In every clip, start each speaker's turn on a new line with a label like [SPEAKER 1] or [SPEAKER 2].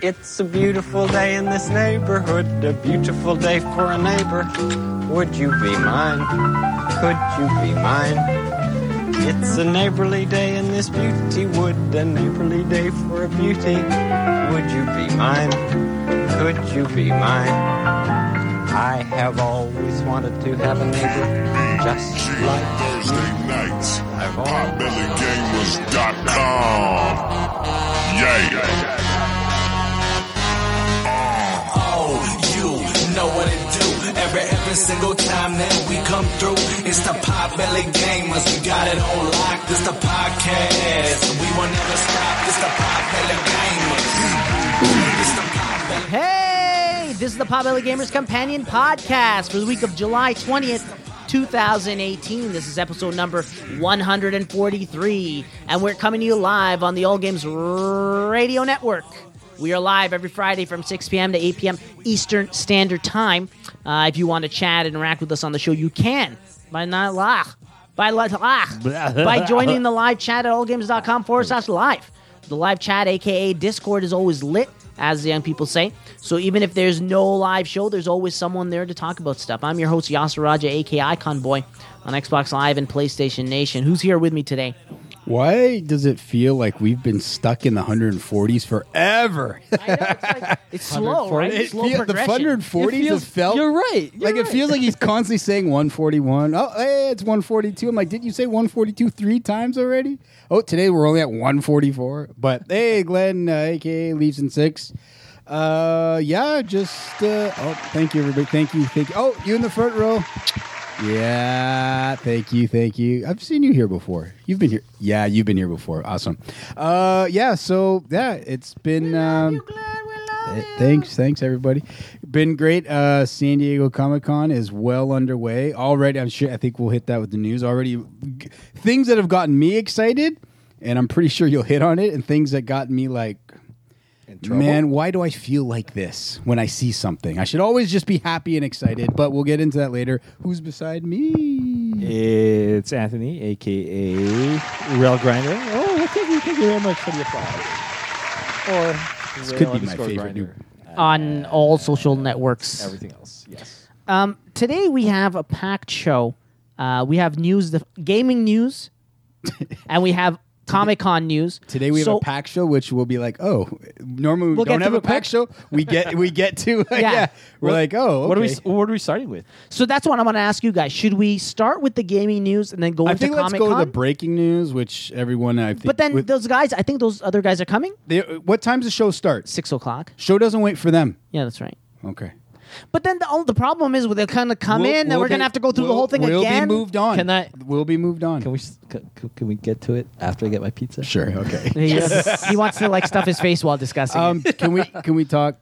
[SPEAKER 1] It's a beautiful day in this neighborhood, a beautiful day for a neighbor. Would you be mine? Could you be mine? It's a neighborly day in this beauty wood, a neighborly day for a beauty. Would you be mine? Could you be mine? I have always wanted to have a neighbor just like
[SPEAKER 2] Thursday nights at potbellygamers.com. Yeah.
[SPEAKER 3] Oh, you know what it do. Every every single time that we come through, it's the Pot Belly Gamers. We got it on lock. This the podcast. We will never stop. This the Pot Belly Gamers. This the Pot Belly
[SPEAKER 4] Hey, this is the Pop Belly Gamers Companion Podcast for the week of July 20th, 2018. This is episode number 143, and we're coming to you live on the All Games Radio Network. We are live every Friday from 6 p.m. to 8 p.m. Eastern Standard Time. Uh, if you want to chat and interact with us on the show, you can. By not lah by li- ah, by joining the live chat at allgames.com forward slash live. The live chat, aka Discord, is always lit, as the young people say. So even if there's no live show, there's always someone there to talk about stuff. I'm your host Yasser Raja, aka Icon Boy, on Xbox Live and PlayStation Nation. Who's here with me today?
[SPEAKER 5] Why does it feel like we've been stuck in the 140s forever?
[SPEAKER 4] I know it's like it's slow, right?
[SPEAKER 5] It
[SPEAKER 4] It's slow
[SPEAKER 5] feel- the
[SPEAKER 4] progression.
[SPEAKER 5] 140s have felt.
[SPEAKER 6] You're right.
[SPEAKER 5] like it feels like he's constantly saying 141. Oh, hey, it's 142. I'm like, didn't you say 142 three times already? Oh, today we're only at 144. But hey, Glenn, uh, aka Leaves in Six. Uh, yeah, just uh, oh, thank you, everybody. Thank you, thank you. Oh, you in the front row. Yeah, thank you, thank you. I've seen you here before. You've been here. Yeah, you've been here before. Awesome. Uh, yeah. So yeah, it's been. um, Th- Thanks, thanks everybody. Been great. Uh, San Diego Comic Con is well underway already. I'm sure. I think we'll hit that with the news already. G- things that have gotten me excited, and I'm pretty sure you'll hit on it. And things that got me like, man, why do I feel like this when I see something? I should always just be happy and excited. But we'll get into that later. Who's beside me?
[SPEAKER 6] It's Anthony, aka Rail Grinder. Oh, well, thank you, thank you very much for the applause. Or
[SPEAKER 5] This could
[SPEAKER 6] Rail
[SPEAKER 5] be my
[SPEAKER 6] underscore
[SPEAKER 5] favorite
[SPEAKER 6] Grinder.
[SPEAKER 4] on all social networks.
[SPEAKER 6] Everything else, yes.
[SPEAKER 4] Um, today we have a packed show. Uh, we have news, the gaming news, and we have Comic Con news.
[SPEAKER 5] Today we have
[SPEAKER 4] So-
[SPEAKER 5] a pack show, which will be like, oh, normally we
[SPEAKER 4] We'll
[SPEAKER 5] don't
[SPEAKER 4] get
[SPEAKER 5] have
[SPEAKER 4] to
[SPEAKER 5] a
[SPEAKER 4] it
[SPEAKER 5] pack show. We get we get to yeah. We're
[SPEAKER 6] What-
[SPEAKER 5] like, oh,
[SPEAKER 6] What are we?
[SPEAKER 5] okay.
[SPEAKER 6] s- What are we starting with?
[SPEAKER 4] So that's what I'm going to ask you guys. Should we start with the gaming news and then go
[SPEAKER 5] I
[SPEAKER 4] into
[SPEAKER 5] think let's
[SPEAKER 4] Comic
[SPEAKER 5] go to the
[SPEAKER 4] Con?
[SPEAKER 5] breaking news, which everyone I think.
[SPEAKER 4] but then
[SPEAKER 5] with-
[SPEAKER 4] those guys, I think those other guys are coming.
[SPEAKER 5] they, what time's the show start?
[SPEAKER 4] Six o'clock.
[SPEAKER 5] Show doesn't wait for them.
[SPEAKER 4] Yeah, that's right.
[SPEAKER 5] Okay.
[SPEAKER 4] But then the, oh, the problem is well, they'll kind of come in, and we're going to have to go through the whole thing
[SPEAKER 5] we'll
[SPEAKER 4] again.
[SPEAKER 5] We'll be moved on.
[SPEAKER 6] Can I-
[SPEAKER 5] We'll be moved on.
[SPEAKER 6] Can we? s- c- c- Can we get to it after I get my pizza?
[SPEAKER 5] Sure. Okay.
[SPEAKER 4] He, he wants to like stuff his face while discussing.
[SPEAKER 5] um,
[SPEAKER 4] Um,
[SPEAKER 5] can we? Can we talk?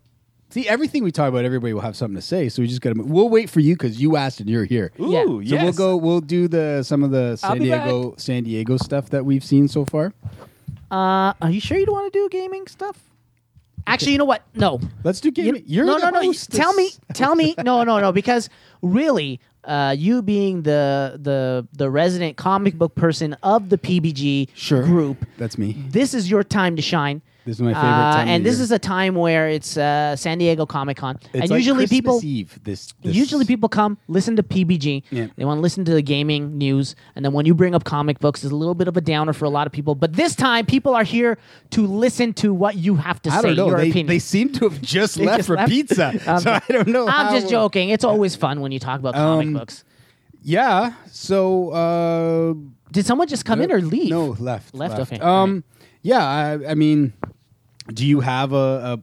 [SPEAKER 5] See, everything we talk about, everybody will have something to say. So we just got to. We'll wait for you because you asked and you're here.
[SPEAKER 4] Yeah.
[SPEAKER 6] Ooh,
[SPEAKER 5] So
[SPEAKER 6] yes.
[SPEAKER 5] we'll go. We'll do the some of the San
[SPEAKER 6] be
[SPEAKER 5] Diego San Diego stuff that we've seen so far.
[SPEAKER 4] uh, are you sure you don't want to do gaming stuff? Actually, you know what? No,
[SPEAKER 5] Let's do gaming. You, are
[SPEAKER 4] no,
[SPEAKER 5] the
[SPEAKER 4] no, no. you-
[SPEAKER 5] hostess.
[SPEAKER 4] Tell me, tell me. No, no, no. Because really, uh, you being the the the resident comic book person of the PBG
[SPEAKER 5] Sure.
[SPEAKER 4] group,
[SPEAKER 5] That's me.
[SPEAKER 4] this is your time to shine.
[SPEAKER 5] This is my favorite
[SPEAKER 4] Uh,
[SPEAKER 5] time. of
[SPEAKER 4] and this
[SPEAKER 5] year.
[SPEAKER 4] is a time where it's uh, San Diego Comic Con,
[SPEAKER 5] It's
[SPEAKER 4] and
[SPEAKER 5] like
[SPEAKER 4] usually
[SPEAKER 5] Christmas
[SPEAKER 4] people.
[SPEAKER 5] Eve, this, this-
[SPEAKER 4] Usually, people come listen to PBG.
[SPEAKER 5] Yeah.
[SPEAKER 4] They want to listen to the gaming news, and then when you bring up comic books, it's a little bit of a downer for a lot of people. But this time, people are here to listen to what you have to
[SPEAKER 5] I
[SPEAKER 4] say.
[SPEAKER 5] don't know.
[SPEAKER 4] Your
[SPEAKER 5] They,
[SPEAKER 4] opinion.
[SPEAKER 5] they seem to have just
[SPEAKER 4] just
[SPEAKER 5] left for
[SPEAKER 4] left. Um,
[SPEAKER 5] pizza. so I don't know.
[SPEAKER 4] I'm
[SPEAKER 5] how-
[SPEAKER 4] just joking. It's always fun when you talk about comic
[SPEAKER 5] Um,
[SPEAKER 4] books.
[SPEAKER 5] Yeah. So uh,
[SPEAKER 4] Did someone just come in or leave?
[SPEAKER 5] No, left.
[SPEAKER 4] Left, okay.
[SPEAKER 5] Um. Yeah. I, I mean, do you have a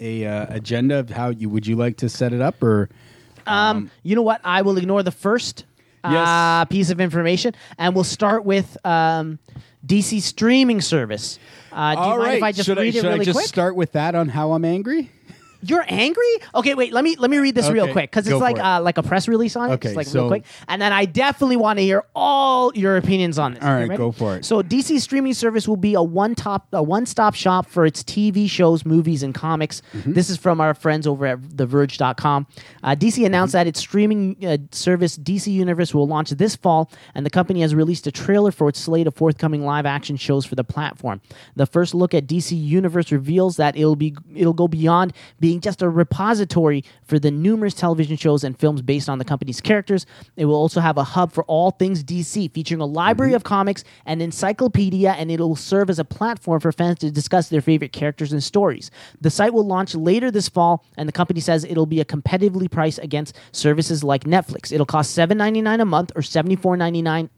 [SPEAKER 5] a, a uh, agenda of how you would you like to set it up or?
[SPEAKER 4] Um, you know what? I will ignore the first uh,
[SPEAKER 5] Yes.
[SPEAKER 4] piece of information, and we'll start with um, DC streaming service. Uh, do you
[SPEAKER 5] All
[SPEAKER 4] mind if
[SPEAKER 5] right,
[SPEAKER 4] I just
[SPEAKER 5] should
[SPEAKER 4] read
[SPEAKER 5] I,
[SPEAKER 4] it
[SPEAKER 5] should I
[SPEAKER 4] really
[SPEAKER 5] just
[SPEAKER 4] quick?
[SPEAKER 5] start with that on how I'm angry?
[SPEAKER 4] You're angry? Okay, wait. Let me let me read this real
[SPEAKER 5] Okay,
[SPEAKER 4] quick because
[SPEAKER 5] go
[SPEAKER 4] it's like
[SPEAKER 5] for it.
[SPEAKER 4] uh, like a press release on it.
[SPEAKER 5] Okay,
[SPEAKER 4] just like
[SPEAKER 5] so-
[SPEAKER 4] real quick, and then I definitely want to hear all your opinions on this.
[SPEAKER 5] All
[SPEAKER 4] You
[SPEAKER 5] right,
[SPEAKER 4] ready?
[SPEAKER 5] go for it.
[SPEAKER 4] So DC streaming service will be a one top a one stop shop for its TV shows, movies, and comics.
[SPEAKER 5] Mm-hmm.
[SPEAKER 4] This is from our friends over at TheVerge.com. Uh, DC
[SPEAKER 5] Mm-hmm.
[SPEAKER 4] announced that its streaming uh, service DC Universe will launch this fall, and the company has released a trailer for its slate of forthcoming live action shows for the platform. The first look at DC Universe reveals that it'll be it'll go beyond being just a repository for the numerous television shows and films based on the company's characters. It will also have a hub for all things DC, featuring a library of comics and encyclopedia, and it'll serve as a platform for fans to discuss their favorite characters and stories. The site will launch later this fall, and the company says it'll be a competitively priced against services like Netflix. It'll cost $7.99 a month or $74.99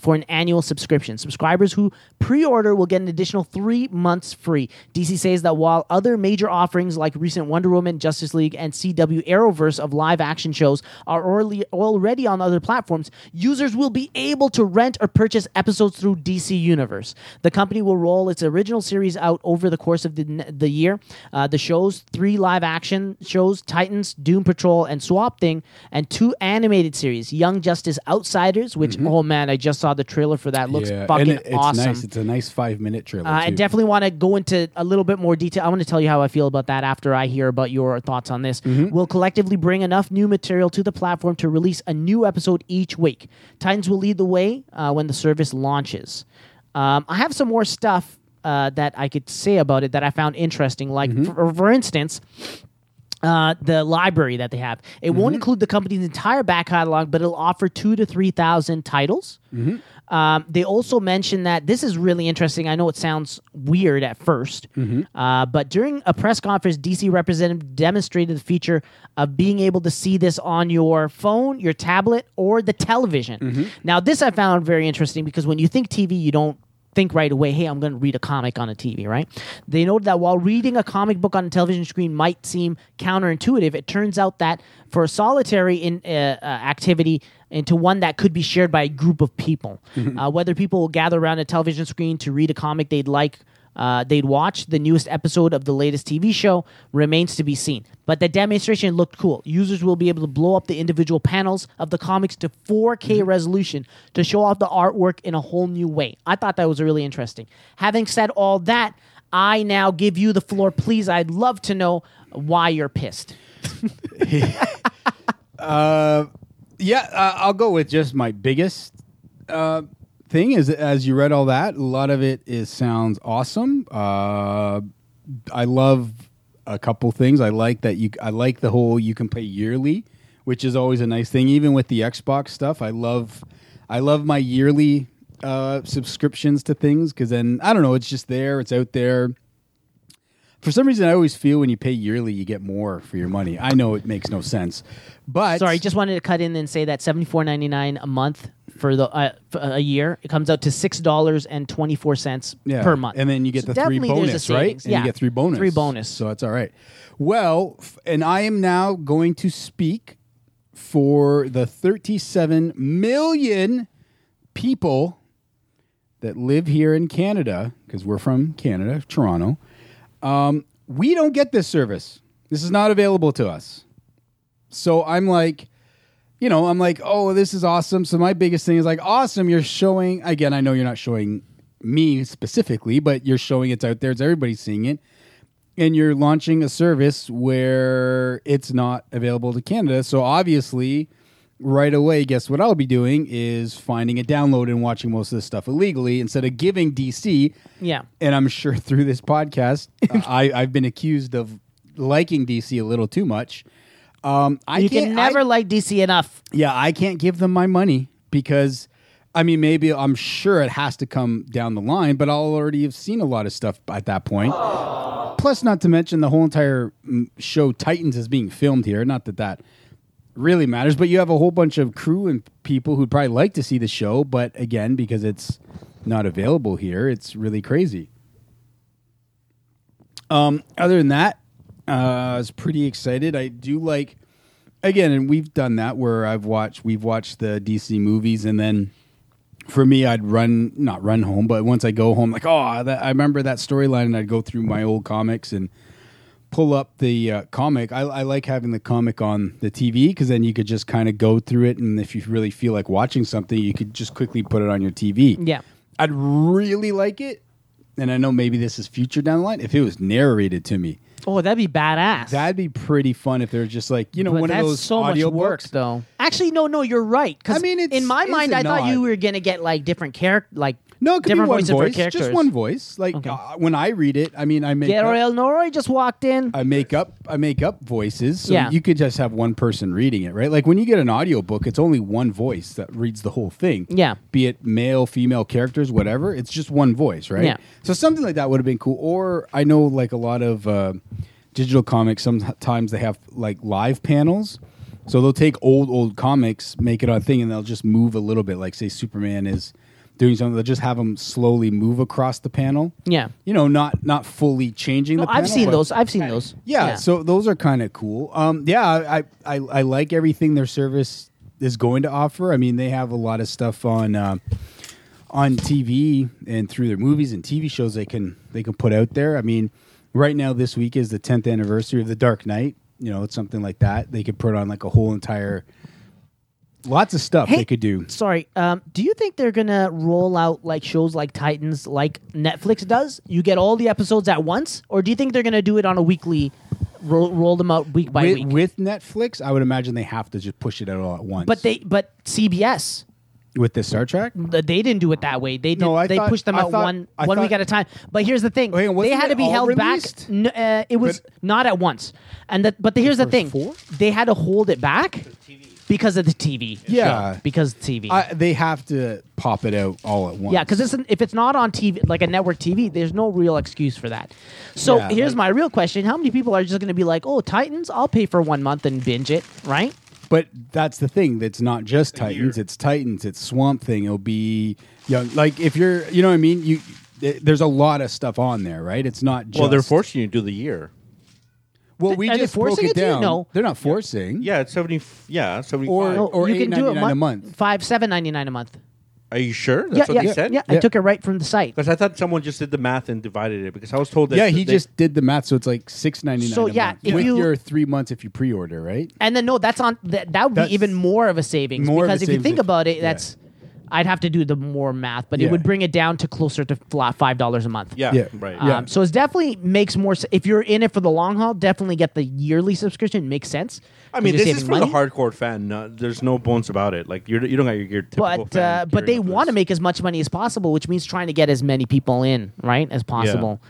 [SPEAKER 4] for an annual subscription. Subscribers who pre-order will get an additional three months free. DC says that while other major offerings like recent Wonder Woman, Justice League, and CW Arrowverse of live action shows are already already on other platforms, users will be able to rent or purchase episodes through DC Universe. The company will roll its original series out over the course of the, the year. Uh, the shows, three live action shows, Titans, Doom Patrol, and Swap Thing, and two animated series, Young Justice Outsiders, which, oh man, I just saw the trailer for that. Looks
[SPEAKER 5] Mm-hmm. Yeah,
[SPEAKER 4] fucking
[SPEAKER 5] and it- it's
[SPEAKER 4] awesome.
[SPEAKER 5] nice. It's a nice five minute trailer.
[SPEAKER 4] Uh, I
[SPEAKER 5] too.
[SPEAKER 4] definitely want to go into a little bit more detail. I want to tell you how I feel about that after I hear about your thoughts on this. We'll collectively bring enough new material to the platform to release a new episode each week. Titans will lead the way uh, when the service launches. Um, I have some more stuff uh, that I could say about it that I found interesting. Like, for, for instance, uh, the library that they have. It won't include the company's entire back catalog, but it'll offer two to three thousand titles. Um, they also mentioned that this is really interesting. I know it sounds weird at 1st uh, but during a press conference, DC representative demonstrated the feature of being able to see this on your phone, your tablet, or the television. Now, this I found very interesting because when you think TV, you don't think right away, hey, I'm going to read a comic on a TV, right? They noted that while reading a comic book on a television screen might seem counterintuitive, it turns out that for a solitary in, uh, uh, activity into one that could be shared by a group of people, uh, whether people will gather around a television screen to read a comic they'd like uh, they'd watch the newest episode of the latest TV show remains to be seen. But the demonstration looked cool. Users will be able to blow up the individual panels of the comics to 4K resolution to show off the artwork in a whole new way. I thought that was really interesting. Having said all that, I now give you the floor. Please, I'd love to know why you're pissed.
[SPEAKER 5] yeah, uh, I'll go with just my biggest uh, thing is as you read all that, a lot of it is sounds awesome. Uh, I love a couple things. I like that you. I like the whole you can play yearly, which is always a nice thing. Even with the Xbox stuff, I love. I love my yearly uh, subscriptions to things because then I don't know. It's just there. It's out there. For some reason, I always feel when you pay yearly, you get more for your money. I know it makes no sense, but
[SPEAKER 4] Sorry, just wanted to cut in and say that seventy four ninety nine a month for the uh, for a year it comes out to six dollars and twenty four cents
[SPEAKER 5] Yeah.
[SPEAKER 4] per month,
[SPEAKER 5] And then you get
[SPEAKER 4] So
[SPEAKER 5] the three
[SPEAKER 4] definitely there's a
[SPEAKER 5] bonus, right?
[SPEAKER 4] savings.
[SPEAKER 5] And
[SPEAKER 4] yeah,
[SPEAKER 5] you get three bonus.
[SPEAKER 4] three bonus.
[SPEAKER 5] So that's all right. Well, f- and I am now going to speak for the 37 million people that live here in Canada, because we're from Canada, Toronto. Um, we don't get this service. This is not available to us. So I'm like, you know, I'm like, oh, this is awesome. So my biggest thing is like, awesome. You're showing again. I know you're not showing me specifically, but you're showing it's out there. It's everybody's seeing it, and you're launching a service where it's not available to Canada. So obviously, right away, guess what I'll be doing is finding a download and watching most of this stuff illegally instead of giving DC
[SPEAKER 4] Yeah.
[SPEAKER 5] and I'm sure through this podcast, uh, I, I've been accused of liking DC a little too much. Um, I
[SPEAKER 4] You
[SPEAKER 5] can't,
[SPEAKER 4] can never
[SPEAKER 5] I-
[SPEAKER 4] like DC enough.
[SPEAKER 5] yeah, I can't give them my money because, I mean, maybe I'm sure it has to come down the line, but I'll already have seen a lot of stuff at that point. Plus, not to mention the whole entire mm, show Titans is being filmed here. Not that that really matters, but you have a whole bunch of crew and people who'd probably like to see the show, but again, because it's not available here, it's really crazy. Um, other than that, uh, I was pretty excited. I do like again, and we've done that where I've watched we've watched the DC movies, and then for me, I'd run not run home, but once I go home, like oh, that, I remember that storyline, and I'd go through my old comics and pull up the uh, comic, I, I like having the comic on the TV because then you could just kind of go through it, and if you really feel like watching something, you could just quickly put it on your TV.
[SPEAKER 4] Yeah.
[SPEAKER 5] I'd really like it, and I know maybe this is future down the line. If it was narrated to me,
[SPEAKER 4] Oh, that'd be badass.
[SPEAKER 5] that'd be pretty fun. If they're just like you know
[SPEAKER 7] But
[SPEAKER 5] one
[SPEAKER 7] that's
[SPEAKER 5] of those
[SPEAKER 7] so much
[SPEAKER 5] audio
[SPEAKER 7] work,
[SPEAKER 5] books.
[SPEAKER 7] though.
[SPEAKER 4] Actually, no, no, you're right. Because
[SPEAKER 5] I mean, it's-
[SPEAKER 4] in my
[SPEAKER 5] it's
[SPEAKER 4] mind,
[SPEAKER 5] a
[SPEAKER 4] I thought you
[SPEAKER 5] nod.
[SPEAKER 4] were gonna get like different character, like
[SPEAKER 5] No, it could
[SPEAKER 4] different
[SPEAKER 5] be one
[SPEAKER 4] voices
[SPEAKER 5] voice,
[SPEAKER 4] for characters.
[SPEAKER 5] just one voice. Like
[SPEAKER 4] Okay.
[SPEAKER 5] uh, when I read it, I mean, I make up-
[SPEAKER 4] Gary Elnoroy just walked in.
[SPEAKER 5] I make up I make up voices. So
[SPEAKER 4] Yeah.
[SPEAKER 5] you could just have one person reading it, right? Like when you get an audiobook, it's only one voice that reads the whole thing.
[SPEAKER 4] Yeah.
[SPEAKER 5] Be it male, female characters, whatever. It's just one voice, right?
[SPEAKER 4] Yeah.
[SPEAKER 5] So something like that would have been cool. Or I know like a lot of uh, digital comics sometimes they have like live panels. So they'll take old old comics, make it a thing, and they'll just move a little bit. Like say Superman is doing something, they'll just have them slowly move across the panel.
[SPEAKER 4] Yeah.
[SPEAKER 5] You know, not not fully changing
[SPEAKER 4] No,
[SPEAKER 5] the panel.
[SPEAKER 4] I've seen
[SPEAKER 5] but-
[SPEAKER 4] those. I've seen those.
[SPEAKER 5] yeah, so those are kind of cool. Um, yeah, I, I I I like everything their service is going to offer. I mean, they have a lot of stuff on uh, on TV and through their movies and TV shows they can they can put out there. I mean, right now this week is the 10th anniversary of The Dark Knight. You know, it's something like that. They could put on like a whole entire lots of stuff
[SPEAKER 4] Hey,
[SPEAKER 5] they could do.
[SPEAKER 4] Sorry. Um, do you think they're gonna roll out like shows like Titans, like Netflix does? You get all the episodes at once, or do you think they're gonna do it on a weekly, roll, roll them out week by
[SPEAKER 5] With,
[SPEAKER 4] week?
[SPEAKER 5] with Netflix, I would imagine they have to just push it out all at once.
[SPEAKER 4] but they, Mm. but CBS,
[SPEAKER 5] with this Star Trek,
[SPEAKER 4] th- they didn't do it that way. They did,
[SPEAKER 5] No, I
[SPEAKER 4] they
[SPEAKER 5] thought-
[SPEAKER 4] pushed them
[SPEAKER 5] I
[SPEAKER 4] out
[SPEAKER 5] thought-
[SPEAKER 4] one
[SPEAKER 5] I
[SPEAKER 4] one
[SPEAKER 5] thought-
[SPEAKER 4] week at a time. But here's the thing:
[SPEAKER 5] Hang
[SPEAKER 4] they
[SPEAKER 5] on, wasn't
[SPEAKER 4] had
[SPEAKER 5] it
[SPEAKER 4] to be
[SPEAKER 5] all
[SPEAKER 4] held
[SPEAKER 5] released?
[SPEAKER 4] back. N- uh, it was not at once, and that. But here's the thing:
[SPEAKER 5] four?
[SPEAKER 4] they had to hold it back because of the TV.
[SPEAKER 5] Yeah.
[SPEAKER 4] show, because TV.
[SPEAKER 5] I, they have to pop it out all at once.
[SPEAKER 4] Yeah, because if it's not on TV, like a network TV, there's no real excuse for that. So
[SPEAKER 5] Yeah,
[SPEAKER 4] here's
[SPEAKER 5] like-
[SPEAKER 4] my real question: How many people are just going to be like, "Oh, Titans, I'll pay for one month and binge it," right?
[SPEAKER 5] But that's the thing. That's not just Titans. It's Titans. It's Swamp Thing. It'll be young. Like if you're, you know what I mean. You th- there's a lot of stuff on there, right? It's not just.
[SPEAKER 6] Well, they're forcing you to do the year.
[SPEAKER 5] Well, we
[SPEAKER 4] Are they
[SPEAKER 5] just broke
[SPEAKER 4] forcing
[SPEAKER 5] it
[SPEAKER 4] it to you?
[SPEAKER 5] down.
[SPEAKER 4] No.
[SPEAKER 5] They're not forcing.
[SPEAKER 6] Yeah, it's seventy. Yeah, seventy.
[SPEAKER 5] Or- or
[SPEAKER 4] you can do it
[SPEAKER 5] $8.99 a month.
[SPEAKER 4] five seven ninety nine a month.
[SPEAKER 6] are you sure? That's
[SPEAKER 4] yeah,
[SPEAKER 6] what
[SPEAKER 4] yeah,
[SPEAKER 6] they said.
[SPEAKER 4] yeah, I
[SPEAKER 5] Yeah.
[SPEAKER 4] took it right from the site.
[SPEAKER 6] Because I thought someone just did the math and divided it. Because I was told that.
[SPEAKER 5] Yeah, he
[SPEAKER 6] they-
[SPEAKER 5] just did the math, so it's like six ninety nine.
[SPEAKER 4] So, yeah, if
[SPEAKER 5] with
[SPEAKER 4] you-
[SPEAKER 5] your three months if you pre order, right?
[SPEAKER 4] And then no, that's on that. That would
[SPEAKER 5] That's-
[SPEAKER 4] be even more of a savings
[SPEAKER 5] More of
[SPEAKER 4] because
[SPEAKER 5] a
[SPEAKER 4] if you
[SPEAKER 5] savings
[SPEAKER 4] think
[SPEAKER 5] if-
[SPEAKER 4] about it,
[SPEAKER 5] yeah.
[SPEAKER 4] that's I'd have to do the more math, but it
[SPEAKER 5] Yeah.
[SPEAKER 4] would bring it down to closer to fla- five dollars a month.
[SPEAKER 6] Yeah,
[SPEAKER 5] Yeah.
[SPEAKER 6] right.
[SPEAKER 5] Yeah.
[SPEAKER 4] Um, so it definitely makes more. s- If you're in it for the long haul, definitely get the yearly subscription. Makes sense.
[SPEAKER 6] I mean,
[SPEAKER 4] 'cause
[SPEAKER 6] this
[SPEAKER 4] you're
[SPEAKER 6] is for
[SPEAKER 4] saving
[SPEAKER 6] the
[SPEAKER 4] money.
[SPEAKER 6] hardcore fan. No, there's no bones about it. Like you're, you don't got your, your typical
[SPEAKER 4] But
[SPEAKER 6] fan
[SPEAKER 4] uh, but
[SPEAKER 6] gearing
[SPEAKER 4] they
[SPEAKER 6] up for
[SPEAKER 4] want to
[SPEAKER 6] this.
[SPEAKER 4] make as much money as possible, which means trying to get as many people in right as possible.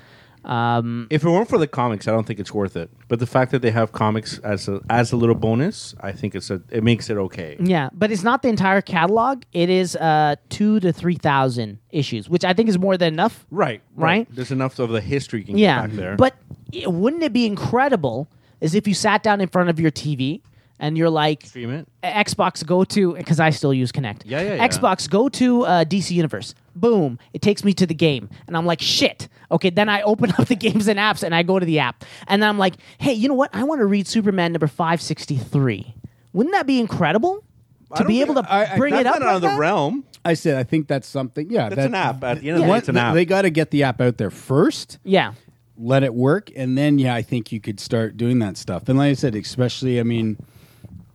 [SPEAKER 4] Um,
[SPEAKER 6] If it weren't for the comics, I don't think it's worth it. But the fact that they have comics as a as a little bonus, I think it's a it makes it okay.
[SPEAKER 4] yeah, but it's not the entire catalog. It is uh, two to three thousand issues, which I think is more than enough.
[SPEAKER 6] Right,
[SPEAKER 4] Right.
[SPEAKER 6] There's enough of the history you can
[SPEAKER 4] Yeah,
[SPEAKER 6] get back there.
[SPEAKER 4] but it, wouldn't it be incredible? Is if you sat down in front of your TV and you're like,
[SPEAKER 6] stream it.
[SPEAKER 4] eh, Xbox go to because I still use Connect.
[SPEAKER 6] Yeah, yeah, yeah.
[SPEAKER 4] Xbox go to uh, DC Universe. Boom! It takes me to the game, and I'm like, shit. Okay, then I open up the games and apps, and I go to the app, and then I'm like, hey, you know what? I want to read Superman number five sixty three. Wouldn't that be incredible to
[SPEAKER 6] don't
[SPEAKER 4] be
[SPEAKER 6] think-
[SPEAKER 4] able to
[SPEAKER 5] I- I-
[SPEAKER 4] bring it
[SPEAKER 6] That's
[SPEAKER 4] up?
[SPEAKER 6] not
[SPEAKER 4] like
[SPEAKER 6] out of the
[SPEAKER 4] that?
[SPEAKER 6] realm.
[SPEAKER 5] I said I think that's something. Yeah,
[SPEAKER 6] That's
[SPEAKER 5] that-
[SPEAKER 6] an app. At the end of the
[SPEAKER 4] Yeah.
[SPEAKER 6] day, it's an app.
[SPEAKER 5] They got to get the app out there first.
[SPEAKER 4] Yeah,
[SPEAKER 5] let it work and then yeah i think you could start doing that stuff and like i said especially i mean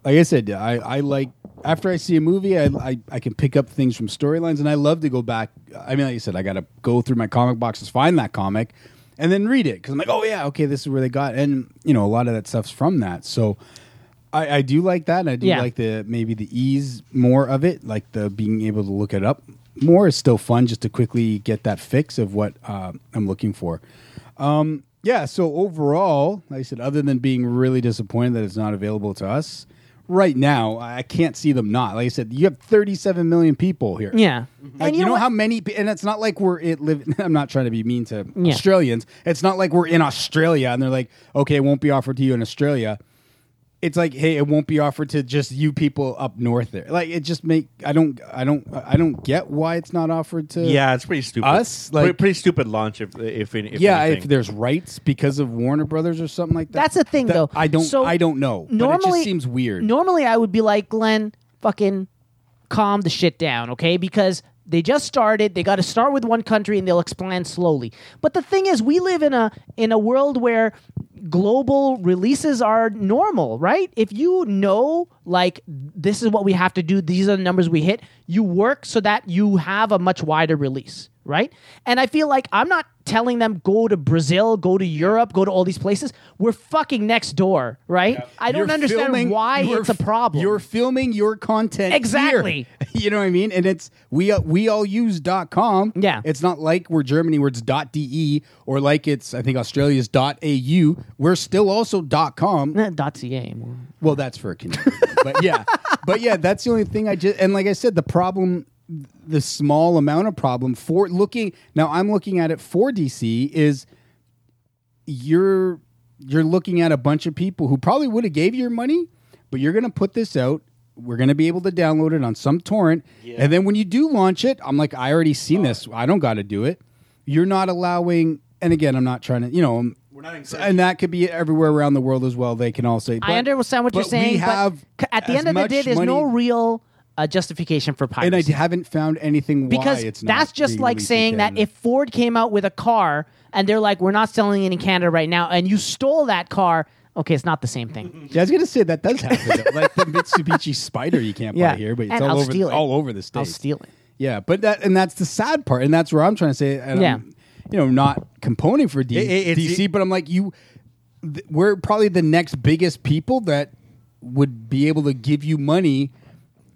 [SPEAKER 5] like i said i, I like after i see a movie I, I, I can pick up things from storylines and i love to go back i mean like you said i gotta go through my comic boxes find that comic and then read it because i'm like oh yeah okay this is where they got and you know a lot of that stuff's from that so I, I do like that, and I do
[SPEAKER 4] Yeah.
[SPEAKER 5] like the maybe the ease more of it, like the being able to look it up more is still fun, just to quickly get that fix of what uh, I'm looking for. Um, yeah, so overall, like I said, other than being really disappointed that it's not available to us right now, I I can't see them not. Like I said, you have 37 million people here.
[SPEAKER 4] yeah.
[SPEAKER 5] Like, you, know, how many, pe- and it's not like we're it live. I'm not trying to be mean to
[SPEAKER 4] Yeah.
[SPEAKER 5] Australians. It's not like we're in Australia and they're like, okay, it won't be offered to you in Australia. It's like, hey, it won't be offered to just you people up north there. Like, it just make I don't, I don't, I don't get why it's not offered to.
[SPEAKER 6] Yeah, it's pretty stupid.
[SPEAKER 5] Us?
[SPEAKER 6] Pre- pretty,
[SPEAKER 5] Like-
[SPEAKER 6] stupid launch. If if, if
[SPEAKER 5] yeah. If
[SPEAKER 6] anything.
[SPEAKER 5] there's rights because of Warner Brothers or something like that.
[SPEAKER 4] That's the thing,
[SPEAKER 5] That-
[SPEAKER 4] though.
[SPEAKER 5] I don't,
[SPEAKER 4] So,
[SPEAKER 5] I don't know. But
[SPEAKER 4] Normally,
[SPEAKER 5] it just seems weird.
[SPEAKER 4] Normally, I would be like, Glenn, fucking calm the shit down, okay? Because They just started. They got to start with one country and they'll expand slowly. But the thing is, we live in a in a world where global releases are normal, right? If you know like this is what we have to do, these are the numbers we hit, you work so that you have a much wider release, right? And I feel like I'm not telling them go to Brazil, go to Europe, go to all these places. We're fucking next door, right? I don't
[SPEAKER 5] You're
[SPEAKER 4] understand
[SPEAKER 5] filming-
[SPEAKER 4] why
[SPEAKER 5] you're
[SPEAKER 4] it's a
[SPEAKER 5] f-
[SPEAKER 4] problem.
[SPEAKER 5] You're filming your content here.
[SPEAKER 4] Exactly.
[SPEAKER 5] You know what I mean? And it's we uh, we all use .com.
[SPEAKER 4] Yeah.
[SPEAKER 5] It's not like we're Germany where it's .de or like it's I think Australia's .au. We're still also .com.
[SPEAKER 4] dot .ca. more.
[SPEAKER 5] Well, that's for a Canadian. but yeah, but yeah, that's the only thing I just and like I said, the problem, the small amount of problem for looking now, I'm looking at it for DC is you're you're looking at a bunch of people who probably would have gave you your money, but you're gonna put this out. We're gonna be able to download it on some torrent, and then when you do launch it, I'm like, I already seen this. I don't got to do it. You're not allowing, and again, I'm not trying to, you know, I'm- and that could be everywhere around the world as well. They can all say, but-
[SPEAKER 4] I understand what you're
[SPEAKER 5] but
[SPEAKER 4] saying,
[SPEAKER 5] We have
[SPEAKER 4] but c- at the
[SPEAKER 5] as
[SPEAKER 4] end of the
[SPEAKER 5] much
[SPEAKER 4] day, there's
[SPEAKER 5] money-
[SPEAKER 4] no real uh, justification for piracy.
[SPEAKER 5] and I haven't found anything why
[SPEAKER 4] because
[SPEAKER 5] it's not
[SPEAKER 4] that's just
[SPEAKER 5] being
[SPEAKER 4] like
[SPEAKER 5] released
[SPEAKER 4] saying
[SPEAKER 5] in
[SPEAKER 4] that
[SPEAKER 5] Canada.
[SPEAKER 4] if Ford came out with a car and they're like, we're not selling it in Canada right now, and you stole that car, okay, it's not the same thing.
[SPEAKER 5] Yeah, I was gonna say that does happen, though. like the Mitsubishi Spider you can't
[SPEAKER 4] Yeah.
[SPEAKER 5] buy here, but it's
[SPEAKER 4] And
[SPEAKER 5] all
[SPEAKER 4] I'll
[SPEAKER 5] over
[SPEAKER 4] steal it.
[SPEAKER 5] all over the states.
[SPEAKER 4] I'll steal it.
[SPEAKER 5] Yeah, but that and that's the sad part, and that's where I'm trying to say, and
[SPEAKER 4] Yeah.
[SPEAKER 5] I'm, you know, not component for D-
[SPEAKER 6] It- it- it's-
[SPEAKER 5] DC, but I'm like you, th- we're probably the next biggest people that would be able to give you money.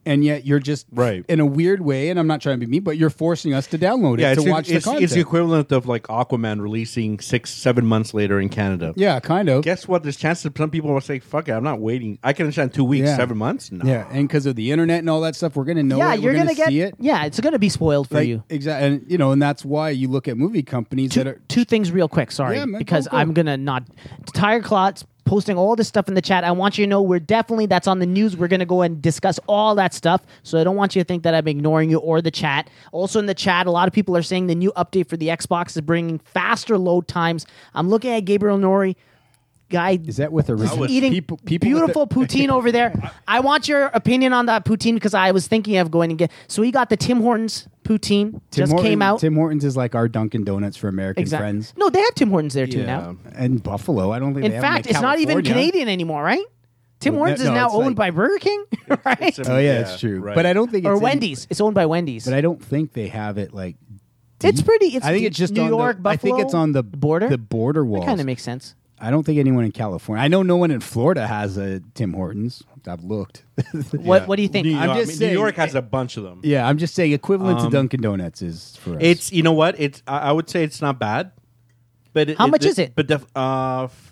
[SPEAKER 5] And yet you're just
[SPEAKER 6] Right.
[SPEAKER 5] in a weird way, and I'm not trying to be mean, but you're forcing us to download it
[SPEAKER 6] Yeah,
[SPEAKER 5] to
[SPEAKER 6] it's, the-
[SPEAKER 5] watch
[SPEAKER 6] it's,
[SPEAKER 5] the content.
[SPEAKER 6] it's the equivalent of like Aquaman releasing six, seven months later in Canada.
[SPEAKER 5] yeah, kind of.
[SPEAKER 6] Guess what? There's chances some people will say, "Fuck it, I'm not waiting. I can understand two weeks,
[SPEAKER 5] Yeah.
[SPEAKER 6] seven months." No.
[SPEAKER 5] Yeah, and because of the internet and all that stuff, we're gonna know.
[SPEAKER 4] yeah,
[SPEAKER 5] it,
[SPEAKER 4] you're
[SPEAKER 5] we're
[SPEAKER 4] gonna, get.
[SPEAKER 5] see it.
[SPEAKER 4] Yeah, it's gonna be spoiled for you.
[SPEAKER 5] Exactly, and you know, and that's why you look at movie companies that
[SPEAKER 4] Two,
[SPEAKER 5] are
[SPEAKER 4] two things real quick, sorry,
[SPEAKER 5] Yeah, man, go,
[SPEAKER 4] because
[SPEAKER 5] go.
[SPEAKER 4] I'm gonna not tire clots posting all this stuff in the chat. I want you to know we're definitely that's on the news. We're gonna go and discuss all that stuff. So I don't want you to think that I'm ignoring you or the chat. Also in the chat, a lot of people are saying the new update for the Xbox is bringing faster load times. I'm looking at Gabriel Nori. Guy
[SPEAKER 5] is that with a
[SPEAKER 4] is eating beautiful poutine over there. I want your opinion on that poutine because I was thinking of going and get. So he got the Tim Hortons poutine just came out.
[SPEAKER 5] Tim Hortons is like our Dunkin' Donuts for American
[SPEAKER 4] Exact-
[SPEAKER 5] friends,
[SPEAKER 4] No, they have Tim Hortons there too
[SPEAKER 6] Yeah.
[SPEAKER 4] now.
[SPEAKER 5] and Buffalo. I don't think.
[SPEAKER 4] In
[SPEAKER 5] they
[SPEAKER 4] fact,
[SPEAKER 5] have them
[SPEAKER 4] it's not even
[SPEAKER 5] California.
[SPEAKER 4] Canadian anymore, right? Tim
[SPEAKER 5] Well,
[SPEAKER 4] Hortons
[SPEAKER 5] no,
[SPEAKER 4] is
[SPEAKER 5] no,
[SPEAKER 4] now
[SPEAKER 5] it's
[SPEAKER 4] owned
[SPEAKER 5] like-
[SPEAKER 4] by Burger King, right?
[SPEAKER 6] It's a-
[SPEAKER 5] Oh yeah,
[SPEAKER 6] yeah,
[SPEAKER 5] it's true.
[SPEAKER 6] right.
[SPEAKER 5] But I don't think
[SPEAKER 4] Or
[SPEAKER 5] it's in-
[SPEAKER 4] Wendy's. It's owned by Wendy's.
[SPEAKER 5] but I don't think they have it like.
[SPEAKER 4] It's
[SPEAKER 5] deep.
[SPEAKER 4] pretty- it's
[SPEAKER 5] I think
[SPEAKER 4] deep.
[SPEAKER 5] it's just
[SPEAKER 4] New
[SPEAKER 5] on the-
[SPEAKER 4] York,
[SPEAKER 5] I think it's
[SPEAKER 4] Buffalo
[SPEAKER 5] on the
[SPEAKER 4] border?
[SPEAKER 5] The border wall.
[SPEAKER 4] Kind of makes sense.
[SPEAKER 5] I don't think anyone in California. I know no one in Florida has a Tim Hortons. I've looked.
[SPEAKER 4] What What do you think?
[SPEAKER 6] New York,
[SPEAKER 5] I'm just
[SPEAKER 6] I mean,
[SPEAKER 5] saying-
[SPEAKER 6] New York has a bunch of them.
[SPEAKER 5] yeah, I'm just saying equivalent to Dunkin' Donuts is for us.
[SPEAKER 6] Um, It's you know what? It's I, I would say it's not bad. But it,
[SPEAKER 4] How much is it?
[SPEAKER 6] But def, uh, f-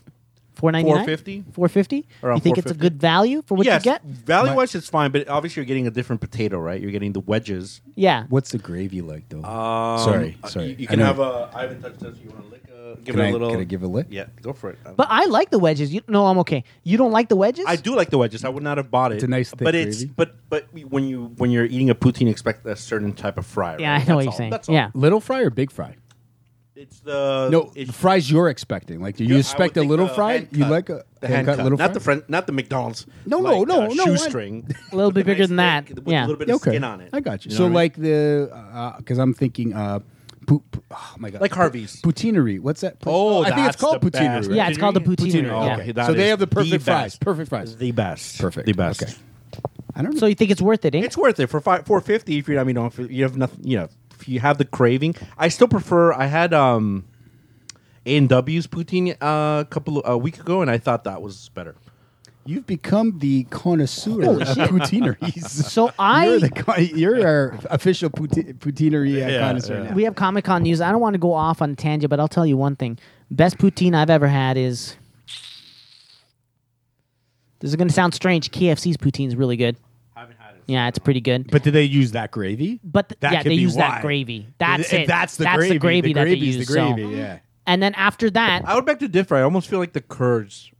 [SPEAKER 4] Four ninety nine.
[SPEAKER 6] 450?
[SPEAKER 4] Four fifty.
[SPEAKER 6] Around
[SPEAKER 4] You think it's a
[SPEAKER 6] 450.
[SPEAKER 4] good value for what
[SPEAKER 6] yes,
[SPEAKER 4] you get?
[SPEAKER 6] value wise, it's fine. But obviously, you're getting a different potato, right? You're getting the wedges.
[SPEAKER 4] Yeah.
[SPEAKER 5] What's the gravy like though? sorry,
[SPEAKER 6] Uh,
[SPEAKER 5] sorry.
[SPEAKER 6] You, you
[SPEAKER 5] I
[SPEAKER 6] can
[SPEAKER 5] know-
[SPEAKER 6] have a. I haven't touched this. You want to lick? A, give
[SPEAKER 5] Can
[SPEAKER 6] it a
[SPEAKER 5] I-
[SPEAKER 6] little.
[SPEAKER 5] can I give a lick?
[SPEAKER 6] Yeah, go for it. Um, I-
[SPEAKER 4] But I like the wedges. You, no, I'm okay. You don't like the wedges?
[SPEAKER 6] I do like the wedges. I would not have bought it.
[SPEAKER 5] It's a nice thick
[SPEAKER 6] but it's
[SPEAKER 5] gravy.
[SPEAKER 6] but but we- when you when you're eating a poutine, expect a certain type of fry.
[SPEAKER 4] Yeah,
[SPEAKER 6] right?
[SPEAKER 4] I know what
[SPEAKER 6] That's
[SPEAKER 4] you're
[SPEAKER 6] all.
[SPEAKER 4] saying.
[SPEAKER 6] That's all.
[SPEAKER 4] Yeah.
[SPEAKER 5] Little fry or big fry?
[SPEAKER 6] it's the
[SPEAKER 5] No,
[SPEAKER 6] it's-
[SPEAKER 5] the fries you're expecting. Like, do you
[SPEAKER 6] I would
[SPEAKER 5] expect a
[SPEAKER 6] think
[SPEAKER 5] little
[SPEAKER 6] the
[SPEAKER 5] fry?
[SPEAKER 6] hand
[SPEAKER 5] You
[SPEAKER 6] cut.
[SPEAKER 5] like a
[SPEAKER 6] the
[SPEAKER 5] hand cut little
[SPEAKER 6] not
[SPEAKER 5] fry?
[SPEAKER 6] the friend, not the McDonald's.
[SPEAKER 5] No, no,
[SPEAKER 6] like,
[SPEAKER 5] no, no,
[SPEAKER 6] uh,
[SPEAKER 5] what?
[SPEAKER 6] shoestring.
[SPEAKER 4] A little bit bigger than that.
[SPEAKER 6] With
[SPEAKER 4] Yeah.
[SPEAKER 6] a little bit
[SPEAKER 5] Yeah,
[SPEAKER 6] of
[SPEAKER 5] okay,
[SPEAKER 6] skin on it.
[SPEAKER 5] I got you.
[SPEAKER 6] know
[SPEAKER 5] so,
[SPEAKER 6] what I mean?
[SPEAKER 5] like the because I'm thinking, uh, poop. Oh my god,
[SPEAKER 6] Like Harvey's.
[SPEAKER 5] poutineery. What's that? place?
[SPEAKER 6] Oh,
[SPEAKER 5] I think it's
[SPEAKER 6] that's
[SPEAKER 5] called
[SPEAKER 6] the best.
[SPEAKER 5] poutineery. right?
[SPEAKER 4] Yeah, it's called the poutine.
[SPEAKER 5] Poutine,
[SPEAKER 4] Yeah.
[SPEAKER 5] okay. So
[SPEAKER 6] that
[SPEAKER 5] they
[SPEAKER 6] is
[SPEAKER 5] have the perfect fries,
[SPEAKER 6] best.
[SPEAKER 5] perfect fries.
[SPEAKER 6] The best.
[SPEAKER 5] Perfect.
[SPEAKER 6] The best.
[SPEAKER 5] Okay. I don't.
[SPEAKER 4] So you think it's worth it? Eh?
[SPEAKER 6] It's worth it for five, four fifty. If you, I mean, if you have nothing, you know, if you have the craving. I still prefer. I had um, A and W's poutine uh, a couple of, a week ago, and I thought that was better.
[SPEAKER 5] You've become the connoisseur
[SPEAKER 4] Oh,
[SPEAKER 5] of poutineries.
[SPEAKER 4] So I-
[SPEAKER 5] you're, the, con- you're our official pouti- poutinery uh,
[SPEAKER 6] Yeah,
[SPEAKER 5] connoisseur
[SPEAKER 6] yeah.
[SPEAKER 5] now.
[SPEAKER 4] We have Comic Con news. I don't want to go off on a tangent, but I'll tell you one thing: best poutine I've ever had is. This is going to sound strange. KFC's poutine is really good.
[SPEAKER 6] I haven't had it.
[SPEAKER 4] Yeah, it's pretty good.
[SPEAKER 5] But did they use that gravy?
[SPEAKER 4] But th-
[SPEAKER 5] That
[SPEAKER 4] yeah,
[SPEAKER 5] could
[SPEAKER 4] they
[SPEAKER 5] be
[SPEAKER 4] use
[SPEAKER 5] why.
[SPEAKER 4] that gravy. That's
[SPEAKER 5] If
[SPEAKER 4] it.
[SPEAKER 5] That's the
[SPEAKER 4] that's
[SPEAKER 5] gravy.
[SPEAKER 4] the gravy that they
[SPEAKER 5] gravy's
[SPEAKER 4] use.
[SPEAKER 5] The gravy,
[SPEAKER 4] so.
[SPEAKER 5] yeah.
[SPEAKER 4] And then after that,
[SPEAKER 6] I would beg to differ. I almost feel like the curds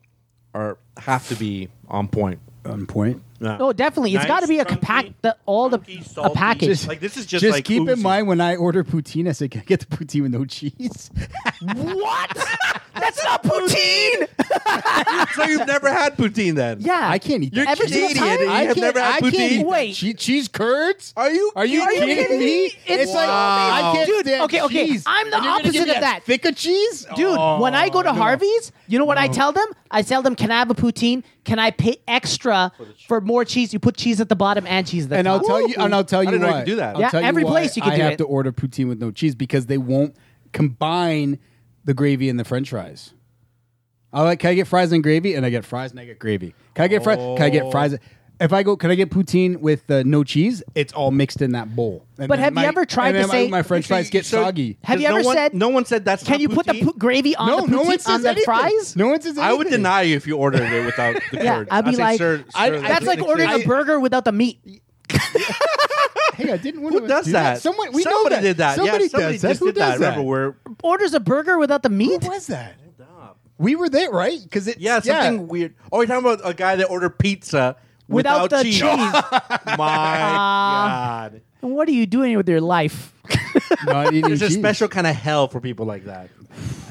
[SPEAKER 6] are have to be on point.
[SPEAKER 5] On point.
[SPEAKER 6] Yeah.
[SPEAKER 4] No, oh, definitely. It's
[SPEAKER 6] Nice,
[SPEAKER 4] got to be a
[SPEAKER 6] chunky,
[SPEAKER 4] pack, the, all the
[SPEAKER 6] chunky,
[SPEAKER 4] a
[SPEAKER 6] salty.
[SPEAKER 4] package.
[SPEAKER 5] Just-
[SPEAKER 6] Like this is just
[SPEAKER 5] Just,
[SPEAKER 6] like
[SPEAKER 5] keep in
[SPEAKER 6] oozing.
[SPEAKER 5] mind when I order poutine, I say, "Can I get the poutine with no cheese?"
[SPEAKER 4] what? That's not poutine.
[SPEAKER 6] So you've never had poutine then?
[SPEAKER 4] yeah,
[SPEAKER 5] I can't eat.
[SPEAKER 6] You're
[SPEAKER 5] that.
[SPEAKER 4] Every single
[SPEAKER 6] Canadian and
[SPEAKER 4] time?
[SPEAKER 6] you
[SPEAKER 5] I
[SPEAKER 6] have
[SPEAKER 5] can't.
[SPEAKER 6] never
[SPEAKER 5] I
[SPEAKER 6] had
[SPEAKER 5] can't
[SPEAKER 6] poutine.
[SPEAKER 5] eat
[SPEAKER 4] Wait.
[SPEAKER 5] che- cheese curds.
[SPEAKER 6] Are you?
[SPEAKER 5] Are you
[SPEAKER 6] kidding?
[SPEAKER 5] kidding,
[SPEAKER 4] kidding
[SPEAKER 5] me?
[SPEAKER 4] me? It's
[SPEAKER 5] like
[SPEAKER 4] Wow.
[SPEAKER 5] I can't
[SPEAKER 4] Dude,
[SPEAKER 5] stand
[SPEAKER 4] okay, okay,
[SPEAKER 5] cheese.
[SPEAKER 4] I'm the
[SPEAKER 5] And you're gonna give
[SPEAKER 4] opposite
[SPEAKER 5] me
[SPEAKER 4] of
[SPEAKER 5] that
[SPEAKER 4] that.
[SPEAKER 5] Thick of cheese,
[SPEAKER 4] Dude,
[SPEAKER 5] Oh,
[SPEAKER 4] when I go to
[SPEAKER 5] no.
[SPEAKER 4] Harvey's, you know what I tell them? I tell them, "Can I have a poutine? Can I pay extra for more cheese? You put cheese at the bottom and cheese at the
[SPEAKER 5] And I'll
[SPEAKER 4] top."
[SPEAKER 5] tell you, and I'll tell you
[SPEAKER 6] didn't know
[SPEAKER 5] what.
[SPEAKER 6] you could do that.
[SPEAKER 5] I'll
[SPEAKER 4] Yeah,
[SPEAKER 5] tell you
[SPEAKER 4] every
[SPEAKER 5] why
[SPEAKER 4] place you could
[SPEAKER 5] I
[SPEAKER 4] do
[SPEAKER 5] have
[SPEAKER 4] it.
[SPEAKER 5] to order poutine with no cheese because they won't combine the gravy and the French fries. I like. Can I get fries and gravy? And I get fries and I get gravy. Can I get fries? Can I
[SPEAKER 6] Oh.
[SPEAKER 5] get fries? If I go, can I get poutine with uh, no cheese? It's all mixed in that bowl. And
[SPEAKER 4] But
[SPEAKER 5] then
[SPEAKER 4] have you
[SPEAKER 5] my-
[SPEAKER 4] ever tried
[SPEAKER 5] and
[SPEAKER 4] to
[SPEAKER 5] then my-
[SPEAKER 4] say-
[SPEAKER 5] my French fries get
[SPEAKER 6] So-
[SPEAKER 5] soggy?
[SPEAKER 4] Have you
[SPEAKER 6] Does no
[SPEAKER 4] ever
[SPEAKER 6] one-
[SPEAKER 4] said?
[SPEAKER 6] no one said that's
[SPEAKER 4] Can
[SPEAKER 6] not
[SPEAKER 4] you put the
[SPEAKER 6] poutine?
[SPEAKER 4] po- gravy on the poutine
[SPEAKER 5] says
[SPEAKER 4] on the
[SPEAKER 5] anything.
[SPEAKER 4] fries?
[SPEAKER 5] No one says. Anything.
[SPEAKER 6] I would deny you if you ordered it without the
[SPEAKER 4] Yeah,
[SPEAKER 6] curd.
[SPEAKER 4] I'd be
[SPEAKER 6] say,
[SPEAKER 4] like-
[SPEAKER 6] sir, sir,
[SPEAKER 5] I- I
[SPEAKER 4] That's
[SPEAKER 5] think
[SPEAKER 4] like
[SPEAKER 5] they
[SPEAKER 4] ordering
[SPEAKER 5] could-
[SPEAKER 4] a burger without the meat.
[SPEAKER 5] Hey, I didn't.
[SPEAKER 6] Who does that?
[SPEAKER 5] Someone we
[SPEAKER 6] somebody
[SPEAKER 5] know that.
[SPEAKER 6] did that.
[SPEAKER 5] Somebody
[SPEAKER 6] yeah, somebody
[SPEAKER 5] does
[SPEAKER 6] just
[SPEAKER 5] that. Who
[SPEAKER 6] did
[SPEAKER 5] does
[SPEAKER 6] that.
[SPEAKER 5] that?
[SPEAKER 6] Remember, we're
[SPEAKER 4] Orders a burger without the meat.
[SPEAKER 5] Who was that? We were there, right? Because it.
[SPEAKER 6] yeah something weird. Oh, you're talking about a guy that ordered pizza
[SPEAKER 4] Without the
[SPEAKER 6] without, cheese. Oh Ah. My God,
[SPEAKER 4] What are you doing with your life?
[SPEAKER 5] Not eating
[SPEAKER 6] there's a
[SPEAKER 5] cheese.
[SPEAKER 6] special kind of hell for people like that.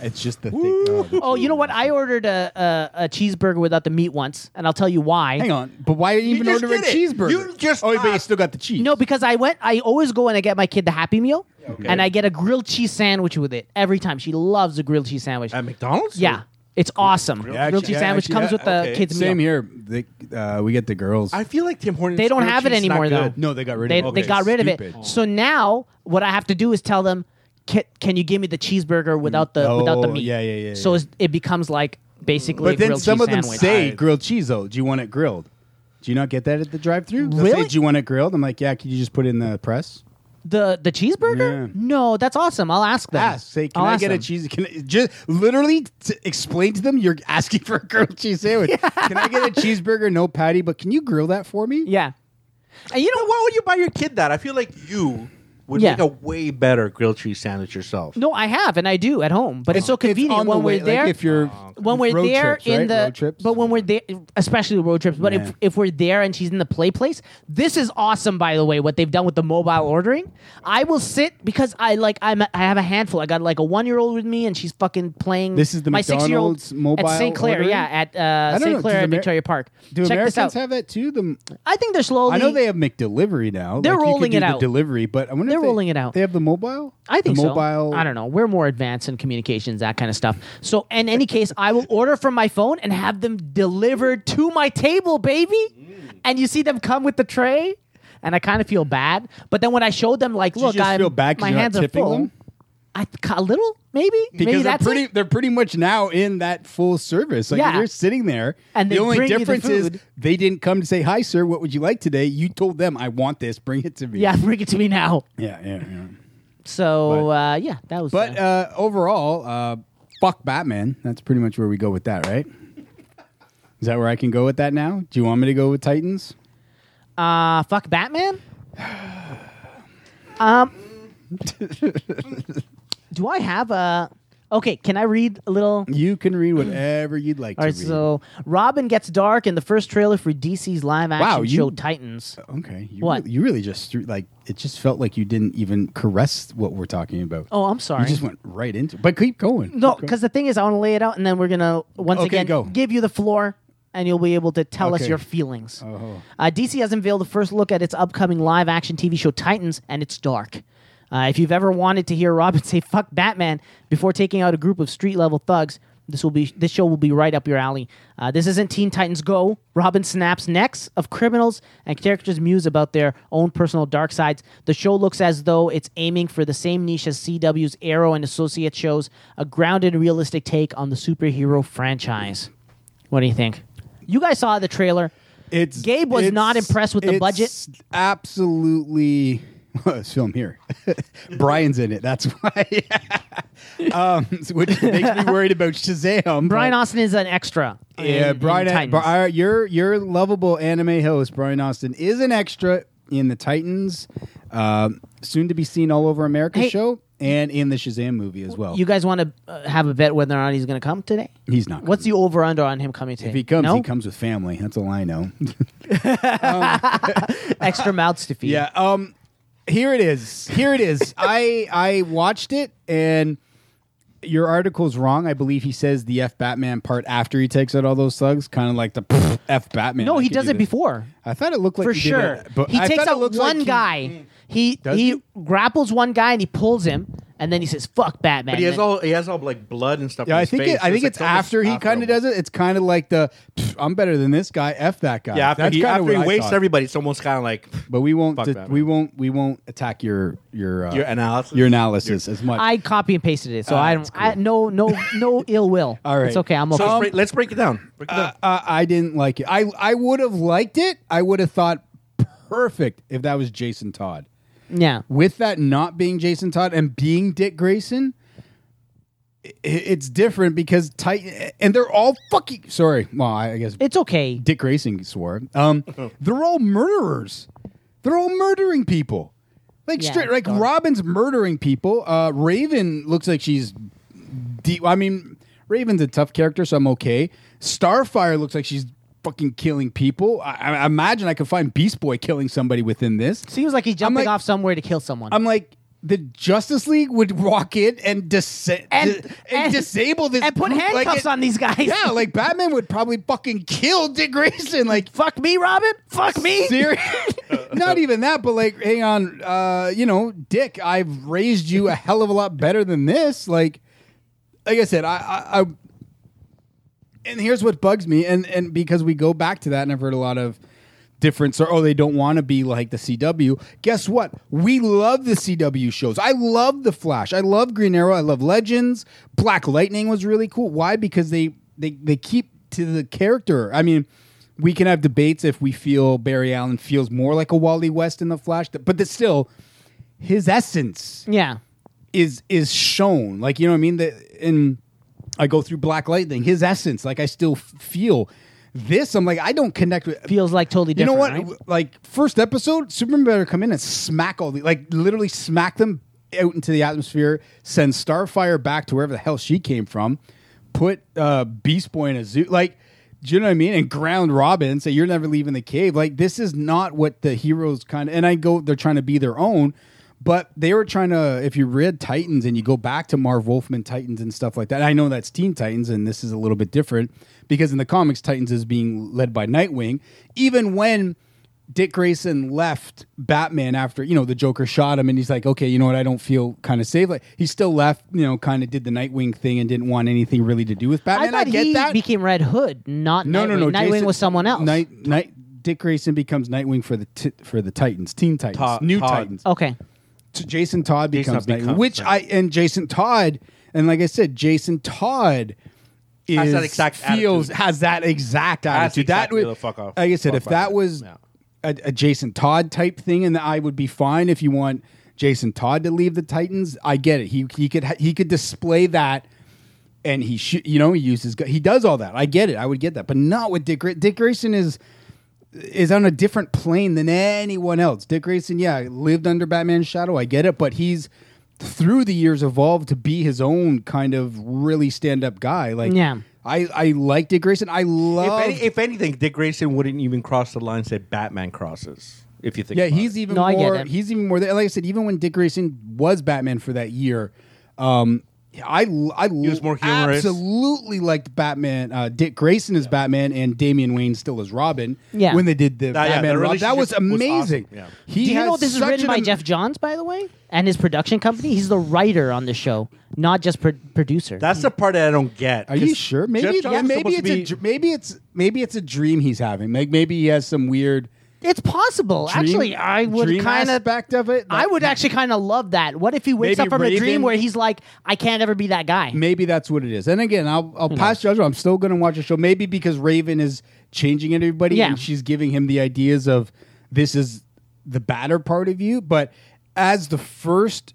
[SPEAKER 5] It's just the thing. Oh.
[SPEAKER 4] Oh, you know what? I ordered a, a, a cheeseburger without the meat once, and I'll tell you why.
[SPEAKER 5] Hang on, but why even
[SPEAKER 6] just
[SPEAKER 5] order a
[SPEAKER 6] did it.
[SPEAKER 5] cheeseburger?
[SPEAKER 6] You just
[SPEAKER 5] oh, but you
[SPEAKER 6] asked.
[SPEAKER 5] still got the cheese.
[SPEAKER 4] No, because I went. I always go and I get my kid the Happy Meal, and I get a grilled cheese sandwich with it every time. She loves a grilled cheese sandwich.
[SPEAKER 6] At McDonald's?
[SPEAKER 4] yeah, it's awesome. Grilled,
[SPEAKER 5] Yeah,
[SPEAKER 4] cheese
[SPEAKER 5] actually-
[SPEAKER 4] sandwich
[SPEAKER 5] yeah,
[SPEAKER 4] comes
[SPEAKER 5] actually,
[SPEAKER 4] with the
[SPEAKER 6] okay.
[SPEAKER 4] kids'
[SPEAKER 5] Same
[SPEAKER 4] meal.
[SPEAKER 5] here. They, uh, we get the girls.
[SPEAKER 6] I feel like Tim Hortons.
[SPEAKER 4] They don't
[SPEAKER 6] grilled
[SPEAKER 4] have it
[SPEAKER 6] cheese is
[SPEAKER 4] anymore
[SPEAKER 6] not
[SPEAKER 4] though.
[SPEAKER 6] good.
[SPEAKER 5] no, they got rid
[SPEAKER 4] They,
[SPEAKER 5] of. it.
[SPEAKER 4] they
[SPEAKER 6] Okay,
[SPEAKER 4] got rid of it.
[SPEAKER 6] stupid.
[SPEAKER 4] So now what I have to do is tell them, can, can you give me the cheeseburger without the without the
[SPEAKER 5] Oh,
[SPEAKER 4] meat?
[SPEAKER 5] yeah, yeah, yeah,
[SPEAKER 4] So
[SPEAKER 5] yeah.
[SPEAKER 4] it's- it becomes like basically. a
[SPEAKER 5] But then
[SPEAKER 4] grilled
[SPEAKER 5] some
[SPEAKER 4] cheese
[SPEAKER 5] of them
[SPEAKER 4] sandwich.
[SPEAKER 5] say
[SPEAKER 6] I-
[SPEAKER 5] grilled cheese though. Do you want it grilled? Do you not get that at the drive-through? They'll
[SPEAKER 4] Really?
[SPEAKER 5] Say, Do you want it grilled? I'm like, yeah. Could you just put it in the press?
[SPEAKER 4] The the cheeseburger?
[SPEAKER 5] Yeah.
[SPEAKER 4] No, that's awesome. I'll ask them.
[SPEAKER 5] Ask. Say, can
[SPEAKER 4] I'll
[SPEAKER 5] i
[SPEAKER 4] ask
[SPEAKER 5] get a
[SPEAKER 4] them.
[SPEAKER 5] cheese? Can I, just literally t- explain to them you're asking for a grilled cheese sandwich. Can I get a cheeseburger, no patty? But can you grill that for me?
[SPEAKER 4] Yeah. And you
[SPEAKER 6] But
[SPEAKER 4] know what?
[SPEAKER 6] why would you buy your kid that? I feel like you would
[SPEAKER 4] Yeah.
[SPEAKER 6] make a way better grilled cheese sandwich yourself.
[SPEAKER 4] No, I have, and I do at home, but it's, so
[SPEAKER 5] It's
[SPEAKER 4] convenient
[SPEAKER 5] on the
[SPEAKER 4] when
[SPEAKER 5] way,
[SPEAKER 4] we're there. Oh,
[SPEAKER 5] like if you're
[SPEAKER 4] when we're
[SPEAKER 5] road
[SPEAKER 4] there
[SPEAKER 5] trips,
[SPEAKER 4] in
[SPEAKER 5] right?
[SPEAKER 4] the,
[SPEAKER 5] road trips.
[SPEAKER 4] but when we're there, especially road trips. But
[SPEAKER 5] Yeah.
[SPEAKER 4] if if we're there and she's in the play place, this is awesome. By the way, what they've done with the mobile ordering, I will sit because I like I'm a, I have a handful. I got like a one year old with me, and she's fucking playing.
[SPEAKER 5] This is the
[SPEAKER 4] my six year old
[SPEAKER 5] McDonald's mobile
[SPEAKER 4] at St. Clair,
[SPEAKER 5] ordering?
[SPEAKER 4] yeah, at uh,
[SPEAKER 5] don't know,
[SPEAKER 4] St.
[SPEAKER 5] do
[SPEAKER 4] Clair
[SPEAKER 5] the
[SPEAKER 4] at
[SPEAKER 5] Amer-
[SPEAKER 4] Victoria Park.
[SPEAKER 5] do
[SPEAKER 4] Check
[SPEAKER 5] Americans
[SPEAKER 4] this out.
[SPEAKER 5] have that too? The
[SPEAKER 4] I think they're slowly.
[SPEAKER 5] I know they have McDelivery now.
[SPEAKER 4] They're
[SPEAKER 5] Like, you could
[SPEAKER 4] rolling
[SPEAKER 5] do
[SPEAKER 4] it
[SPEAKER 5] the
[SPEAKER 4] out.
[SPEAKER 5] Delivery, but I
[SPEAKER 4] They're
[SPEAKER 5] wonder if they-
[SPEAKER 4] rolling it out.
[SPEAKER 5] They have the mobile.
[SPEAKER 4] I think
[SPEAKER 5] the
[SPEAKER 4] so.
[SPEAKER 5] mobile.
[SPEAKER 4] I don't know. We're more advanced in communications, that kind of stuff. So, in any case, I will order from my phone and have them delivered to my table, baby.
[SPEAKER 5] Mm.
[SPEAKER 4] And you see them come with the tray, and I kind of feel bad. But then when I showed them, like,
[SPEAKER 5] you
[SPEAKER 4] look,
[SPEAKER 5] just
[SPEAKER 4] I'm,
[SPEAKER 5] feel bad 'cause
[SPEAKER 4] my
[SPEAKER 5] you're not
[SPEAKER 4] hands are
[SPEAKER 5] tipping
[SPEAKER 4] full.
[SPEAKER 5] them?
[SPEAKER 4] I a little, maybe.
[SPEAKER 5] Because
[SPEAKER 4] maybe
[SPEAKER 5] they're
[SPEAKER 4] that's
[SPEAKER 5] pretty,
[SPEAKER 4] it.
[SPEAKER 5] they're pretty much now in that full service. Like
[SPEAKER 4] Yeah.
[SPEAKER 5] you're sitting there,
[SPEAKER 4] And they
[SPEAKER 5] the only
[SPEAKER 4] bring you the
[SPEAKER 5] difference
[SPEAKER 4] food.
[SPEAKER 5] is they didn't come to say, "Hi, sir, what would you like today?" You told them, "I want this. Bring it to me."
[SPEAKER 4] Yeah, bring it to me now.
[SPEAKER 5] yeah, yeah. yeah.
[SPEAKER 4] So, uh, yeah, that was.
[SPEAKER 5] But
[SPEAKER 4] uh,
[SPEAKER 5] uh, overall, uh, fuck Batman. That's pretty much where we go with that, right? Is that where I can go with that now? Do you want me to go with Titans?
[SPEAKER 4] uh, fuck Batman. um, do I have a? Okay, can I read a little?
[SPEAKER 5] You can read whatever you'd like
[SPEAKER 4] All
[SPEAKER 5] to
[SPEAKER 4] right,
[SPEAKER 5] read.
[SPEAKER 4] so Robin gets dark in the first trailer for DC's live action
[SPEAKER 5] Wow, you-
[SPEAKER 4] show Titans.
[SPEAKER 5] Okay. You
[SPEAKER 4] What?
[SPEAKER 5] Really, you really just threw, like it just felt like you didn't even caress what we're talking about.
[SPEAKER 4] Oh, I'm sorry.
[SPEAKER 5] You just went right into. But keep going.
[SPEAKER 4] no,
[SPEAKER 5] Keep
[SPEAKER 4] because the thing is, I want to lay it out, and then we're gonna once
[SPEAKER 5] Okay,
[SPEAKER 4] again
[SPEAKER 5] go.
[SPEAKER 4] give you the floor, and you'll be able to tell us
[SPEAKER 5] Okay.
[SPEAKER 4] your feelings.
[SPEAKER 5] Oh.
[SPEAKER 4] Uh, DC has unveiled the first look at its upcoming live action TV show Titans, and it's dark. Uh, if you've ever wanted to hear Robin say "fuck Batman" before taking out a group of street level thugs, this will be this show will be right up your alley. Uh, this isn't Teen Titans Go. Robin snaps necks of criminals and characters muse about their own personal dark sides. The show looks as though it's aiming for the same niche as CW's Arrow and associate shows, a grounded, realistic take on the superhero franchise. What do you think? You guys saw the trailer.
[SPEAKER 5] It's
[SPEAKER 4] Gabe was
[SPEAKER 5] it's-
[SPEAKER 4] not impressed with the
[SPEAKER 5] it's
[SPEAKER 4] budget.
[SPEAKER 5] Absolutely, well, this film here. Brian's in it. That's why. um, which makes me worried about Shazam.
[SPEAKER 4] Brian
[SPEAKER 5] but-
[SPEAKER 4] Austin is an extra. in-
[SPEAKER 5] Yeah,
[SPEAKER 4] in
[SPEAKER 5] Brian. uh,
[SPEAKER 4] Titans.
[SPEAKER 5] Bri- your your lovable anime host Brian Austin is an extra in the Titans, um, soon to be seen all over America
[SPEAKER 4] Hey,
[SPEAKER 5] show. and in the Shazam movie as well.
[SPEAKER 8] You guys want to uh, have a bet whether or not he's going to come today?
[SPEAKER 5] He's not
[SPEAKER 8] What's the
[SPEAKER 5] coming.
[SPEAKER 8] over under on him coming today?
[SPEAKER 5] if he comes,
[SPEAKER 8] no?
[SPEAKER 5] he comes with family. That's all I know.
[SPEAKER 8] Extra mouths to feed.
[SPEAKER 5] Yeah. Um. Here it is. Here it is. I I watched it, and your article's wrong. I believe he says the F Batman part after he takes out all those thugs, kind of like the pff, F Batman.
[SPEAKER 8] No,
[SPEAKER 5] I
[SPEAKER 8] he
[SPEAKER 5] could
[SPEAKER 8] does
[SPEAKER 5] do
[SPEAKER 8] it
[SPEAKER 5] this.
[SPEAKER 8] before.
[SPEAKER 5] I thought it looked like
[SPEAKER 8] for
[SPEAKER 5] he did
[SPEAKER 8] sure.
[SPEAKER 5] it, but
[SPEAKER 8] he
[SPEAKER 5] I
[SPEAKER 8] takes
[SPEAKER 5] thought it
[SPEAKER 8] out one
[SPEAKER 5] looks like he-
[SPEAKER 8] guy. He
[SPEAKER 5] Does
[SPEAKER 8] he,
[SPEAKER 5] he?
[SPEAKER 8] grapples one guy and he pulls him, and then he says, "Fuck Batman."
[SPEAKER 6] But he has
[SPEAKER 8] And
[SPEAKER 6] all he has all like blood and stuff.
[SPEAKER 5] Yeah,
[SPEAKER 6] on
[SPEAKER 5] I
[SPEAKER 6] his
[SPEAKER 5] think
[SPEAKER 6] face,
[SPEAKER 5] it, I
[SPEAKER 6] so
[SPEAKER 5] think
[SPEAKER 6] like
[SPEAKER 5] it's
[SPEAKER 6] almost
[SPEAKER 5] after he kind of does it. It's kind of like the "Pff, I'm better than this guy. F that guy.
[SPEAKER 6] Yeah, after
[SPEAKER 5] That's
[SPEAKER 6] he,
[SPEAKER 5] kinda
[SPEAKER 6] after
[SPEAKER 5] what
[SPEAKER 6] he
[SPEAKER 5] I
[SPEAKER 6] wastes
[SPEAKER 5] thought.
[SPEAKER 6] everybody, it's almost kind of like
[SPEAKER 5] But we won't
[SPEAKER 6] Fuck
[SPEAKER 5] di-
[SPEAKER 6] Batman.
[SPEAKER 5] we won't we won't attack your your uh,
[SPEAKER 6] Your analysis?
[SPEAKER 5] your analysis as much.
[SPEAKER 8] I copy and pasted it, so
[SPEAKER 5] Ah,
[SPEAKER 8] I don't.
[SPEAKER 5] that's
[SPEAKER 8] I, no, no, no ill will.
[SPEAKER 5] All right.
[SPEAKER 8] it's okay. I'm okay.
[SPEAKER 6] So let's, break, let's break it down. Break it down.
[SPEAKER 5] uh, I didn't like it. I I would have liked it. I would have thought perfect if that was Jason Todd.
[SPEAKER 8] yeah,
[SPEAKER 5] With that not being Jason Todd and being Dick Grayson, i- it's different because Titan and they're all fucking. Sorry, well I guess
[SPEAKER 8] it's okay.
[SPEAKER 5] Dick Grayson swore. Um, they're all murderers. They're all murdering people. Like
[SPEAKER 8] Yeah,
[SPEAKER 5] straight, like
[SPEAKER 8] dark.
[SPEAKER 5] Robin's murdering people. Uh, Raven looks like she's deep. I mean, Raven's a tough character, so I'm okay. Starfire looks like she's fucking killing people. I, I imagine I could find Beast Boy killing somebody within this.
[SPEAKER 8] Seems like he's jumping
[SPEAKER 5] like-
[SPEAKER 8] off somewhere to kill someone.
[SPEAKER 5] I'm like. The Justice League would walk in and, dis-
[SPEAKER 8] And-
[SPEAKER 5] and,
[SPEAKER 8] and-
[SPEAKER 5] disable this
[SPEAKER 8] and put
[SPEAKER 5] group like
[SPEAKER 8] handcuffs
[SPEAKER 5] it-
[SPEAKER 8] on these guys.
[SPEAKER 5] Yeah, like Batman would probably fucking kill Dick Grayson. Like
[SPEAKER 8] fuck me, Robin. Fuck me.
[SPEAKER 5] Serious? Not even that, but like, hang on, uh, you know, Dick, I've raised you a hell of a lot better than this. Like, like I said, I, I, I and here's what bugs me, and and because we go back to that, and I've heard a lot of different, or oh, they don't want to be like the CW. Guess what? We love the CW shows. I love the Flash. I love Green Arrow. I love Legends. Black Lightning was really cool. Why? Because they they they keep to the character. I mean. We can have debates if we feel Barry Allen feels more like a Wally West in the Flash, but that's still his essence
[SPEAKER 8] Yeah,
[SPEAKER 5] is is shown. Like you know what I mean. That and I go through Black Lightning, his essence. Like I still f- feel this. I'm like I don't connect with.
[SPEAKER 8] feels like totally
[SPEAKER 5] you
[SPEAKER 8] different.
[SPEAKER 5] know what?
[SPEAKER 8] right?
[SPEAKER 5] Like first episode, Superman better come in and smack all the like literally smack them out into the atmosphere. Send Starfire back to wherever the hell she came from. Put uh, Beast Boy in a zoo. Like. Do you know what I mean? And ground Robin and say you're never leaving the cave. Like this is not what the heroes kind of. And I go, they're trying to be their own, but they were trying to, if you read Titans and you go back to Marv Wolfman Titans and stuff like that, I know that's Teen Titans and this is a little bit different because in the comics, Titans is being led by Nightwing. Even when Dick Grayson left Batman after, you know, the Joker shot him and he's like, okay, you know what, I don't feel kind of safe. Like, he still left, you know, kind of did the Nightwing thing and didn't want anything really to do with
[SPEAKER 8] I
[SPEAKER 5] Batman. I,
[SPEAKER 8] thought
[SPEAKER 5] get
[SPEAKER 8] he
[SPEAKER 5] that.
[SPEAKER 8] became Red Hood, not
[SPEAKER 5] no,
[SPEAKER 8] Nightwing.
[SPEAKER 5] no, no.
[SPEAKER 8] Nightwing
[SPEAKER 5] Jason-
[SPEAKER 8] was someone else.
[SPEAKER 5] Night, night, Dick Grayson becomes Nightwing for the t- for the Titans, Teen Titans,
[SPEAKER 6] Todd-
[SPEAKER 5] New
[SPEAKER 6] Todd.
[SPEAKER 5] Titans
[SPEAKER 8] okay,
[SPEAKER 5] to Jason Todd
[SPEAKER 6] Jason
[SPEAKER 5] becomes,
[SPEAKER 6] Todd
[SPEAKER 5] Nightwing,
[SPEAKER 6] becomes,
[SPEAKER 5] which
[SPEAKER 6] yeah.
[SPEAKER 5] I and Jason Todd and like I said, Jason Todd is
[SPEAKER 6] Has that exact
[SPEAKER 5] feels
[SPEAKER 6] attitude.
[SPEAKER 5] has that exact attitude.
[SPEAKER 6] exactly
[SPEAKER 5] that
[SPEAKER 6] the
[SPEAKER 5] would
[SPEAKER 6] fuck off-
[SPEAKER 5] Like I said,
[SPEAKER 6] fuck
[SPEAKER 5] if that
[SPEAKER 6] Batman.
[SPEAKER 5] was
[SPEAKER 6] Yeah.
[SPEAKER 5] a, a Jason Todd type thing, and I would be fine if you want Jason Todd to leave the Titans. I get it. He he could ha- he could display that. And he, sh- you know, he uses gu- he does all that. I get it. I would get that, but not with Dick. Gra- Dick Grayson is is on a different plane than anyone else. Dick Grayson, yeah, lived under Batman's shadow. I get it, but he's through the years evolved to be his own kind of really stand up guy. Like,
[SPEAKER 8] Yeah.
[SPEAKER 5] I I like Dick Grayson. I
[SPEAKER 6] If,
[SPEAKER 5] love.
[SPEAKER 6] any, if anything, Dick Grayson wouldn't even cross the line that Batman crosses. If you think,
[SPEAKER 5] yeah,
[SPEAKER 6] about
[SPEAKER 5] he's
[SPEAKER 6] it.
[SPEAKER 5] even
[SPEAKER 8] No, I get
[SPEAKER 5] more.
[SPEAKER 8] it.
[SPEAKER 5] He's even more. Like I said, even when Dick Grayson was Batman for that year, um, I I he
[SPEAKER 6] was more humorous.
[SPEAKER 5] Absolutely liked Batman. Uh, Dick Grayson as Batman and Damian Wayne still as Robin.
[SPEAKER 8] Yeah.
[SPEAKER 5] when they did the
[SPEAKER 6] yeah,
[SPEAKER 5] Batman,
[SPEAKER 6] their
[SPEAKER 5] Robin, that was
[SPEAKER 6] relationship was
[SPEAKER 5] amazing.
[SPEAKER 6] awesome. Yeah.
[SPEAKER 5] He
[SPEAKER 8] Do you
[SPEAKER 5] has
[SPEAKER 8] know this is
[SPEAKER 5] such
[SPEAKER 8] written
[SPEAKER 5] an
[SPEAKER 8] by
[SPEAKER 5] am-
[SPEAKER 8] Jeff Johns, by the way, and his production company? He's the writer on the show, not just pro- producer.
[SPEAKER 6] that's the part that I don't get.
[SPEAKER 5] Are you
[SPEAKER 6] 'cause
[SPEAKER 5] sure?
[SPEAKER 6] Jeff
[SPEAKER 5] Maybe
[SPEAKER 6] Johns
[SPEAKER 5] yeah,
[SPEAKER 6] is
[SPEAKER 5] maybe
[SPEAKER 6] supposed
[SPEAKER 5] it's
[SPEAKER 6] to
[SPEAKER 5] a
[SPEAKER 6] be-
[SPEAKER 5] dr- maybe it's maybe it's a dream he's having. Like maybe he has some weird
[SPEAKER 8] it's possible.
[SPEAKER 5] dream,
[SPEAKER 8] actually, I would
[SPEAKER 5] dream
[SPEAKER 8] kind of.
[SPEAKER 5] aspect of it.
[SPEAKER 8] I would actually kind of love that. What if he wakes
[SPEAKER 5] Maybe
[SPEAKER 8] up from a dream
[SPEAKER 5] Raven-
[SPEAKER 8] where he's like, "I can't ever be that guy."
[SPEAKER 5] Maybe that's what it is. And again, I'll I'll pass judgment. I'm still going to watch the show. Maybe because Raven is changing everybody
[SPEAKER 8] Yeah.
[SPEAKER 5] and she's giving him the ideas of this is the badder part of you. But as the first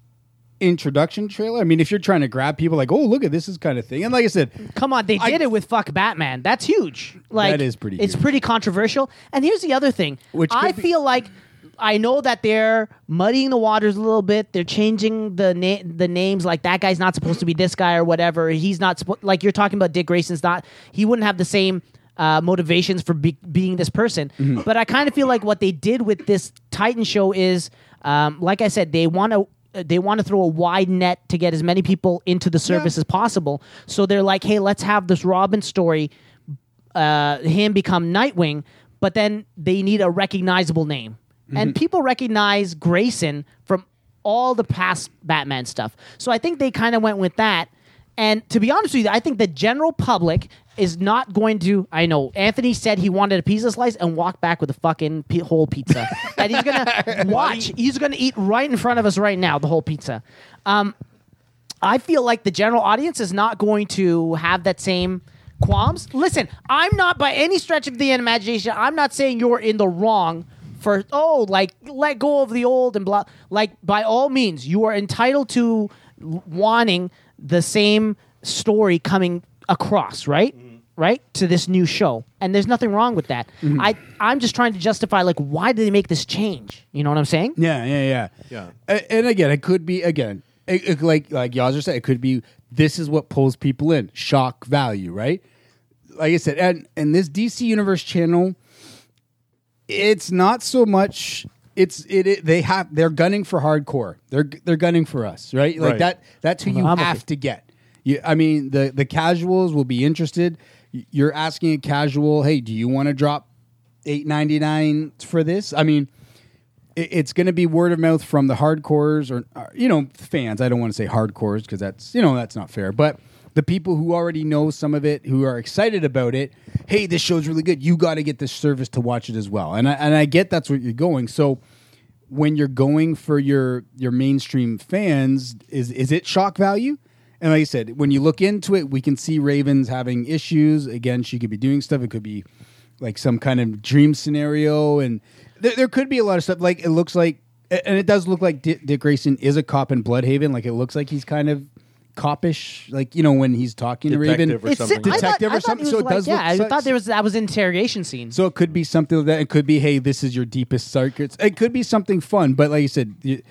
[SPEAKER 5] introduction trailer, I mean, if you're trying to grab people, like, oh, look at this is kind of thing. And like I said,
[SPEAKER 8] Come on, they
[SPEAKER 5] I-
[SPEAKER 8] did it with fuck Batman. That's huge. Like
[SPEAKER 5] That is pretty
[SPEAKER 8] It's
[SPEAKER 5] huge.
[SPEAKER 8] pretty controversial. And here's the other thing.
[SPEAKER 5] Which
[SPEAKER 8] I
[SPEAKER 5] could be-
[SPEAKER 8] feel like
[SPEAKER 4] I know that they're muddying the waters a little bit. They're changing the na- the names. Like that guy's not supposed to be this guy or whatever. He's not suppo- like you're talking about. Dick Grayson's not. He wouldn't have the same uh, motivations for be- being this person.
[SPEAKER 5] Mm-hmm.
[SPEAKER 4] But I kind of feel like what they did with this Titan show is, um, like I said, they want to. They want to throw a wide net to get as many people into the service as possible. So they're like, "Hey, let's have this Robin story uh, him become Nightwing, but then they need a recognizable name. And people recognize Grayson from all the past Batman stuff. So I think they kind of went with that. And to be honest with you, I think the general public is not going to. I know Anthony said he wanted a pizza slice and walked back with a fucking pi- whole pizza. and he's going to watch, he's going to eat right in front of us right now, the whole pizza. I feel like the general audience is not going to have that same qualms. Listen, I'm not by any stretch of the imagination. I'm not saying you're in the wrong for oh, like let go of the old and blah. Like by all means, you are entitled to l- wanting the same story coming across, right?
[SPEAKER 5] Mm-hmm.
[SPEAKER 4] Right to this new show, and there's nothing wrong with that.
[SPEAKER 5] Mm-hmm.
[SPEAKER 4] I I'm just trying to justify like why did they make this change? You know what I'm saying?
[SPEAKER 5] Yeah, yeah, yeah. Yeah. And, again, it could be again, it, it- like like Yazir said, it could be this is what pulls people in, shock value, right? Like I said, and and this DC Universe channel, it's not so much. It's it, it they have they're gunning for hardcore. They're they're gunning for us, right? Like
[SPEAKER 6] Right.
[SPEAKER 5] that. That's who you
[SPEAKER 4] I'm with
[SPEAKER 5] have to get. You, I mean, the the casuals will be interested. Y- You're asking a casual, hey, do you want to drop eight ninety nine for this? I mean, it, it's going to be word of mouth from the hardcores or uh, you know fans. I don't want to say hardcores because that's you know that's not fair, but the people who already know some of it, who are excited about it, hey, this show's really good. You got to get this service to watch it as well, and I, and I get that's what you're going. So when you're going for your your mainstream fans, is is it shock value? And like I said, when you look into it, we can see Ravens having issues. Again, she could be doing stuff. It could be like some kind of dream scenario, and there, there could be a lot of stuff. Like it looks like, and it does look like Dick, Dick Grayson is a cop in Bloodhaven. Like it looks like he's kind of copish, like you know when he's talking to Raven.
[SPEAKER 6] Detective or something.
[SPEAKER 4] I thought-
[SPEAKER 5] Detective
[SPEAKER 4] I
[SPEAKER 5] or
[SPEAKER 4] thought
[SPEAKER 5] something,
[SPEAKER 4] it
[SPEAKER 5] so
[SPEAKER 4] was
[SPEAKER 5] it does
[SPEAKER 4] like,
[SPEAKER 5] look
[SPEAKER 4] yeah, I
[SPEAKER 5] sus-
[SPEAKER 4] thought there was that was an interrogation scene.
[SPEAKER 5] So it could be something like that. It could be, hey, this is your deepest circuits. It could be something fun. But like you said, you,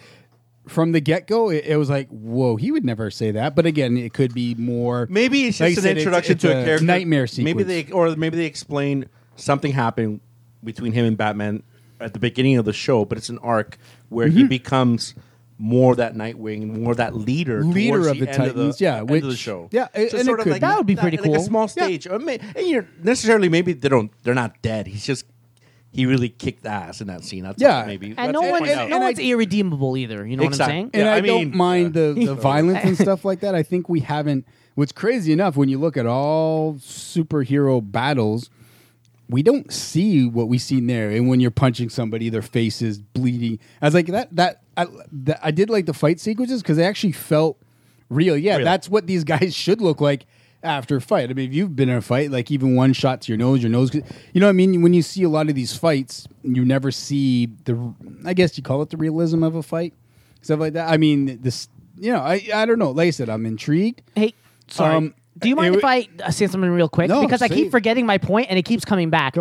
[SPEAKER 5] from the get go, it, it was like, whoa, he would never say that. But again, it could be more.
[SPEAKER 6] Maybe it's
[SPEAKER 5] like
[SPEAKER 6] just
[SPEAKER 5] you
[SPEAKER 6] an
[SPEAKER 5] said, it's-
[SPEAKER 6] introduction
[SPEAKER 5] it's
[SPEAKER 6] to a, character.
[SPEAKER 5] Nightmare sequence.
[SPEAKER 6] Maybe they or maybe they explain something happened between him and Batman at the beginning of the show, but it's an arc where
[SPEAKER 5] Mm-hmm.
[SPEAKER 6] he becomes more that Nightwing, more that leader,
[SPEAKER 5] Leader
[SPEAKER 6] towards
[SPEAKER 5] of the
[SPEAKER 6] end
[SPEAKER 5] Titans, yeah,
[SPEAKER 6] end of the
[SPEAKER 5] which-
[SPEAKER 6] show,
[SPEAKER 5] yeah, and- and it
[SPEAKER 6] sort of
[SPEAKER 5] could
[SPEAKER 6] like
[SPEAKER 5] be. That
[SPEAKER 4] would be pretty
[SPEAKER 6] like
[SPEAKER 4] cool.
[SPEAKER 6] a small
[SPEAKER 5] Yeah.
[SPEAKER 6] stage, Or may- and you know, necessarily maybe they don't, they're not dead. He's just he really kicked ass in that scene. That's
[SPEAKER 5] Yeah.
[SPEAKER 6] maybe,
[SPEAKER 4] and
[SPEAKER 6] That's
[SPEAKER 4] no
[SPEAKER 6] what
[SPEAKER 4] one,
[SPEAKER 6] I found out.
[SPEAKER 5] and-
[SPEAKER 4] no
[SPEAKER 5] and I-
[SPEAKER 4] one's irredeemable either. You know
[SPEAKER 6] Exact-
[SPEAKER 4] what I'm saying?
[SPEAKER 5] and
[SPEAKER 6] Yeah,
[SPEAKER 5] I,
[SPEAKER 6] I
[SPEAKER 5] don't
[SPEAKER 6] mean-
[SPEAKER 5] mind the, the violence and stuff like that. I think we haven't. What's crazy enough when you look at all superhero battles, we don't see what we seen there. And when you're punching somebody, their face is bleeding. I was like that. That I, that, I did like the fight sequences because they actually felt real. Yeah,
[SPEAKER 6] Real.
[SPEAKER 5] that's what these guys should look like after a fight. I mean, if you've been in a fight, like even one shot to your nose, your nose. could- You know what I mean? When you see a lot of these fights, you never see the. I guess you call it the realism of a fight, stuff like that. I mean, this. You know, I I don't know. Like I said, I'm intrigued.
[SPEAKER 4] Hey, sorry.
[SPEAKER 5] Um,
[SPEAKER 4] Do you mind
[SPEAKER 5] it
[SPEAKER 4] if I uh, say something real quick?
[SPEAKER 5] No,
[SPEAKER 4] because I
[SPEAKER 5] say
[SPEAKER 4] keep
[SPEAKER 5] it.
[SPEAKER 4] forgetting my point and it keeps coming back.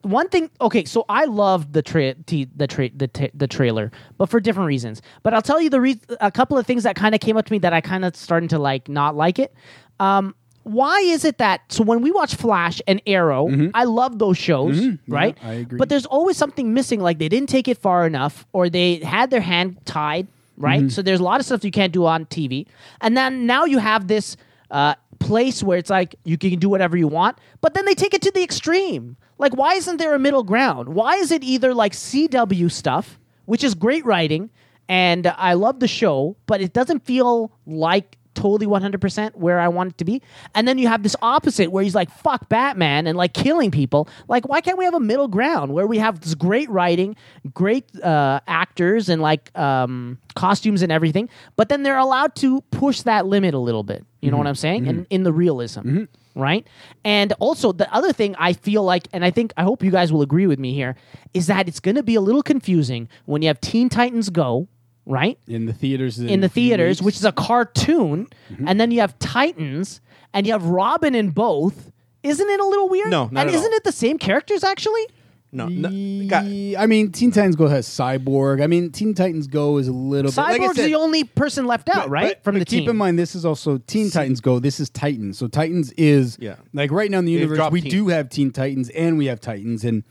[SPEAKER 4] One thing, okay, so I love the tra- t- the tra- the, t- the trailer, but for different reasons. But I'll tell you the re- a couple of things that kind of came up to me that I kind of starting to like not like it. Um, why is it that so when we watch Flash and Arrow, I love those shows, right?
[SPEAKER 5] Mm-hmm. I agree.
[SPEAKER 4] But there's always something missing, like they didn't take it far enough, or they had their hand tied, right? So there's a lot of stuff you can't do on TV, and then now you have this uh, place where it's like you can do whatever you want, but then they take it to the extreme. Like, why isn't there a middle ground? Why is it either like CW stuff, which is great writing, and I love the show, but it doesn't feel like totally 100% where I want it to be. And then you have this opposite where he's like, fuck Batman and like killing people. Like, why can't we have a middle ground where we have this great writing, great uh, actors, and like um, costumes and everything, but then they're allowed to push that limit a little bit? You know what I'm saying? And in the realism. Right. And also, the other thing I feel like, and I think, I hope you guys will agree with me here, is that it's going to be a little confusing when you have Teen Titans Go, right?
[SPEAKER 5] In the theaters,
[SPEAKER 4] in the theaters, which is a cartoon,
[SPEAKER 5] Mm-hmm.
[SPEAKER 4] and then you have Titans, and you have Robin in both. Isn't it a little weird?
[SPEAKER 6] No, not
[SPEAKER 4] and
[SPEAKER 6] at
[SPEAKER 4] isn't
[SPEAKER 6] all.
[SPEAKER 4] it the same characters actually?
[SPEAKER 6] No, no got it.
[SPEAKER 5] I mean, Teen Titans Go has Cyborg. I mean, Teen Titans Go is a little bit. Like I
[SPEAKER 8] Cyborg's
[SPEAKER 5] said,
[SPEAKER 8] the only person left out, right?
[SPEAKER 5] But-
[SPEAKER 8] From
[SPEAKER 5] but
[SPEAKER 8] the
[SPEAKER 5] keep
[SPEAKER 8] team.
[SPEAKER 5] in mind, this is also Teen Titans Go. This is Titans. So Titans is
[SPEAKER 6] Yeah.
[SPEAKER 5] like right now in the
[SPEAKER 6] They've
[SPEAKER 5] universe,
[SPEAKER 6] dropped
[SPEAKER 5] we
[SPEAKER 6] Teen.
[SPEAKER 5] do have Teen Titans and we have Titans, and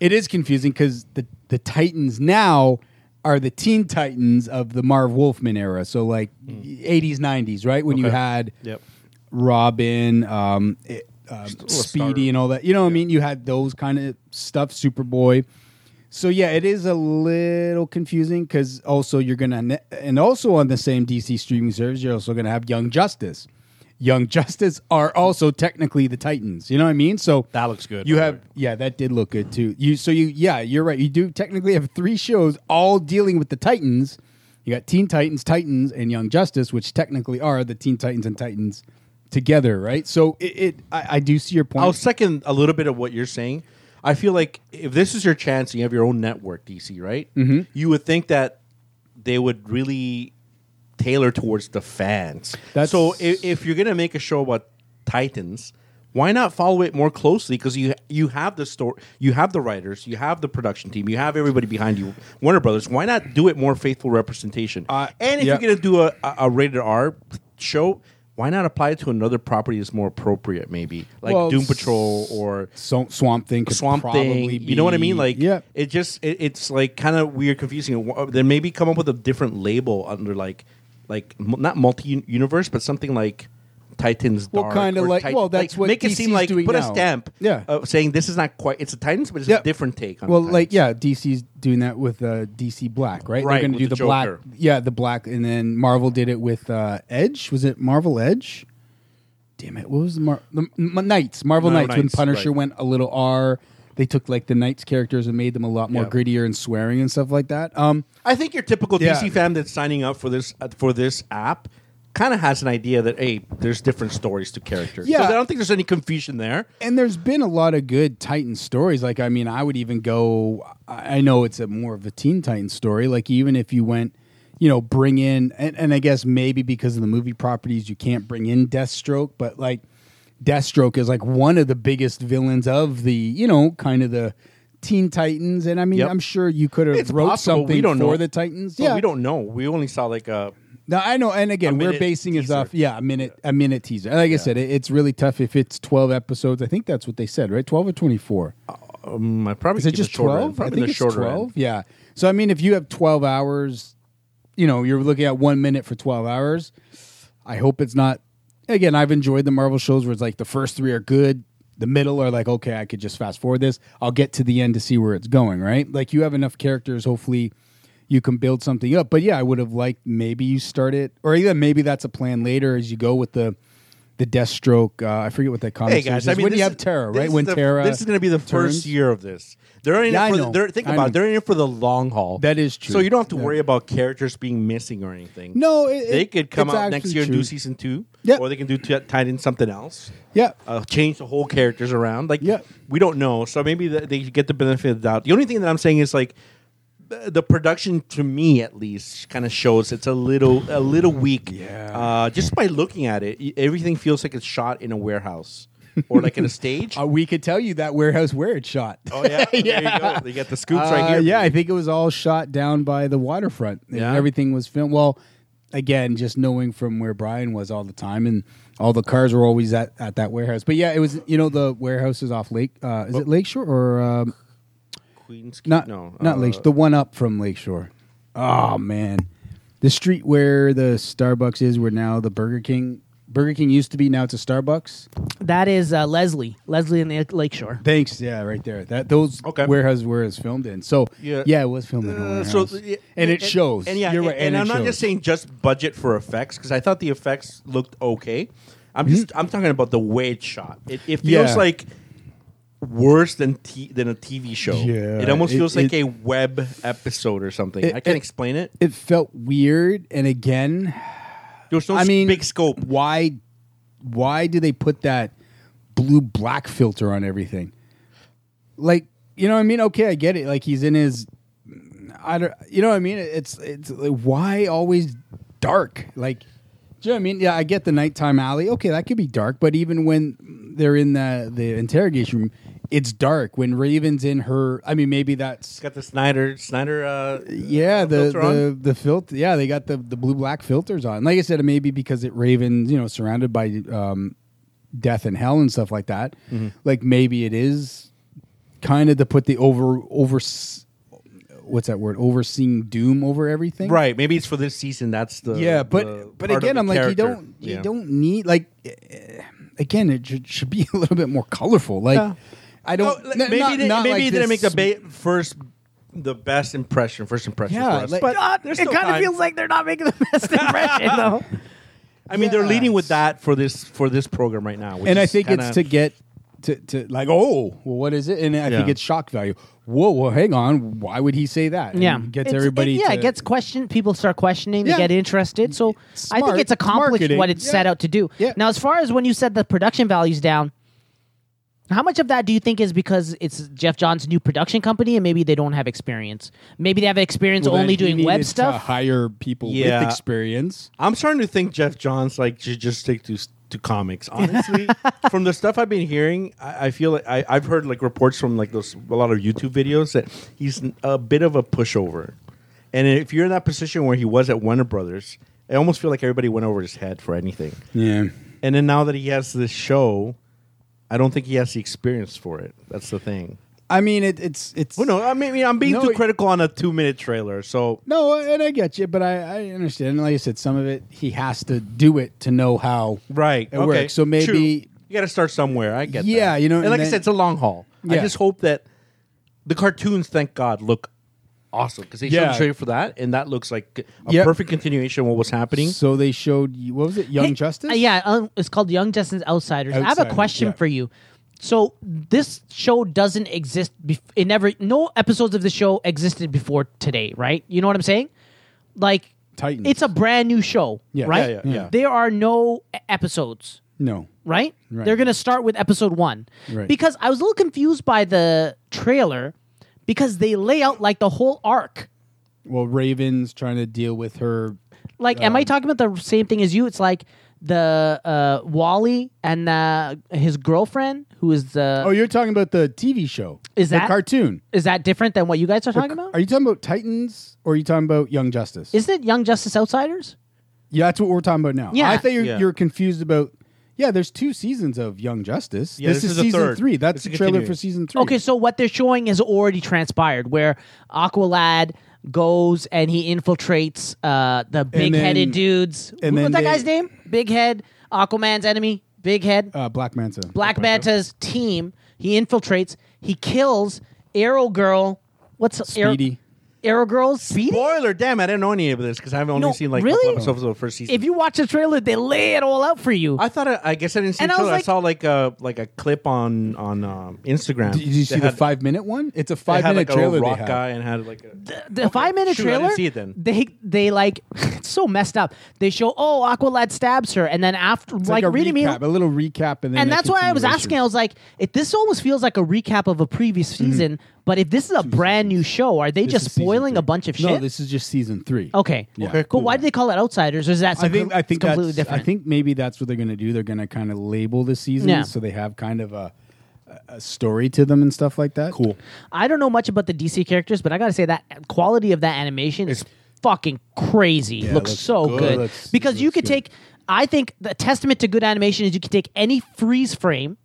[SPEAKER 5] it is confusing because the the Titans now are the Teen Titans of the Marv Wolfman era. So like eighties, nineties, right when you
[SPEAKER 6] Hmm. Okay.
[SPEAKER 5] had
[SPEAKER 6] Yep.
[SPEAKER 5] Robin, um, it, um, Speedy, and all that. You know what I mean? You had those kind of stuff, Superboy. So yeah, it is a little confusing because also you're gonna ne- and also on the same DC streaming service, you're also gonna have Young Justice. Young Justice are also technically the Titans. You know what I mean? So
[SPEAKER 6] That looks good,
[SPEAKER 5] You
[SPEAKER 6] by the
[SPEAKER 5] have
[SPEAKER 6] way.
[SPEAKER 5] yeah, that did look good too. You so you yeah, you're right. You do technically have three shows all dealing with the Titans. You got Teen Titans, Titans, and Young Justice, which technically are the Teen Titans and Titans together, right? So it, it I, I do see your point.
[SPEAKER 6] I'll second a little bit of what you're saying. I feel like if this is your chance, and you have your own network, DC, right? Mm-hmm. You would think that they would really tailor towards the fans.
[SPEAKER 5] That's-
[SPEAKER 6] so if, if you're gonna make a show about Titans, why not follow it more closely? Because you you have the story, you have the writers, you have the production team, you have everybody behind you, Warner Brothers. Why not do it more faithful representation?
[SPEAKER 5] Uh,
[SPEAKER 6] and if
[SPEAKER 5] yeah.
[SPEAKER 6] you're gonna do a, a, a rated R show. Why not apply it to another property that's more appropriate, maybe? like
[SPEAKER 5] Well,
[SPEAKER 6] Doom Patrol or
[SPEAKER 5] So, swamp Thing could
[SPEAKER 6] Swamp Thing.
[SPEAKER 5] probably
[SPEAKER 6] You know what I mean?
[SPEAKER 5] be-
[SPEAKER 6] Like,
[SPEAKER 5] yeah.
[SPEAKER 6] it just it, it's like kind of weird, confusing. Wha- Then maybe come up with a different label under like like mu- not multi universe, but something like Titans.
[SPEAKER 5] Well,
[SPEAKER 6] Dark
[SPEAKER 5] kinda
[SPEAKER 6] or
[SPEAKER 5] like- well, that's what
[SPEAKER 6] make it
[SPEAKER 5] DC's
[SPEAKER 6] seem like
[SPEAKER 5] doing
[SPEAKER 6] put a
[SPEAKER 5] now.
[SPEAKER 6] stamp,
[SPEAKER 5] Yeah.
[SPEAKER 6] of saying this is not quite it's a Titans, but it's
[SPEAKER 5] Yeah.
[SPEAKER 6] a different take. On
[SPEAKER 5] well,
[SPEAKER 6] Titans.
[SPEAKER 5] like yeah, DC's doing that with uh, DC Black, right?
[SPEAKER 6] Right,
[SPEAKER 5] They're going to
[SPEAKER 6] with
[SPEAKER 5] do the,
[SPEAKER 6] the
[SPEAKER 5] black,
[SPEAKER 6] Joker.
[SPEAKER 5] yeah, the black, and then Marvel did it with uh, Edge. Was it Marvel Edge? Damn it! What was the, Mar- the M- Knights? Marvel
[SPEAKER 6] No,
[SPEAKER 5] Knights, when
[SPEAKER 6] Knights,
[SPEAKER 5] Punisher
[SPEAKER 6] right.
[SPEAKER 5] went a little R. They took like the Knights characters and made them a lot more
[SPEAKER 6] Yeah.
[SPEAKER 5] grittier and swearing and stuff like that. Um,
[SPEAKER 6] I think your typical
[SPEAKER 5] Yeah.
[SPEAKER 6] DC fan that's signing up for this uh, for this app kind of has an idea that hey, there's different stories to characters.
[SPEAKER 5] Yeah.
[SPEAKER 6] so I don't think there's any confusion there.
[SPEAKER 5] And there's been a lot of good Titan stories. Like, I mean, I would even go. I I know it's a more of a Teen Titan story. Like, even if you went, you know, bring in, and, and I guess maybe because of the movie properties, you can't bring in Deathstroke, but like, Deathstroke is like one of the biggest villains of the, you know, kind of the Teen Titans. And I mean,
[SPEAKER 6] Yep.
[SPEAKER 5] I'm sure you could have
[SPEAKER 6] It's
[SPEAKER 5] wrote
[SPEAKER 6] possible.
[SPEAKER 5] something
[SPEAKER 6] we don't
[SPEAKER 5] for
[SPEAKER 6] know.
[SPEAKER 5] the Titans.
[SPEAKER 6] But we don't know. We only saw like a
[SPEAKER 5] No, I know, and again,
[SPEAKER 6] A
[SPEAKER 5] we're
[SPEAKER 6] minute
[SPEAKER 5] basing this
[SPEAKER 6] teaser.
[SPEAKER 5] off. Yeah, a minute, a minute teaser. Like I said, it, it's really tough if it's twelve episodes. I think that's what they said, right? Twelve or twenty-four?
[SPEAKER 6] Mm, I probably
[SPEAKER 5] Is it
[SPEAKER 6] keep
[SPEAKER 5] just
[SPEAKER 6] the shorter end,
[SPEAKER 5] twelve? I
[SPEAKER 6] Probably
[SPEAKER 5] think
[SPEAKER 6] the
[SPEAKER 5] it's
[SPEAKER 6] shorter
[SPEAKER 5] twelve.
[SPEAKER 6] end.
[SPEAKER 5] Yeah. So I mean, if you have twelve hours, you know, you're looking at one minute for twelve hours. I hope it's not. Again, I've enjoyed the Marvel shows where it's like the first three are good, the middle are like okay, I could just fast forward this. I'll get to the end to see where it's going. Right? Like you have enough characters, hopefully. You can build something up, but yeah, I would have liked maybe you start it, or even maybe that's a plan later as you go with the the Deathstroke. Uh, I forget what that comic
[SPEAKER 6] Hey
[SPEAKER 5] series
[SPEAKER 6] guys,
[SPEAKER 5] is.
[SPEAKER 6] I mean,
[SPEAKER 5] when you
[SPEAKER 6] this
[SPEAKER 5] have
[SPEAKER 6] is-
[SPEAKER 5] Terra,
[SPEAKER 6] this
[SPEAKER 5] right?
[SPEAKER 6] is
[SPEAKER 5] When
[SPEAKER 6] the-
[SPEAKER 5] Terra,
[SPEAKER 6] this is going to be the first
[SPEAKER 5] turns.
[SPEAKER 6] year of this. They're in
[SPEAKER 5] Yeah, I
[SPEAKER 6] it for the,
[SPEAKER 5] know.
[SPEAKER 6] they're, think
[SPEAKER 5] I
[SPEAKER 6] about
[SPEAKER 5] know.
[SPEAKER 6] it, they're in it for the long haul.
[SPEAKER 5] That is true.
[SPEAKER 6] So you don't have to
[SPEAKER 5] Yeah.
[SPEAKER 6] worry about characters being missing or anything.
[SPEAKER 5] No, it-
[SPEAKER 6] they
[SPEAKER 5] it-
[SPEAKER 6] could come
[SPEAKER 5] it's
[SPEAKER 6] out next
[SPEAKER 5] actually
[SPEAKER 6] year and
[SPEAKER 5] true.
[SPEAKER 6] do season two,
[SPEAKER 5] Yep.
[SPEAKER 6] or they can do t- tie in something else.
[SPEAKER 5] Yeah.
[SPEAKER 6] uh, change the whole characters around. Like,
[SPEAKER 5] Yeah.
[SPEAKER 6] we don't know. So maybe th- they get the benefit of the doubt. The only thing that I'm saying is like the, the production, to me at least, kind of shows it's a little a little weak. Yeah. Uh, just by looking at it, y- everything feels like it's shot in a warehouse or like in a stage.
[SPEAKER 5] Uh, we could tell you that warehouse where it shot.
[SPEAKER 6] oh yeah, there you go. They got the scoops
[SPEAKER 5] Uh,
[SPEAKER 6] right here.
[SPEAKER 5] yeah, I think it was all shot down by the waterfront. And
[SPEAKER 6] Yeah.
[SPEAKER 5] Everything was filmed. Well, again, just knowing from where Brian was all the time, and all the cars were always at, at that warehouse. But yeah, it was, you know, the warehouse is off Lake. Uh, is it Lakeshore or um,
[SPEAKER 6] Queens.
[SPEAKER 5] not?
[SPEAKER 6] Oh. no,
[SPEAKER 5] Not
[SPEAKER 6] uh,
[SPEAKER 5] Lakeshore. The one up from Lakeshore. Oh, man. The street where the Starbucks is, where now the Burger King. Burger King used to be, now it's a Starbucks.
[SPEAKER 8] That is uh, Leslie. Leslie in the Lakeshore.
[SPEAKER 5] Thanks. Yeah, right there. That those
[SPEAKER 6] Okay.
[SPEAKER 5] warehouses where it's filmed in. So yeah,
[SPEAKER 6] Yeah.
[SPEAKER 5] it was filmed in. A
[SPEAKER 6] Uh,
[SPEAKER 5] warehouse.
[SPEAKER 6] so
[SPEAKER 5] and, it shows.
[SPEAKER 6] And yeah,
[SPEAKER 5] You're right,
[SPEAKER 6] And,
[SPEAKER 5] it
[SPEAKER 6] I'm not
[SPEAKER 5] shows.
[SPEAKER 6] just saying just budget for effects because I thought the effects looked okay. I'm just I'm talking about the way it's shot. It, it feels
[SPEAKER 5] Yeah.
[SPEAKER 6] like worse than t- than a TV show.
[SPEAKER 5] Yeah,
[SPEAKER 6] it almost
[SPEAKER 5] it-
[SPEAKER 6] feels like
[SPEAKER 5] it-
[SPEAKER 6] a web episode or something.
[SPEAKER 5] It-
[SPEAKER 6] I can't
[SPEAKER 5] it-
[SPEAKER 6] explain it.
[SPEAKER 5] it felt weird. And again,
[SPEAKER 6] There was no
[SPEAKER 5] I
[SPEAKER 6] s-
[SPEAKER 5] mean,
[SPEAKER 6] big scope.
[SPEAKER 5] Why? Why do they put that blue black filter on everything? Like, you know what I mean? Okay, I get it. Like he's in his, I don't, you know what I mean? It's it's like, why always dark? Like, do you know what I mean? Yeah, I get the nighttime alley. Okay, that could be dark, but even when they're in the the interrogation room, it's dark when Raven's in her. I mean, maybe that's
[SPEAKER 6] It's got the Snyder Snyder. Uh,
[SPEAKER 5] yeah the
[SPEAKER 6] filter on?
[SPEAKER 5] the, the filter yeah they got the the blue black filters on like i said it may be because it raven you know surrounded by um death and hell and stuff like that
[SPEAKER 6] Mm-hmm.
[SPEAKER 5] like maybe it is kind of to put the over over what's that word overseeing doom over everything
[SPEAKER 6] right. Maybe it's for this season. That's the
[SPEAKER 5] yeah but
[SPEAKER 6] the
[SPEAKER 5] but
[SPEAKER 6] part of
[SPEAKER 5] again
[SPEAKER 6] the
[SPEAKER 5] i'm like you
[SPEAKER 6] character.
[SPEAKER 5] don't you
[SPEAKER 6] Yeah.
[SPEAKER 5] don't need like eh, again it should, should be a little bit more colorful like
[SPEAKER 6] Yeah.
[SPEAKER 5] i don't
[SPEAKER 6] Oh, like,
[SPEAKER 5] n-
[SPEAKER 6] maybe
[SPEAKER 5] not-
[SPEAKER 6] they,
[SPEAKER 5] not
[SPEAKER 6] maybe
[SPEAKER 5] like
[SPEAKER 6] they didn't make the
[SPEAKER 5] this-
[SPEAKER 6] ba- first the best impression. First impression.
[SPEAKER 5] Yeah,
[SPEAKER 6] for us.
[SPEAKER 5] like-
[SPEAKER 6] but
[SPEAKER 4] God,
[SPEAKER 6] there's
[SPEAKER 4] it
[SPEAKER 6] still
[SPEAKER 4] kind of
[SPEAKER 6] time.
[SPEAKER 4] feels like they're not making the best impression, though.
[SPEAKER 6] I mean, they're
[SPEAKER 5] Yeah.
[SPEAKER 6] leading with that for this for this program right now. which
[SPEAKER 5] and I
[SPEAKER 6] is
[SPEAKER 5] think
[SPEAKER 6] kinda-
[SPEAKER 5] it's to get to, to like, oh, well, what is it? And I think
[SPEAKER 6] Yeah.
[SPEAKER 5] it's shock value. Whoa, well, hang on. Why would he say that? And
[SPEAKER 4] Yeah,
[SPEAKER 5] it gets
[SPEAKER 4] It's-
[SPEAKER 5] everybody.
[SPEAKER 4] It, yeah,
[SPEAKER 5] to,
[SPEAKER 4] it gets questioned. People start questioning.
[SPEAKER 5] Yeah.
[SPEAKER 4] They get interested. So I
[SPEAKER 5] Smart.
[SPEAKER 4] think it's accomplished
[SPEAKER 5] Marketing.
[SPEAKER 4] what it's set
[SPEAKER 5] Yeah.
[SPEAKER 4] out to do.
[SPEAKER 5] Yeah.
[SPEAKER 4] Now, as far as when you said the production values down, how much of that do you think is because it's Jeff John's new production company and maybe they don't have experience? Maybe they have experience
[SPEAKER 5] Well, then
[SPEAKER 4] only
[SPEAKER 5] he
[SPEAKER 4] doing
[SPEAKER 5] needed
[SPEAKER 4] web
[SPEAKER 5] to
[SPEAKER 4] stuff.
[SPEAKER 5] hire people
[SPEAKER 6] Yeah.
[SPEAKER 5] with experience.
[SPEAKER 6] I'm starting to think Jeff Johns like should just stick to to comics. Honestly, from the stuff I've been hearing, I, I feel like I, I've heard like reports from like those a lot of YouTube videos that he's a bit of a pushover. And if you're in that position where he was at Warner Brothers, I almost feel like everybody went over his head for anything.
[SPEAKER 5] Yeah.
[SPEAKER 6] And then now that he has this show, I don't think he has the experience for it. That's the thing.
[SPEAKER 5] I mean, it, it's it's
[SPEAKER 6] Well, no, I mean I'm being
[SPEAKER 5] No,
[SPEAKER 6] too
[SPEAKER 5] it-
[SPEAKER 6] critical on a two minute trailer. So
[SPEAKER 5] no, and I get you, but I, I understand. And Like I said, some of it he has to do it to know how
[SPEAKER 6] Right.
[SPEAKER 5] it
[SPEAKER 6] okay.
[SPEAKER 5] works. So maybe
[SPEAKER 6] True. you got to start somewhere. I get.
[SPEAKER 5] Yeah,
[SPEAKER 6] that.
[SPEAKER 5] you know,
[SPEAKER 6] And,
[SPEAKER 5] and
[SPEAKER 6] like I
[SPEAKER 5] then-
[SPEAKER 6] said, it's a long haul. I
[SPEAKER 5] Yeah.
[SPEAKER 6] just hope that the cartoons, thank God, look awesome because they showed
[SPEAKER 5] Yeah.
[SPEAKER 6] the trailer for that, and that looks like a
[SPEAKER 5] Yep.
[SPEAKER 6] perfect continuation of what was happening.
[SPEAKER 5] So they showed you- what was it, Young
[SPEAKER 4] Hey,
[SPEAKER 5] Justice?
[SPEAKER 4] uh, yeah, um, it's called Young Justice Outsiders. I have a
[SPEAKER 5] Outsiders,
[SPEAKER 4] question
[SPEAKER 5] yeah.
[SPEAKER 4] for you. So this show doesn't exist. Bef- it never. No episodes of the show existed before today, right? You know what I'm saying? Like
[SPEAKER 5] Titans.
[SPEAKER 4] It's a brand new show,
[SPEAKER 5] Yeah.
[SPEAKER 4] right?
[SPEAKER 6] Yeah, yeah, yeah.
[SPEAKER 4] There are no e- episodes
[SPEAKER 5] No.
[SPEAKER 4] right?
[SPEAKER 5] Right.
[SPEAKER 4] They're going to start with episode one.
[SPEAKER 5] Right.
[SPEAKER 4] Because I was a little confused by the trailer because they lay out like the whole arc.
[SPEAKER 5] Well, Raven's trying to deal with her.
[SPEAKER 4] Like, am
[SPEAKER 5] Um,
[SPEAKER 4] I talking about the same thing as you? It's like the uh, Wally and uh, his girlfriend, who is the.
[SPEAKER 5] Oh, you're talking about the TV show?
[SPEAKER 4] Is
[SPEAKER 5] the
[SPEAKER 4] that-
[SPEAKER 5] cartoon?
[SPEAKER 4] is that different than what you guys are talking about?
[SPEAKER 5] Are you talking about Titans or are you talking about Young Justice?
[SPEAKER 4] Isn't it Young Justice Outsiders?
[SPEAKER 5] yeah, that's what we're talking about now.
[SPEAKER 4] Yeah.
[SPEAKER 5] I thought you're,
[SPEAKER 6] Yeah.
[SPEAKER 5] you're confused about. Yeah, there's two seasons of Young Justice.
[SPEAKER 6] Yeah,
[SPEAKER 5] this,
[SPEAKER 6] this
[SPEAKER 5] is,
[SPEAKER 6] is the
[SPEAKER 5] season
[SPEAKER 6] third.
[SPEAKER 5] three. That's
[SPEAKER 6] It's
[SPEAKER 5] the
[SPEAKER 6] a
[SPEAKER 5] trailer for
[SPEAKER 6] continuing.
[SPEAKER 5] season three.
[SPEAKER 4] Okay, so what they're showing has already transpired, where Aqualad goes and he infiltrates uh, the big-headed
[SPEAKER 5] then-
[SPEAKER 4] dudes.
[SPEAKER 5] and
[SPEAKER 4] What's
[SPEAKER 5] then
[SPEAKER 4] that
[SPEAKER 5] they-
[SPEAKER 4] guy's name? Big Head, Aquaman's enemy, Big Head,
[SPEAKER 5] uh, Black Manta.
[SPEAKER 4] Black Manta's team. He infiltrates. He kills Arrow Girl. What's
[SPEAKER 5] Speedy.
[SPEAKER 4] Arrow, Arrow Girl? Speedy.
[SPEAKER 6] Spoiler, damn! I didn't know any of this because I've only
[SPEAKER 4] No,
[SPEAKER 6] seen like a
[SPEAKER 4] really?
[SPEAKER 6] couple episodes of the first season.
[SPEAKER 4] If you watch the trailer, they lay it all out for you.
[SPEAKER 6] I thought I, I guess I didn't see
[SPEAKER 4] And
[SPEAKER 6] the
[SPEAKER 4] I was
[SPEAKER 6] trailer.
[SPEAKER 4] like-
[SPEAKER 6] I saw like a like a clip on on um, Instagram.
[SPEAKER 5] Did you see
[SPEAKER 6] They
[SPEAKER 5] the
[SPEAKER 6] had-
[SPEAKER 5] five minute one? It's a
[SPEAKER 6] they
[SPEAKER 5] five
[SPEAKER 6] had
[SPEAKER 5] minute
[SPEAKER 6] like a
[SPEAKER 5] trailer.
[SPEAKER 6] little
[SPEAKER 5] they
[SPEAKER 6] rock
[SPEAKER 5] have.
[SPEAKER 6] guy and had like a
[SPEAKER 4] Uh, the five minute
[SPEAKER 6] Shoot, I didn't
[SPEAKER 4] trailer.
[SPEAKER 6] see it then.
[SPEAKER 4] They they like it's so messed up. They show oh Aqualad stabs her, and then after
[SPEAKER 5] It's
[SPEAKER 4] like,
[SPEAKER 5] a
[SPEAKER 4] reading me.
[SPEAKER 5] recap, a little recap, and then
[SPEAKER 4] and
[SPEAKER 5] a
[SPEAKER 4] that's why I was
[SPEAKER 5] continuation.
[SPEAKER 4] asking. I was like, if this almost feels like a recap of a previous season, but if this is a brand new show, are they
[SPEAKER 5] Mm-hmm. This
[SPEAKER 4] just
[SPEAKER 5] is season
[SPEAKER 4] spoiling a
[SPEAKER 5] three.
[SPEAKER 4] bunch of
[SPEAKER 5] No,
[SPEAKER 4] shit?
[SPEAKER 5] this is just season three.
[SPEAKER 4] okay.
[SPEAKER 5] Yeah.
[SPEAKER 4] But why do they call it Outsiders? Or is that
[SPEAKER 5] I
[SPEAKER 4] something
[SPEAKER 5] think I think that's,
[SPEAKER 4] completely different?
[SPEAKER 5] I think maybe that's what they're going to do. They're going to kind of label the season,
[SPEAKER 4] Yeah.
[SPEAKER 5] so they have kind of a, a a story to them and stuff like that. Cool.
[SPEAKER 4] I don't know much about the DC characters, but I gotta say that quality of that animation is fucking crazy.
[SPEAKER 5] it
[SPEAKER 4] looks,
[SPEAKER 5] looks
[SPEAKER 4] so
[SPEAKER 5] good.
[SPEAKER 4] good
[SPEAKER 5] Looks-
[SPEAKER 4] because you
[SPEAKER 5] looks
[SPEAKER 4] could
[SPEAKER 5] good.
[SPEAKER 4] take. I think the testament to good animation is you can take any freeze frame,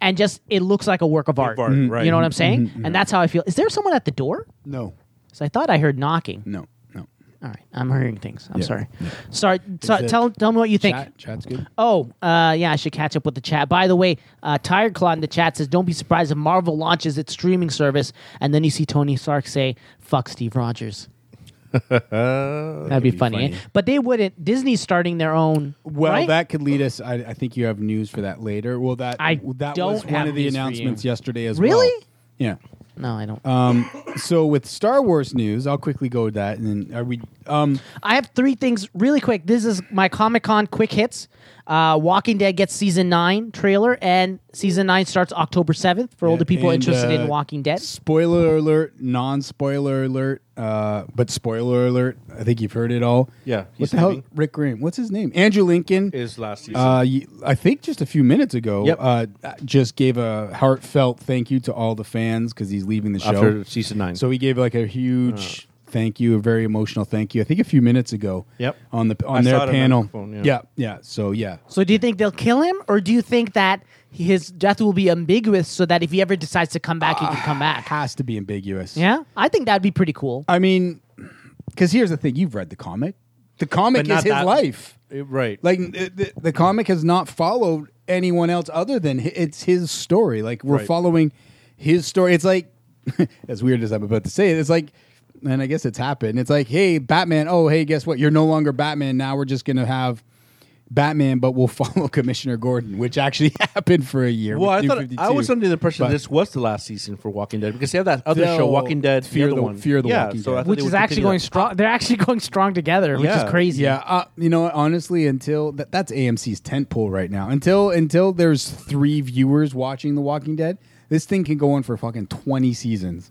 [SPEAKER 4] and just it looks like a work of art. Mm-hmm.
[SPEAKER 6] art, Mhm. right.
[SPEAKER 4] You know what I'm
[SPEAKER 5] Mm-hmm.
[SPEAKER 4] saying? And that's how I feel. Is there someone at the door?
[SPEAKER 5] No,
[SPEAKER 4] 'Cause I thought I heard knocking.
[SPEAKER 5] no, no.
[SPEAKER 4] All right, I'm hearing things. I'm
[SPEAKER 5] Mm. Yeah.
[SPEAKER 4] sorry. Sorry. So,
[SPEAKER 5] it-
[SPEAKER 4] tell tell me what you think.
[SPEAKER 5] Chat, chat's good.
[SPEAKER 4] Oh, uh, yeah, I should catch up with the chat. By the way, uh, Tired Claw in the chat says, "Don't be surprised if Marvel launches its streaming service." And then you see Tony Stark say, "Fuck Steve Rogers." That'd be, funny, eh? but they wouldn't. Disney's starting their own.
[SPEAKER 5] Well,
[SPEAKER 4] right?
[SPEAKER 5] that could lead us. I, I think you have news for that later. Well, that
[SPEAKER 4] I
[SPEAKER 5] that
[SPEAKER 4] don't
[SPEAKER 5] was
[SPEAKER 4] have
[SPEAKER 5] one of the
[SPEAKER 4] news for
[SPEAKER 5] announcements
[SPEAKER 4] you.
[SPEAKER 5] yesterday as well.
[SPEAKER 4] Really?
[SPEAKER 5] Yeah.
[SPEAKER 4] no, I don't.
[SPEAKER 5] Um, so with Star Wars news, I'll quickly go with that, and then are we? Um,
[SPEAKER 4] I have three things really quick. This is my Comic Con quick hits. Uh, Walking Dead gets season nine trailer, and season nine starts October seventh for older people
[SPEAKER 5] and,
[SPEAKER 4] interested
[SPEAKER 5] uh,
[SPEAKER 4] in Walking Dead.
[SPEAKER 5] Spoiler alert, non spoiler alert, uh, but spoiler alert. I think you've heard it all.
[SPEAKER 6] Yeah,
[SPEAKER 5] What
[SPEAKER 6] he's
[SPEAKER 5] the hell?
[SPEAKER 6] leaving.
[SPEAKER 5] Rick Graham. What's his name? Andrew Lincoln.
[SPEAKER 6] Is last season.
[SPEAKER 5] Uh, y- I think just a few minutes ago,
[SPEAKER 6] Yep.
[SPEAKER 5] uh, just gave a heartfelt thank you to all the fans because he's leaving the show
[SPEAKER 6] After season nine. Uh.
[SPEAKER 5] So he gave like a huge thank you, a very emotional thank you. I think a few minutes ago.
[SPEAKER 6] Yep.
[SPEAKER 5] On the on
[SPEAKER 6] I
[SPEAKER 5] their
[SPEAKER 6] saw it on
[SPEAKER 5] panel.
[SPEAKER 6] microphone, yeah.
[SPEAKER 5] yeah, yeah. So yeah,
[SPEAKER 4] So do you think they'll kill him, or do you think that his death will be ambiguous so that if he ever decides to come back, he can come
[SPEAKER 6] Ah.
[SPEAKER 4] back?
[SPEAKER 5] has to be ambiguous.
[SPEAKER 4] Yeah, I think that'd be pretty cool.
[SPEAKER 5] I mean, because here's the thing: you've read the comic. The comic
[SPEAKER 6] But not
[SPEAKER 5] is his
[SPEAKER 6] that-
[SPEAKER 5] life.
[SPEAKER 6] Eh, right.
[SPEAKER 5] Like the, the- the comic has not followed anyone else other than hi- it's his story. Like we're
[SPEAKER 6] Right.
[SPEAKER 5] following his story. It's like as weird as I'm about to say it. It's like, and I guess it's happened. It's like, hey, Batman. Oh, hey, guess what? You're no longer Batman. Now we're just gonna have. Batman, but we'll follow Commissioner Gordon, which actually happened for a year.
[SPEAKER 6] well,
[SPEAKER 5] with
[SPEAKER 6] I
[SPEAKER 5] New
[SPEAKER 6] thought
[SPEAKER 5] 52.
[SPEAKER 6] I was under the impression
[SPEAKER 5] But-
[SPEAKER 6] this was the last season for Walking Dead because they have that other
[SPEAKER 5] No,
[SPEAKER 6] show, Walking Dead,
[SPEAKER 5] Fear
[SPEAKER 6] the other
[SPEAKER 5] the-
[SPEAKER 6] one,
[SPEAKER 5] Fear the
[SPEAKER 6] yeah,
[SPEAKER 5] Walking
[SPEAKER 6] so
[SPEAKER 5] Dead.
[SPEAKER 6] I thought
[SPEAKER 4] Which
[SPEAKER 6] they would
[SPEAKER 4] is actually
[SPEAKER 6] continue
[SPEAKER 4] going
[SPEAKER 6] that.
[SPEAKER 4] strong. They're actually going strong together, which
[SPEAKER 6] Yeah.
[SPEAKER 4] is crazy.
[SPEAKER 5] Yeah, uh, you know, honestly, until that, that's AMC's tent pole right now. Until until there's three viewers watching The Walking Dead, this thing can go on for fucking twenty seasons.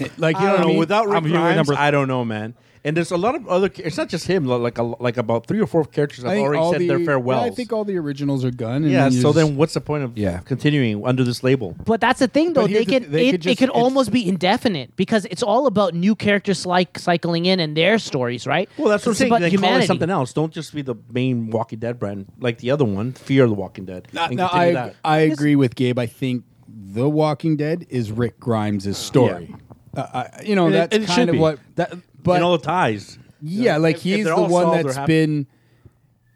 [SPEAKER 5] It- like you
[SPEAKER 6] I
[SPEAKER 5] know, what
[SPEAKER 6] don't
[SPEAKER 5] I
[SPEAKER 6] know.
[SPEAKER 5] mean?
[SPEAKER 6] Without Rick
[SPEAKER 9] I'm viewing
[SPEAKER 6] Grimes,
[SPEAKER 9] number-
[SPEAKER 6] I don't know, man. And there's a lot of other. It's not just him. Like a, like about three or four characters
[SPEAKER 5] I
[SPEAKER 6] have
[SPEAKER 5] think all
[SPEAKER 6] already said
[SPEAKER 5] the-
[SPEAKER 6] their
[SPEAKER 5] yeah,
[SPEAKER 6] farewells.
[SPEAKER 5] I think all the originals are gone. And
[SPEAKER 6] yeah.
[SPEAKER 5] then you
[SPEAKER 6] So
[SPEAKER 5] just-
[SPEAKER 6] then, what's the point of
[SPEAKER 5] Yeah.
[SPEAKER 6] continuing under this label?
[SPEAKER 4] But that's the thing, though.
[SPEAKER 5] But
[SPEAKER 4] They
[SPEAKER 5] here's the
[SPEAKER 4] could,
[SPEAKER 5] th- they
[SPEAKER 4] it,
[SPEAKER 5] could
[SPEAKER 4] it
[SPEAKER 5] just-
[SPEAKER 4] could
[SPEAKER 5] it's-
[SPEAKER 4] almost be indefinite because it's all about new characters like cycling in and their stories, right?
[SPEAKER 6] Well, that's what I'm
[SPEAKER 4] It's
[SPEAKER 6] saying.
[SPEAKER 4] about
[SPEAKER 6] Then call it
[SPEAKER 4] humanity.
[SPEAKER 6] something else. Don't just be the main Walking Dead brand, like the other one, Fear the Walking Dead.
[SPEAKER 5] No,
[SPEAKER 6] and
[SPEAKER 5] no,
[SPEAKER 6] continue
[SPEAKER 5] I
[SPEAKER 6] that.
[SPEAKER 5] I agree with Gabe. I think The Walking Dead is Rick Grimes' story. Uh, I, you know,
[SPEAKER 6] And it-
[SPEAKER 5] that's
[SPEAKER 6] and it should
[SPEAKER 5] kind of
[SPEAKER 6] be.
[SPEAKER 5] what.
[SPEAKER 6] That,
[SPEAKER 5] but-
[SPEAKER 6] and all the ties.
[SPEAKER 5] Yeah, like
[SPEAKER 6] If- if
[SPEAKER 5] he's
[SPEAKER 6] they're
[SPEAKER 5] the
[SPEAKER 6] all
[SPEAKER 5] one
[SPEAKER 6] solved,
[SPEAKER 5] that's
[SPEAKER 6] they're happy.
[SPEAKER 5] been,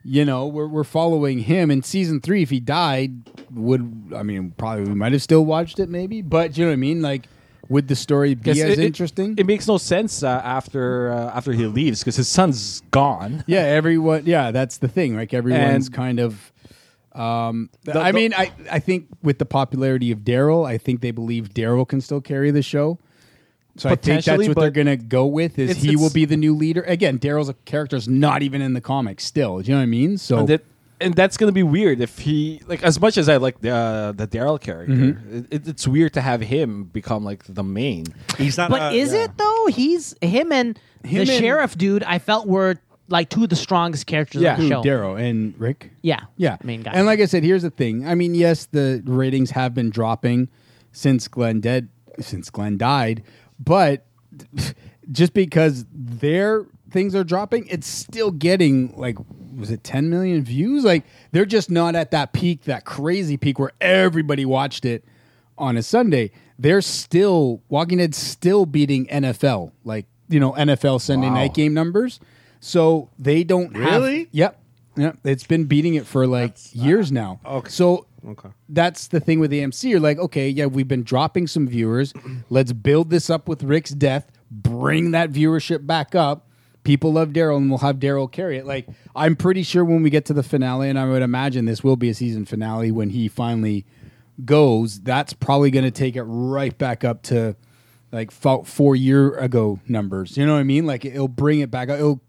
[SPEAKER 5] you know, we're we're following him. In season three, if he died, would I mean probably we might have still watched it, maybe. But you know what I mean? Like, would the story be as
[SPEAKER 9] 'Cause it- it-
[SPEAKER 5] interesting?
[SPEAKER 9] It, makes no sense uh, after uh, after he leaves because his son's gone.
[SPEAKER 5] yeah, everyone. Yeah, that's the thing. Like everyone's
[SPEAKER 9] And-
[SPEAKER 5] kind of. Um,
[SPEAKER 9] The-
[SPEAKER 5] I
[SPEAKER 9] the-
[SPEAKER 5] mean, I I think with the popularity of Daryl, I think they believe Daryl can still carry the show. So I think that's
[SPEAKER 9] Potentially,
[SPEAKER 5] what they're
[SPEAKER 9] but
[SPEAKER 5] gonna go with. Is
[SPEAKER 9] it's-
[SPEAKER 5] he will
[SPEAKER 9] it's-
[SPEAKER 5] be the new leader again? Daryl's a character's not even in the comics still. Do you know what I mean?
[SPEAKER 10] Oh.
[SPEAKER 5] So
[SPEAKER 9] And, that, and that's gonna be weird if he like as much as I like the uh, the Daryl character,
[SPEAKER 10] Mm-hmm.
[SPEAKER 9] it- it, it's weird to have him become like the main.
[SPEAKER 6] He's not.
[SPEAKER 4] But
[SPEAKER 6] uh,
[SPEAKER 4] is it though? He's him and the
[SPEAKER 5] and-
[SPEAKER 4] sheriff dude. I felt were like two of the strongest characters
[SPEAKER 9] Yeah.
[SPEAKER 4] on the
[SPEAKER 5] Who,
[SPEAKER 4] show.
[SPEAKER 5] Darrow and Rick?
[SPEAKER 4] Yeah,
[SPEAKER 5] Yeah.
[SPEAKER 4] main guy.
[SPEAKER 5] And like I said, here's the thing. I mean, yes, the ratings have been dropping since Glenn dead since Glenn died, but just because their things are dropping, it's still getting like was it 10 million views? Like they're just not at that peak, that crazy peak where everybody watched it on a Sunday. They're still Walking Dead still beating NFL, like you know NFL Sunday night game numbers. So they don't have-
[SPEAKER 6] Really?
[SPEAKER 5] Yep. Yeah, it's been beating it for like years now.
[SPEAKER 6] okay.
[SPEAKER 5] So
[SPEAKER 6] Okay.
[SPEAKER 5] that's the thing with AMC. You're like, okay, yeah, we've been dropping some viewers. Let's build this up with Rick's death, bring that viewership back up. People love Daryl, and we'll have Daryl carry it. Like, I'm pretty sure when we get to the finale, and I would imagine this will be a season finale when he finally goes, that's probably going to take it right back up to like fo- four year ago numbers. You know what I mean? Like, it'll bring it back. up. It'll,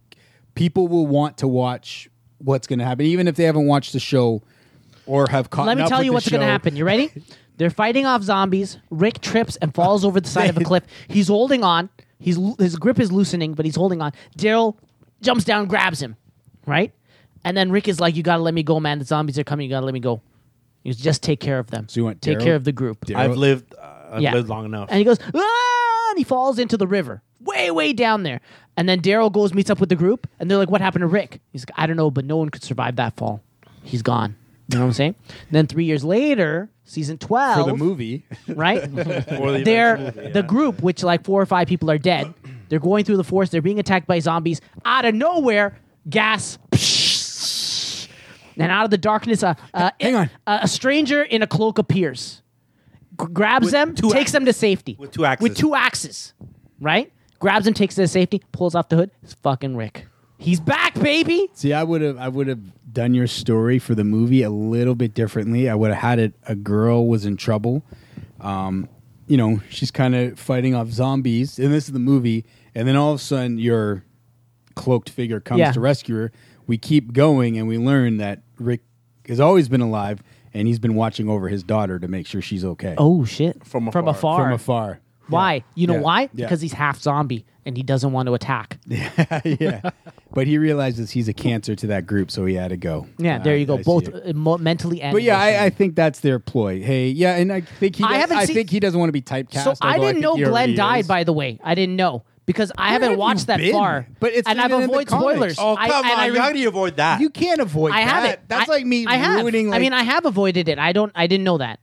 [SPEAKER 5] people will want to watch what's going to happen, even if they haven't watched the show or have caught
[SPEAKER 4] Let me
[SPEAKER 5] up
[SPEAKER 4] tell
[SPEAKER 5] with
[SPEAKER 4] you
[SPEAKER 5] the
[SPEAKER 4] what's going to
[SPEAKER 5] show.
[SPEAKER 4] happen. You ready? They're fighting off zombies. Rick trips and falls over the side of a cliff. He's holding on. He's lo- his grip is loosening, but he's holding on. Daryl jumps down, grabs him, right? And then Rick is like, "You got to let me go, man. The zombies are coming. You got to let me go. You just take care of them.
[SPEAKER 5] So you want
[SPEAKER 4] take
[SPEAKER 5] Daryl-
[SPEAKER 4] care of the group.
[SPEAKER 6] I've lived. Uh, I've lived long enough.
[SPEAKER 4] And he goes, ah, and he falls into the river, way, way down there. And then Daryl goes, meets up with the group, and they're like, what happened to Rick? He's like, I don't know, but no one could survive that fall. He's gone. You know what I'm saying? And then three years later, season 12,
[SPEAKER 5] for the movie.
[SPEAKER 4] right?
[SPEAKER 6] Or the
[SPEAKER 4] they're
[SPEAKER 6] eventual-
[SPEAKER 4] the group, which like four or five people are dead. They're going through the forest. They're being attacked by zombies out of nowhere. Gas. And out of the darkness, a a,
[SPEAKER 5] Hang on.
[SPEAKER 4] a, a stranger in a cloak appears, G- grabs them,
[SPEAKER 6] two
[SPEAKER 4] takes
[SPEAKER 6] ax-
[SPEAKER 4] them to safety
[SPEAKER 6] with two axes.
[SPEAKER 4] With two axes, right? Grabs them, takes them to safety, pulls off the hood. It's fucking Rick. He's back, baby.
[SPEAKER 5] See, I would have I would have done your story for the movie a little bit differently. I would have had it a girl was in trouble. Um, you know, she's kind of fighting off zombies, and this is the movie, and then all of a sudden your cloaked figure comes
[SPEAKER 4] Yeah.
[SPEAKER 5] to rescue her. We keep going and we learn that Rick has always been alive, and he's been watching over his daughter to make sure she's okay.
[SPEAKER 4] Oh shit!
[SPEAKER 6] From
[SPEAKER 4] from
[SPEAKER 6] afar.
[SPEAKER 4] afar.
[SPEAKER 5] from afar.
[SPEAKER 4] Why? You know
[SPEAKER 5] Yeah.
[SPEAKER 4] why?
[SPEAKER 5] Yeah.
[SPEAKER 4] Because he's half zombie and he doesn't want to attack. Yeah,
[SPEAKER 5] yeah, but he realizes he's a cancer to that group, so he had to go.
[SPEAKER 4] there
[SPEAKER 5] I-
[SPEAKER 4] you go.
[SPEAKER 5] I see
[SPEAKER 4] Both
[SPEAKER 5] it.
[SPEAKER 4] uh, mo- mentally and
[SPEAKER 5] But yeah, I, I
[SPEAKER 4] emotionally.
[SPEAKER 5] think that's their ploy. Hey, yeah, and I think he.
[SPEAKER 4] I
[SPEAKER 5] does-
[SPEAKER 4] haven't
[SPEAKER 5] I
[SPEAKER 4] seen-
[SPEAKER 5] think he doesn't want to be typecast.
[SPEAKER 4] so I
[SPEAKER 5] although
[SPEAKER 4] didn't
[SPEAKER 5] think
[SPEAKER 4] know
[SPEAKER 5] he
[SPEAKER 4] Glenn
[SPEAKER 5] already
[SPEAKER 4] died.
[SPEAKER 5] is.
[SPEAKER 4] By the way, I didn't know because I
[SPEAKER 5] have
[SPEAKER 4] haven't
[SPEAKER 5] you
[SPEAKER 4] watched that
[SPEAKER 5] been?
[SPEAKER 4] far.
[SPEAKER 5] But it's
[SPEAKER 4] and
[SPEAKER 5] not
[SPEAKER 4] I've
[SPEAKER 5] in the
[SPEAKER 4] avoided
[SPEAKER 5] comics.
[SPEAKER 4] spoilers.
[SPEAKER 6] Oh,
[SPEAKER 4] I-
[SPEAKER 6] come
[SPEAKER 4] and I
[SPEAKER 6] on.
[SPEAKER 4] re-
[SPEAKER 6] How do you avoid that?
[SPEAKER 5] You can't avoid.
[SPEAKER 4] I
[SPEAKER 5] that.
[SPEAKER 4] haven't.
[SPEAKER 5] That's
[SPEAKER 4] I-
[SPEAKER 5] like me
[SPEAKER 4] I have.
[SPEAKER 5] ruining. Like, Oh.
[SPEAKER 4] I mean, I have avoided it. I don't. I didn't know that.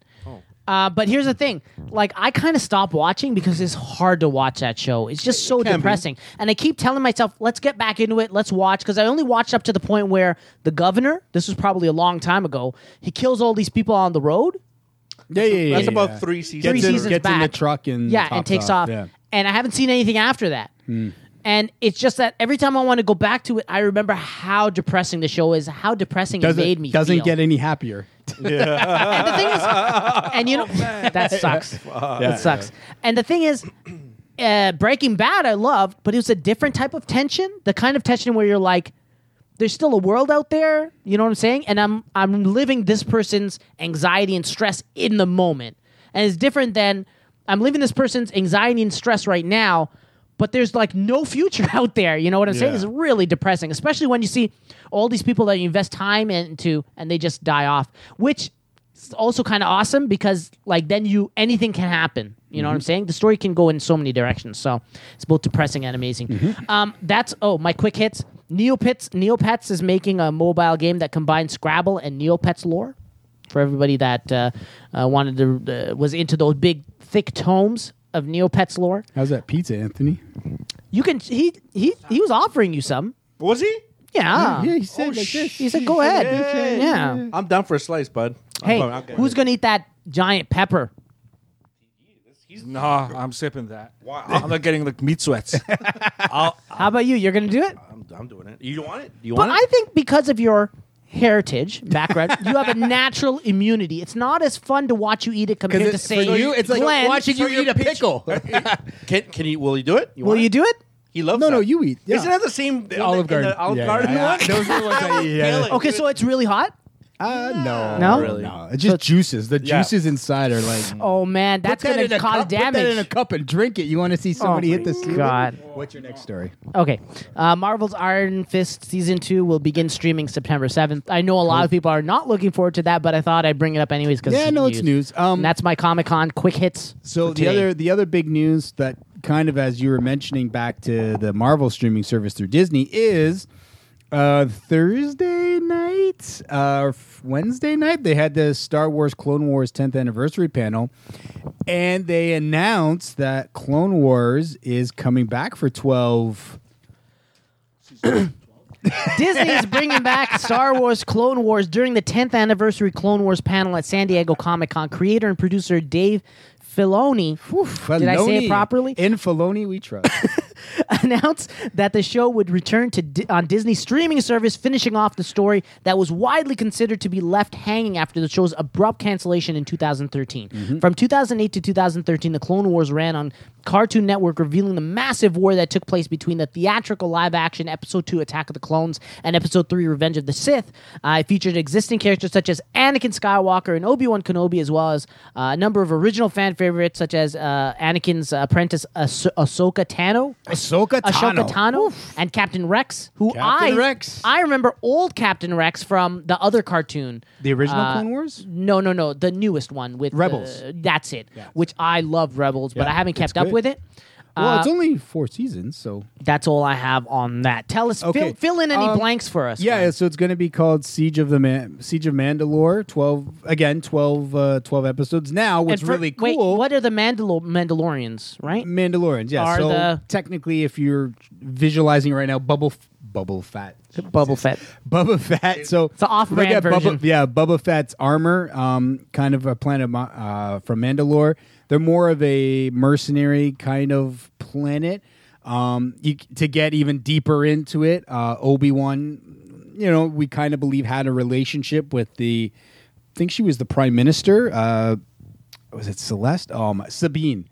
[SPEAKER 4] Uh, but here's the thing: like, I kind of stopped watching because it's hard to watch that show. It's just so depressing, and I keep telling myself, "Let's get back into it. Let's watch." Because I only watched up to the point where the governor. This was probably a long time ago. He kills all these people on the road.
[SPEAKER 5] yeah, yeah, yeah.
[SPEAKER 6] That's
[SPEAKER 5] yeah,
[SPEAKER 6] about
[SPEAKER 5] yeah.
[SPEAKER 6] three seasons.
[SPEAKER 4] Three
[SPEAKER 5] Gets in-
[SPEAKER 4] seasons
[SPEAKER 5] gets in
[SPEAKER 4] back.
[SPEAKER 5] the truck and
[SPEAKER 4] yeah, and
[SPEAKER 5] tops
[SPEAKER 4] takes
[SPEAKER 5] off,
[SPEAKER 4] off.
[SPEAKER 5] yeah. Hmm.
[SPEAKER 4] And I haven't seen anything after that. And it's just that every time I want to go back to it, I remember how depressing the show is, how depressing
[SPEAKER 5] Doesn't,
[SPEAKER 4] it made me.
[SPEAKER 5] doesn't
[SPEAKER 4] feel.
[SPEAKER 5] get any happier.
[SPEAKER 4] And the thing is, and you know,
[SPEAKER 5] Oh,
[SPEAKER 4] that sucks. that sucks. And the thing is, uh, Breaking Bad I loved, but it was a different type of tension. The kind of tension where you're like, there's still a world out there. You know what I'm saying? And I'm I'm living this person's anxiety and stress in the moment, and it's different than I'm living this person's anxiety and stress right now. But there's like no future out there. You know what I'm saying?
[SPEAKER 5] Yeah.
[SPEAKER 4] It's really depressing, especially when you see all these people that you invest time into and they just die off, which is also kind of awesome because like then you anything can happen. You know what I'm saying? The story can go in so many directions. So it's both depressing and amazing. Um, that's oh my quick hits. Neopets Neopets is making a mobile game that combines Scrabble and Neopets lore for everybody that uh, uh, wanted to uh, was into those big thick tomes of Neopets lore.
[SPEAKER 5] How's that pizza, Anthony?
[SPEAKER 4] You can he he he was offering you some.
[SPEAKER 6] Was he?
[SPEAKER 4] Yeah.
[SPEAKER 5] yeah, he said like this.
[SPEAKER 4] He said, "Go ahead." Yeah.
[SPEAKER 6] I'm down for a slice, bud. I'm
[SPEAKER 4] Hey,
[SPEAKER 6] going- I'll get
[SPEAKER 4] who's
[SPEAKER 6] it.
[SPEAKER 4] gonna eat that giant pepper?
[SPEAKER 9] Nah, I'm sipping that. I'm not getting like meat sweats.
[SPEAKER 4] How about you? You're gonna do it?
[SPEAKER 5] Uh,
[SPEAKER 6] I'm, I'm doing it. You want it? Do you
[SPEAKER 4] But
[SPEAKER 6] want
[SPEAKER 4] I
[SPEAKER 6] it?
[SPEAKER 4] think because of your heritage background, you have a natural immunity. It's not as fun to watch you eat it compared to say Glenn,
[SPEAKER 5] pickle.
[SPEAKER 6] Can can he? Will he do it? You
[SPEAKER 4] Will
[SPEAKER 6] want
[SPEAKER 4] you do it?
[SPEAKER 6] He loves.
[SPEAKER 5] No, no,
[SPEAKER 6] that.
[SPEAKER 5] you eat, yeah.
[SPEAKER 6] Isn't that the same in
[SPEAKER 5] Olive
[SPEAKER 6] the- in the
[SPEAKER 5] Garden.
[SPEAKER 6] Olive
[SPEAKER 5] Yeah,
[SPEAKER 6] Garden
[SPEAKER 5] yeah,
[SPEAKER 6] one?
[SPEAKER 5] yeah. Those are the ones I eat, yeah.
[SPEAKER 6] Kill it,
[SPEAKER 4] Okay,
[SPEAKER 6] dude.
[SPEAKER 4] so it's really hot.
[SPEAKER 5] Uh, no,
[SPEAKER 4] No?
[SPEAKER 5] really, no. It's just juices. The
[SPEAKER 6] Yeah.
[SPEAKER 5] juices inside are like.
[SPEAKER 4] Oh man, that's
[SPEAKER 5] Put that
[SPEAKER 4] gonna
[SPEAKER 5] in a
[SPEAKER 4] cause
[SPEAKER 5] cup, Put that in a
[SPEAKER 4] damage.
[SPEAKER 5] cup and drink it. You want to see somebody
[SPEAKER 4] Oh my
[SPEAKER 5] hit the ceiling?
[SPEAKER 4] God.
[SPEAKER 5] What's your next story?
[SPEAKER 4] Okay, uh, Marvel's Iron Fist season two will begin streaming September seventh. I know a lot of people are not looking forward to that, but I thought I'd bring it up anyways because
[SPEAKER 5] Yeah, no, it's news. Um,
[SPEAKER 4] and that's my Comic Con quick hits.
[SPEAKER 5] So
[SPEAKER 4] for
[SPEAKER 5] the
[SPEAKER 4] today.
[SPEAKER 5] other the other big news that kind of as you were mentioning back to the Marvel streaming service through Disney is uh, Thursday night uh, f- Wednesday night they had the Star Wars Clone Wars 10th anniversary panel and they announced that Clone Wars is coming back for 12
[SPEAKER 4] Disney is bringing back Star Wars Clone Wars during the 10th anniversary Clone Wars panel at San Diego Comic Con. Creator and producer Dave Filoni Did I say it
[SPEAKER 5] Filoni.
[SPEAKER 4] properly?
[SPEAKER 5] In Filoni we trust.
[SPEAKER 4] announced that the show would return to Di- on Disney streaming service, finishing off the story that was widely considered to be left hanging after the show's abrupt cancellation in 2013. From 2008 to 2013, the Clone Wars ran on Cartoon Network, revealing the massive war that took place between the theatrical live-action Episode 2 Attack of the Clones and Episode 3 Revenge of the Sith. Uh, it featured existing characters such as Anakin Skywalker and Obi-Wan Kenobi, as well as uh, a number of original fan favorites such as uh, Anakin's apprentice Ahso- Ahsoka Tano.
[SPEAKER 5] Ahsoka
[SPEAKER 4] Ashoka
[SPEAKER 5] Tano.
[SPEAKER 4] Tano and Captain Rex, who
[SPEAKER 5] Captain
[SPEAKER 4] I
[SPEAKER 5] Rex.
[SPEAKER 4] I remember old Captain Rex from the other cartoon.
[SPEAKER 5] The original
[SPEAKER 4] Uh,
[SPEAKER 5] Clone Wars?
[SPEAKER 4] No, no, no, the newest one with
[SPEAKER 5] Rebels.
[SPEAKER 4] the- that's it. Which I love Rebels, but
[SPEAKER 5] Yeah,
[SPEAKER 4] I haven't
[SPEAKER 5] it's
[SPEAKER 4] kept up
[SPEAKER 5] good.
[SPEAKER 4] with it.
[SPEAKER 5] well,
[SPEAKER 4] Uh,
[SPEAKER 5] it's only 4 seasons, so
[SPEAKER 4] That's all I have on that. Tell us, fill,
[SPEAKER 5] Okay,
[SPEAKER 4] fill in any
[SPEAKER 5] um,
[SPEAKER 4] blanks for us.
[SPEAKER 5] Yeah,
[SPEAKER 4] man.
[SPEAKER 5] so it's going to be called Siege of the Man- Siege of Mandalore. Twelve again, 12, uh, 12 episodes. Now,
[SPEAKER 4] And
[SPEAKER 5] what's
[SPEAKER 4] for-
[SPEAKER 5] really
[SPEAKER 4] Wait,
[SPEAKER 5] cool?
[SPEAKER 4] what are the Mandalor- Mandalorians? Right?
[SPEAKER 5] Mandalorians? Yeah,
[SPEAKER 4] are
[SPEAKER 5] so
[SPEAKER 4] the-
[SPEAKER 5] technically, if you're visualizing right now, bubble f- bubble fat.
[SPEAKER 4] Bubble Fett.
[SPEAKER 5] Bubba Fett. So
[SPEAKER 4] the off-brand
[SPEAKER 5] look at Bubba-
[SPEAKER 4] version.
[SPEAKER 5] yeah, Bubba Fett's armor, um, kind of a planet mo- uh, from Mandalore. They're more of a mercenary kind of planet. Um, you, to get even deeper into it, uh, Obi Wan, you know, we kind of believe had a relationship with the. I think she was the prime minister. Uh, was it Celeste? Oh my, Sabine.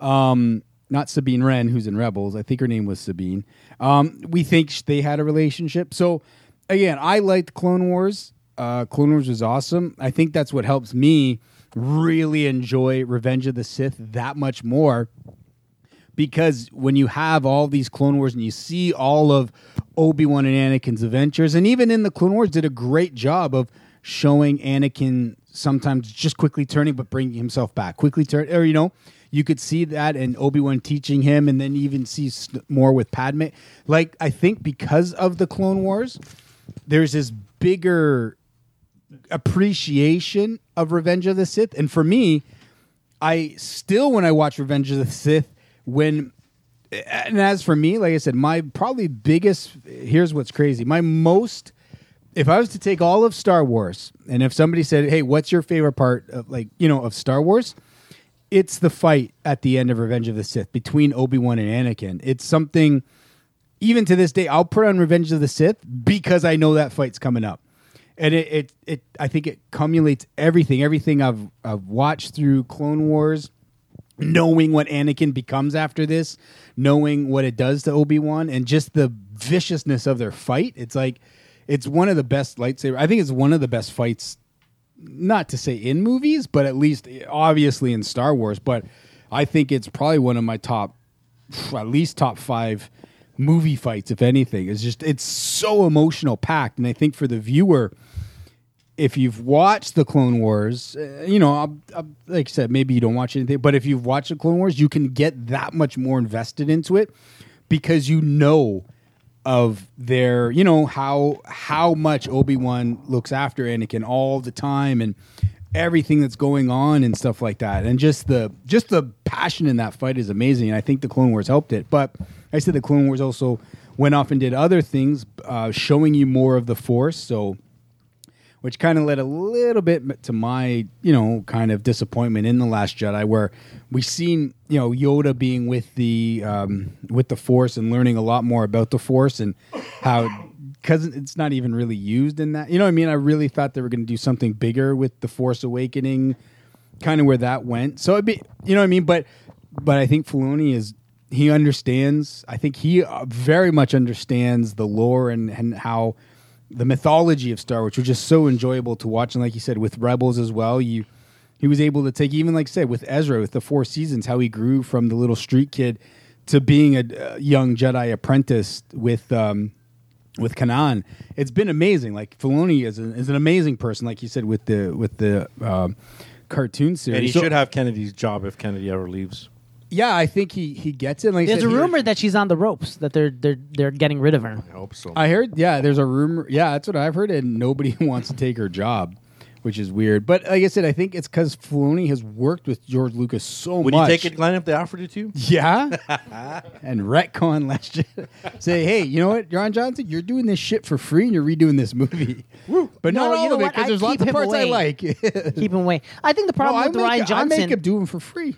[SPEAKER 5] Um, not Sabine Wren, who's in Rebels. I think her name was Sabine. Um, we think sh- they had a relationship. So again, I liked Clone Wars. uh, Clone Wars was awesome. I think that's what helps me really enjoy Revenge of the Sith that much more because when you have all these Clone Wars and you see all of Obi Wan and Anakin's adventures, and even in the Clone Wars, did a great job of showing Anakin sometimes just quickly turning but bringing himself back, quickly turn, or you know, you could see that and Obi Wan teaching him, and then even see s- more with Padme. Like I think because of the Clone Wars, there's this bigger appreciation of Revenge of the Sith, and for me, I still, when I watch Revenge of the Sith, when and as for me, like I said, my probably biggest here's what's crazy. My most, if I was to take all of Star Wars, and if somebody said, "Hey, what's your favorite part of like you know of Star Wars?" It's the fight at the end of Revenge of the Sith between Obi Wan and Anakin. It's something even to this day, I'll put on Revenge of the Sith because I know that fight's coming up, and it it, it I think it cumulates everything, everything I've I've watched through Clone Wars, knowing what Anakin becomes after this, knowing what it does to Obi Wan, and just the viciousness of their fight. It's like it's one of the best lightsaber. I think it's one of the best fights not to say in movies, but at least obviously in Star Wars. But I think it's probably one of my top, at least top five movie fights, if anything. It's just, it's so emotional packed. And I think for the viewer, if you've watched the Clone Wars, uh, you know, I'll, I'll, like I said, maybe you don't watch anything, but if you've watched the Clone Wars, you can get that much more invested into it because you know of their, you know, how how much Obi Wan looks after Anakin all the time and everything that's going on and stuff like that, and just the just the passion in that fight is amazing. And I think the Clone Wars helped it, but I said the Clone Wars also went off and did other things, uh, showing you more of the Force. So which kind of led a little bit to my you know kind of disappointment in the last jedi where we seen you know yoda being with the um, with the force and learning a lot more about the force and how because it's not even really used in that you know what i mean i really thought they were going to do something bigger with the force awakening kind of where that went so it'd be you know what i mean but but i think Filoni is he understands i think he uh, very much understands the lore and and how the mythology of Star Wars, which is so enjoyable to watch. And like you said, with Rebels as well, you he was able to take even like I said with Ezra with the four seasons, how he grew from the little street kid to being a uh, young Jedi apprentice with um, with Kanan. It's been amazing. Like Filoni is an, is an amazing person, like you said with the with the um, cartoon series.
[SPEAKER 6] And he
[SPEAKER 5] So-
[SPEAKER 6] should have Kennedy's job if Kennedy ever leaves.
[SPEAKER 5] yeah, I think he he gets it. Like I
[SPEAKER 4] There's
[SPEAKER 5] said,
[SPEAKER 4] a
[SPEAKER 5] he-
[SPEAKER 4] rumor that she's on the ropes. That they're they're they're getting rid of her.
[SPEAKER 6] I hope so.
[SPEAKER 5] I heard, yeah, there's a rumor. Yeah, that's what I've heard, and nobody wants to take her job, which is weird. But like I said, I think it's because Filoni has worked with George Lucas so
[SPEAKER 6] Would
[SPEAKER 5] much.
[SPEAKER 6] you take it, Glenn, if they offered it to you?
[SPEAKER 5] Yeah. and retcon last year. Say, hey, you know what, Ron Johnson, you're doing this shit for free and you're redoing this movie. But
[SPEAKER 4] No,
[SPEAKER 5] not
[SPEAKER 4] you
[SPEAKER 5] all
[SPEAKER 4] know
[SPEAKER 5] of it,
[SPEAKER 4] what?
[SPEAKER 5] because
[SPEAKER 4] I
[SPEAKER 5] there's
[SPEAKER 4] keep
[SPEAKER 5] lots of
[SPEAKER 4] him
[SPEAKER 5] parts I
[SPEAKER 4] away.
[SPEAKER 5] like. no,
[SPEAKER 4] Keep him away. I think the problem
[SPEAKER 5] I
[SPEAKER 4] with
[SPEAKER 5] make,
[SPEAKER 4] Ryan
[SPEAKER 5] I
[SPEAKER 4] Johnson.
[SPEAKER 5] make him do them for free.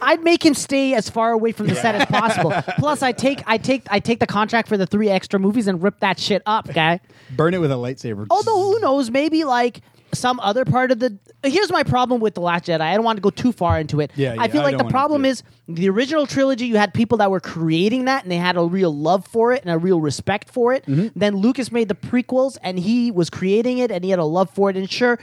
[SPEAKER 4] I'd make him stay as far away from the set as possible. Plus, I take I take I take the contract for the three extra movies and rip that shit up, guy.
[SPEAKER 5] Burn it with a lightsaber.
[SPEAKER 4] Although who knows? Maybe like some other part of the. Here's my problem with the Last Jedi. I don't want to go too far into it.
[SPEAKER 5] Yeah, yeah,
[SPEAKER 4] I feel
[SPEAKER 5] I
[SPEAKER 4] like
[SPEAKER 5] don't
[SPEAKER 4] the
[SPEAKER 5] wanna
[SPEAKER 4] problem
[SPEAKER 5] do it.
[SPEAKER 4] is the original trilogy. You had people that were creating that, and they had a real love for it and a real respect for it.
[SPEAKER 5] Mm-hmm.
[SPEAKER 4] Then Lucas made the prequels, and he was creating it, and he had a love for it. And sure,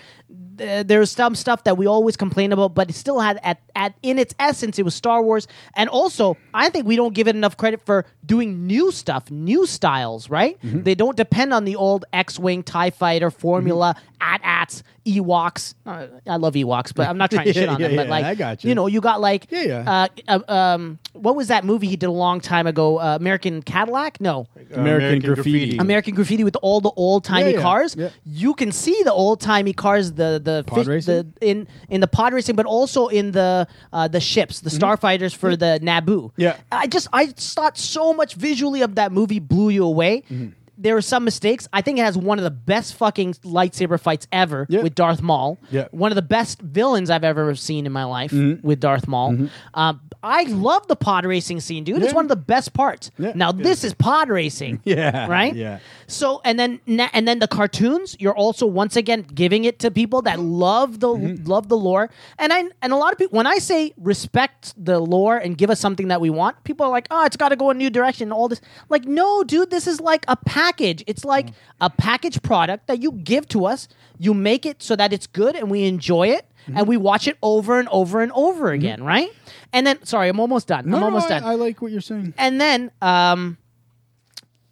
[SPEAKER 4] th- there's some stuff that we always complain about, but it still had at, at in its essence, it was Star Wars. And also, I think we don't give it enough credit for doing new stuff, new styles. Right?
[SPEAKER 5] Mm-hmm.
[SPEAKER 4] They don't depend on the old X-wing, Tie Fighter formula,
[SPEAKER 5] Mm-hmm.
[SPEAKER 4] at-ats, Ewoks. Uh, I love Ewoks, but I'm not trying to shit on
[SPEAKER 5] Yeah,
[SPEAKER 4] them. but
[SPEAKER 5] yeah,
[SPEAKER 4] like,
[SPEAKER 5] I got you.
[SPEAKER 4] you know, know, you got like
[SPEAKER 5] Yeah, yeah.
[SPEAKER 4] Uh, uh, um, what was that movie he did a long time ago? Uh, American Cadillac? No,
[SPEAKER 5] Uh, American,
[SPEAKER 6] American
[SPEAKER 5] graffiti.
[SPEAKER 6] Graffiti.
[SPEAKER 4] American Graffiti with all the old timey
[SPEAKER 5] Yeah, yeah,
[SPEAKER 4] cars.
[SPEAKER 5] yeah.
[SPEAKER 4] You can see the old timey cars, the the,
[SPEAKER 5] Pod
[SPEAKER 4] fish-
[SPEAKER 5] racing?
[SPEAKER 4] the in in the pod racing, but also in the uh, the ships, the starfighters for the Naboo.
[SPEAKER 5] Mm-hmm. Yeah.
[SPEAKER 4] I just I thought so much visually of that movie blew you away.
[SPEAKER 5] Mm-hmm.
[SPEAKER 4] There were some mistakes. I think it has one of the best fucking lightsaber fights ever
[SPEAKER 5] Yeah.
[SPEAKER 4] with Darth Maul.
[SPEAKER 5] Yeah. Mm-hmm.
[SPEAKER 4] One of the best villains I've ever seen in my life with Darth Maul. Um, I love the pod racing scene, dude. It's
[SPEAKER 5] Yeah.
[SPEAKER 4] one of the best parts.
[SPEAKER 5] Yeah.
[SPEAKER 4] Now this is pod racing.
[SPEAKER 5] Yeah,
[SPEAKER 4] Right?
[SPEAKER 5] yeah.
[SPEAKER 4] So and then na- and then the cartoons, you're also once again giving it to people that love the
[SPEAKER 5] Mm-hmm.
[SPEAKER 4] love the lore. And I and a lot of people when I say respect the lore and give us something that we want, people are like, "Oh, it's got to go a new direction and all this." Like, "No, dude, this is like a package. It's
[SPEAKER 5] Mm.
[SPEAKER 4] like a package product that you give to us. You make it so that it's good and we enjoy it
[SPEAKER 5] Mm-hmm.
[SPEAKER 4] and we watch it over and over and over again, right? And then, sorry, I'm almost done. I'm almost
[SPEAKER 5] I,
[SPEAKER 4] done.
[SPEAKER 5] I like what you're saying.
[SPEAKER 4] and then, um,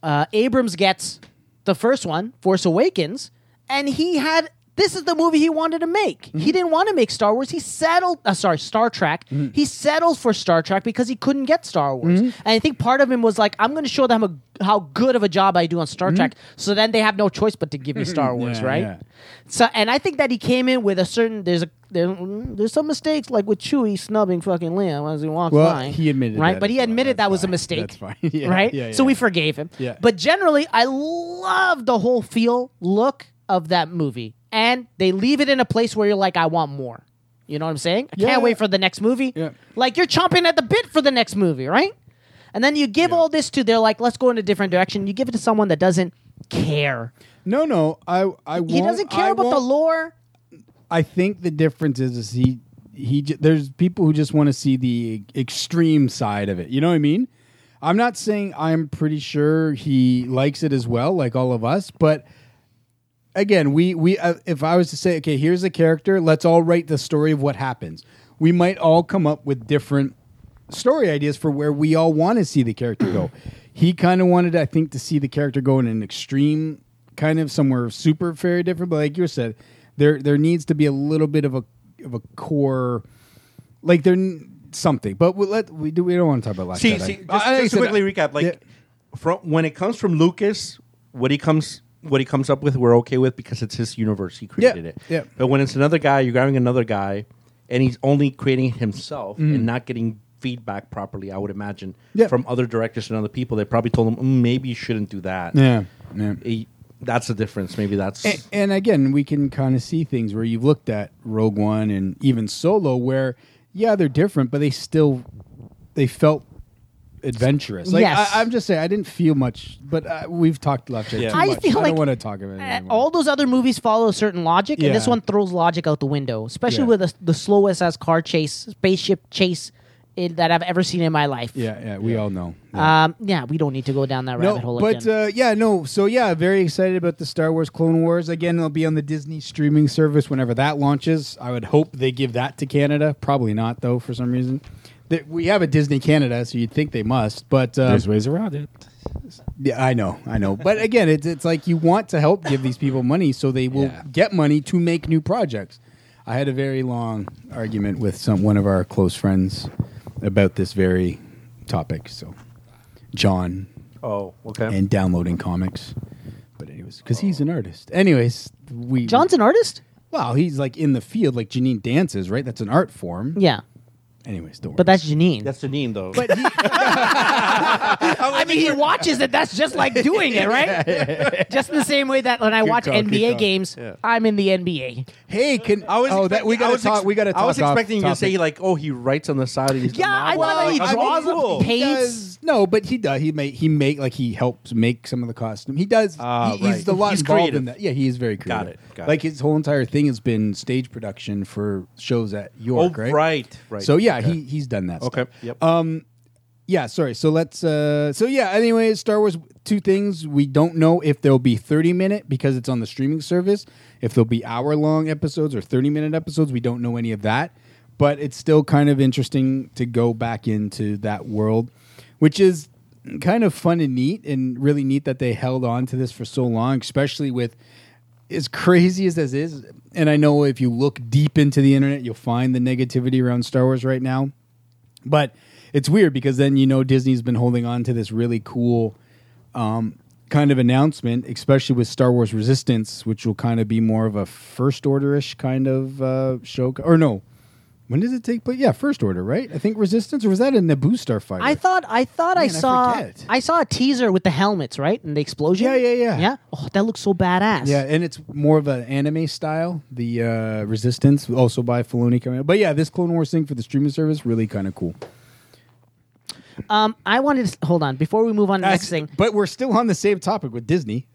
[SPEAKER 4] uh, Abrams gets the first one, Force Awakens, and he had. This is the movie he wanted to make.
[SPEAKER 5] Mhm.
[SPEAKER 4] He didn't want to make Star Wars. He settled, uh, sorry, Star Trek.
[SPEAKER 5] Mm-hmm.
[SPEAKER 4] He settled for Star Trek because he couldn't get Star Wars. And I think part of him was like, I'm going to show them a, how good of a job I do on Star Trek. So then they have no choice but to give me Star Wars,
[SPEAKER 5] Mm-hmm. Yeah,
[SPEAKER 4] right?
[SPEAKER 5] yeah.
[SPEAKER 4] So, and I think that he came in with a certain, there's a, there, mm, there's some mistakes like with Chewie snubbing fucking Leia as he walks
[SPEAKER 5] Well,
[SPEAKER 4] by.
[SPEAKER 5] he admitted
[SPEAKER 4] right,
[SPEAKER 5] that
[SPEAKER 4] but
[SPEAKER 5] as
[SPEAKER 4] he
[SPEAKER 5] well.
[SPEAKER 4] admitted that was
[SPEAKER 5] That's
[SPEAKER 4] a
[SPEAKER 5] fine.
[SPEAKER 4] mistake.
[SPEAKER 5] That's fine. Yeah,
[SPEAKER 4] right,
[SPEAKER 5] yeah,
[SPEAKER 4] so we
[SPEAKER 5] yeah.
[SPEAKER 4] forgave him.
[SPEAKER 5] Yeah.
[SPEAKER 4] But generally, I love the whole feel, look of that movie. And they leave it in a place where you're like, I want more. You know what I'm saying? I
[SPEAKER 5] Yeah.
[SPEAKER 4] can't wait for the next movie.
[SPEAKER 5] Yeah.
[SPEAKER 4] Like you're chomping at the bit for the next movie, right? And then you give all this to, they're like, let's go in a different direction. You give it to someone that doesn't care.
[SPEAKER 5] No, no, I, I won't.
[SPEAKER 4] He doesn't care
[SPEAKER 5] I
[SPEAKER 4] about the
[SPEAKER 5] won't-
[SPEAKER 4] lore.
[SPEAKER 5] I think the difference is, is he he j- there's people who just want to see the extreme side of it. You know what I mean? I'm not saying I'm pretty sure he likes it as well, like all of us, but again, we we uh, if I was to say, okay, here's a character, let's all write the story of what happens. We might all come up with different story ideas for where we all want to see the character go. he kind of wanted, I think, to see the character go in an extreme kind of somewhere super very different. But like you said, there there needs to be a little bit of a of a core, like there n- something. But we let we do we don't want to talk about last
[SPEAKER 6] See,
[SPEAKER 5] Jedi.
[SPEAKER 6] see, just,
[SPEAKER 5] I- I
[SPEAKER 6] just to
[SPEAKER 5] said-
[SPEAKER 6] quickly recap, like
[SPEAKER 5] Yeah.
[SPEAKER 6] from when it comes from Lucas, what he comes what he comes up with, we're okay with because it's his universe. He created it.
[SPEAKER 5] yeah.
[SPEAKER 6] But when it's another guy, you're grabbing another guy, and he's only creating himself and not getting feedback properly. I would imagine
[SPEAKER 5] Mm. Yeah.
[SPEAKER 6] from other directors and other people, they probably told him "Mm, maybe you shouldn't do that.
[SPEAKER 5] yeah, yeah.
[SPEAKER 6] He- that's the difference. Maybe that's
[SPEAKER 5] and, and again, we can kind of see things where you've looked at Rogue One and even Solo, where yeah, they're different, but they still they felt adventurous. Like
[SPEAKER 4] Yes.
[SPEAKER 5] I, I'm just saying, I didn't feel much, but uh, we've talked left it. Too
[SPEAKER 4] I
[SPEAKER 5] much.
[SPEAKER 4] feel
[SPEAKER 5] I
[SPEAKER 4] like
[SPEAKER 5] don't want to talk about it
[SPEAKER 4] Uh,
[SPEAKER 5] anymore.
[SPEAKER 4] all those other movies follow a certain logic, and this
[SPEAKER 5] Yeah.
[SPEAKER 4] one throws logic out the window, especially
[SPEAKER 5] Yeah.
[SPEAKER 4] with the, the slowest as car chase, spaceship chase in, that I've ever seen in my life.
[SPEAKER 5] yeah, yeah, we all know. Yeah.
[SPEAKER 4] Um, yeah, we don't need to go down that rabbit hole
[SPEAKER 5] no, but
[SPEAKER 4] again.
[SPEAKER 5] uh, yeah, no. So yeah, very excited about the Star Wars Clone Wars. Again, it'll be on the Disney streaming service whenever that launches. I would hope they give that to Canada. Probably not though, for some reason. That- We have a Disney Canada, so you'd think they must. But um,
[SPEAKER 10] There's ways around it.
[SPEAKER 5] yeah, I know, I know. But again, it's it's like you want to help give these people money so they will
[SPEAKER 10] Yeah.
[SPEAKER 5] get money to make new projects. I had a very long argument with some one of our close friends about this very topic. So, John
[SPEAKER 6] oh okay.
[SPEAKER 5] and downloading comics. But anyways, because he's an artist. Anyways, we
[SPEAKER 4] John's an artist?
[SPEAKER 5] Well, he's like in the field, like Janine dances, right? That's an art form.
[SPEAKER 4] Yeah,
[SPEAKER 5] Anyways, don't worry.
[SPEAKER 4] but that's Janine.
[SPEAKER 6] that's the name though.
[SPEAKER 4] I mean, he watches it. That's just like doing it, right? Just in the same way that when I watch
[SPEAKER 5] call, good
[SPEAKER 4] NBA
[SPEAKER 5] call.
[SPEAKER 4] games, I'm in the NBA.
[SPEAKER 5] hey, can I was oh that we
[SPEAKER 6] expecting- I
[SPEAKER 5] gotta
[SPEAKER 6] was
[SPEAKER 5] talk?
[SPEAKER 6] ex-
[SPEAKER 5] we gotta talk.
[SPEAKER 6] I was
[SPEAKER 5] off
[SPEAKER 6] expecting you to
[SPEAKER 5] topic.
[SPEAKER 6] say like, oh, he writes on the side. Of his
[SPEAKER 4] Yeah, I thought he
[SPEAKER 6] I mean,
[SPEAKER 4] draws
[SPEAKER 6] cool.
[SPEAKER 4] up paints.
[SPEAKER 5] does- no, but he does. He make he make like he helps make some of the costume. He does.
[SPEAKER 6] Ah,
[SPEAKER 5] he- He's
[SPEAKER 6] right.
[SPEAKER 5] a lot
[SPEAKER 6] He's
[SPEAKER 5] involved
[SPEAKER 6] creative.
[SPEAKER 5] in that. Yeah, he is very creative.
[SPEAKER 6] Got it, got
[SPEAKER 5] like
[SPEAKER 6] it.
[SPEAKER 5] his whole entire thing has been stage production for shows at
[SPEAKER 6] Oh
[SPEAKER 5] York, right?
[SPEAKER 6] right, right.
[SPEAKER 5] So yeah, he he's done that.
[SPEAKER 6] okay.
[SPEAKER 5] stuff.
[SPEAKER 6] Yep.
[SPEAKER 5] Yeah, sorry. So let's. uh So yeah. Anyways, Star Wars. Two things we don't know if there'll be thirty minute because it's on the streaming service. If there'll be hour long episodes or thirty minute episodes, we don't know any of that. But it's still kind of interesting to go back into that world, which is kind of fun and neat, and really neat that they held on to this for so long, especially with as crazy as this is. And I know if you look deep into the internet, you'll find the negativity around Star Wars right now. But it's weird because then you know Disney's been holding on to this really cool um, kind of announcement, especially with Star Wars Resistance, which will kind of be more of a first order ish kind of uh, show. Or no, when does it take place? Yeah, first order, right? I think Resistance, or was that a Naboo starfighter?
[SPEAKER 4] I thought I thought I
[SPEAKER 5] Man, I
[SPEAKER 4] saw I,
[SPEAKER 5] forget.
[SPEAKER 4] saw a teaser with the helmets, right? And the explosion.
[SPEAKER 5] Yeah, yeah, yeah.
[SPEAKER 4] Yeah. Oh, that looks so badass.
[SPEAKER 5] Yeah, and it's more of an anime style. The uh, Resistance, also by Filoni coming out. But yeah, this Clone Wars thing for the streaming service, really kind of cool.
[SPEAKER 4] Um, I wanted to hold on before we move on to the next thing.
[SPEAKER 5] But we're still on the same topic with Disney.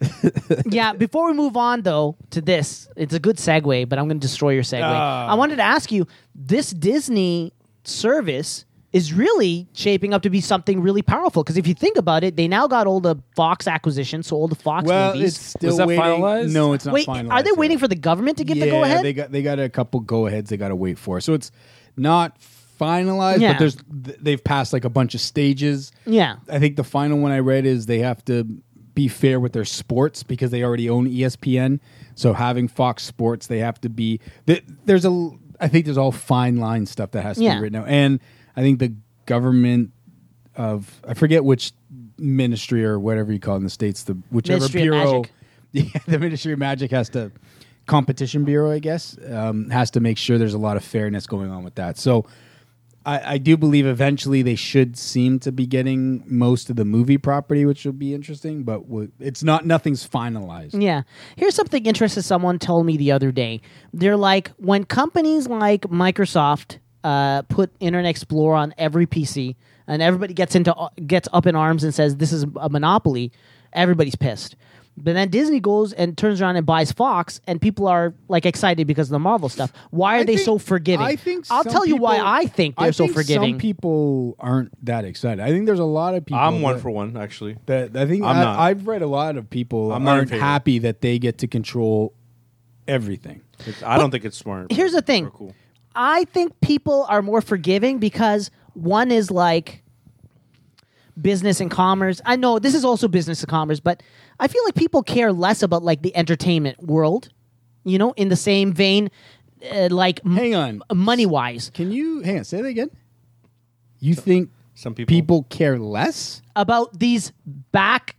[SPEAKER 4] yeah, before we move on though to this, it's a good
[SPEAKER 5] Ah.
[SPEAKER 4] segue, but I'm going to destroy your segue. I wanted to ask you this Disney service is really shaping up to be something really powerful. Because if you think about it, they now got all the Fox acquisition, so all the Fox
[SPEAKER 5] Well,
[SPEAKER 4] movies.
[SPEAKER 5] it's still
[SPEAKER 9] Was that
[SPEAKER 5] waiting.
[SPEAKER 9] finalized?
[SPEAKER 5] No, it's not
[SPEAKER 4] Wait,
[SPEAKER 5] finalized.
[SPEAKER 4] are they
[SPEAKER 5] yet.
[SPEAKER 4] waiting for the government to give
[SPEAKER 5] yeah,
[SPEAKER 4] the go ahead?
[SPEAKER 5] They got they got a couple go aheads they got to wait for. So it's not finalized,
[SPEAKER 4] Yeah.
[SPEAKER 5] but there's th- they've passed like a bunch of stages.
[SPEAKER 4] Yeah.
[SPEAKER 5] I think the final one I read is they have to be fair with their sports because they already own E ESPN. So having Fox Sports, they have to be th- there's a l- I think there's all fine line stuff that has to
[SPEAKER 4] Yeah.
[SPEAKER 5] be written out. And I think the government of I forget which ministry or whatever you call it in the states the whichever
[SPEAKER 4] Ministry of
[SPEAKER 5] bureau
[SPEAKER 4] Magic.
[SPEAKER 5] yeah, the Ministry of Magic has to competition bureau, I guess, um, has to make sure there's a lot of fairness going on with that. So I, I do believe eventually they should seem to be getting most of the movie property, which will be interesting. But w- it's not nothing's finalized.
[SPEAKER 4] Yeah. Here's something interesting someone told me the other day. They're like, when companies like Microsoft uh, put Internet Explorer on every PC and everybody gets into uh, gets up in arms and says this is a monopoly, everybody's pissed. But then Disney goes and turns around and buys Fox, and people are like excited because of the Marvel stuff. Why are
[SPEAKER 5] I
[SPEAKER 4] they
[SPEAKER 5] think-
[SPEAKER 4] so forgiving?
[SPEAKER 5] I think
[SPEAKER 4] I'll
[SPEAKER 5] some
[SPEAKER 4] tell you why
[SPEAKER 5] people-
[SPEAKER 4] I think they're
[SPEAKER 5] I
[SPEAKER 4] so
[SPEAKER 5] think Some
[SPEAKER 4] forgiving.
[SPEAKER 5] people aren't that excited. I think there's a lot of people.
[SPEAKER 6] I'm one
[SPEAKER 5] that-
[SPEAKER 6] for one, actually.
[SPEAKER 5] That I think
[SPEAKER 6] I'm
[SPEAKER 5] I,
[SPEAKER 6] not.
[SPEAKER 5] I've read a lot of people
[SPEAKER 6] I'm not in
[SPEAKER 5] aren't
[SPEAKER 6] favor.
[SPEAKER 5] happy that they get to control everything.
[SPEAKER 6] It's- I don't think it's smart.
[SPEAKER 4] here's the thing
[SPEAKER 6] Or cool.
[SPEAKER 4] i think people are more forgiving because one is like business and commerce i know this is also business and commerce but i feel like people care less about like the entertainment world you know in the same vein uh, like
[SPEAKER 5] Hang on.
[SPEAKER 6] Um,
[SPEAKER 4] money wise
[SPEAKER 5] Can you hang on? Say that again. You think
[SPEAKER 6] some people-
[SPEAKER 5] care less?
[SPEAKER 4] about these back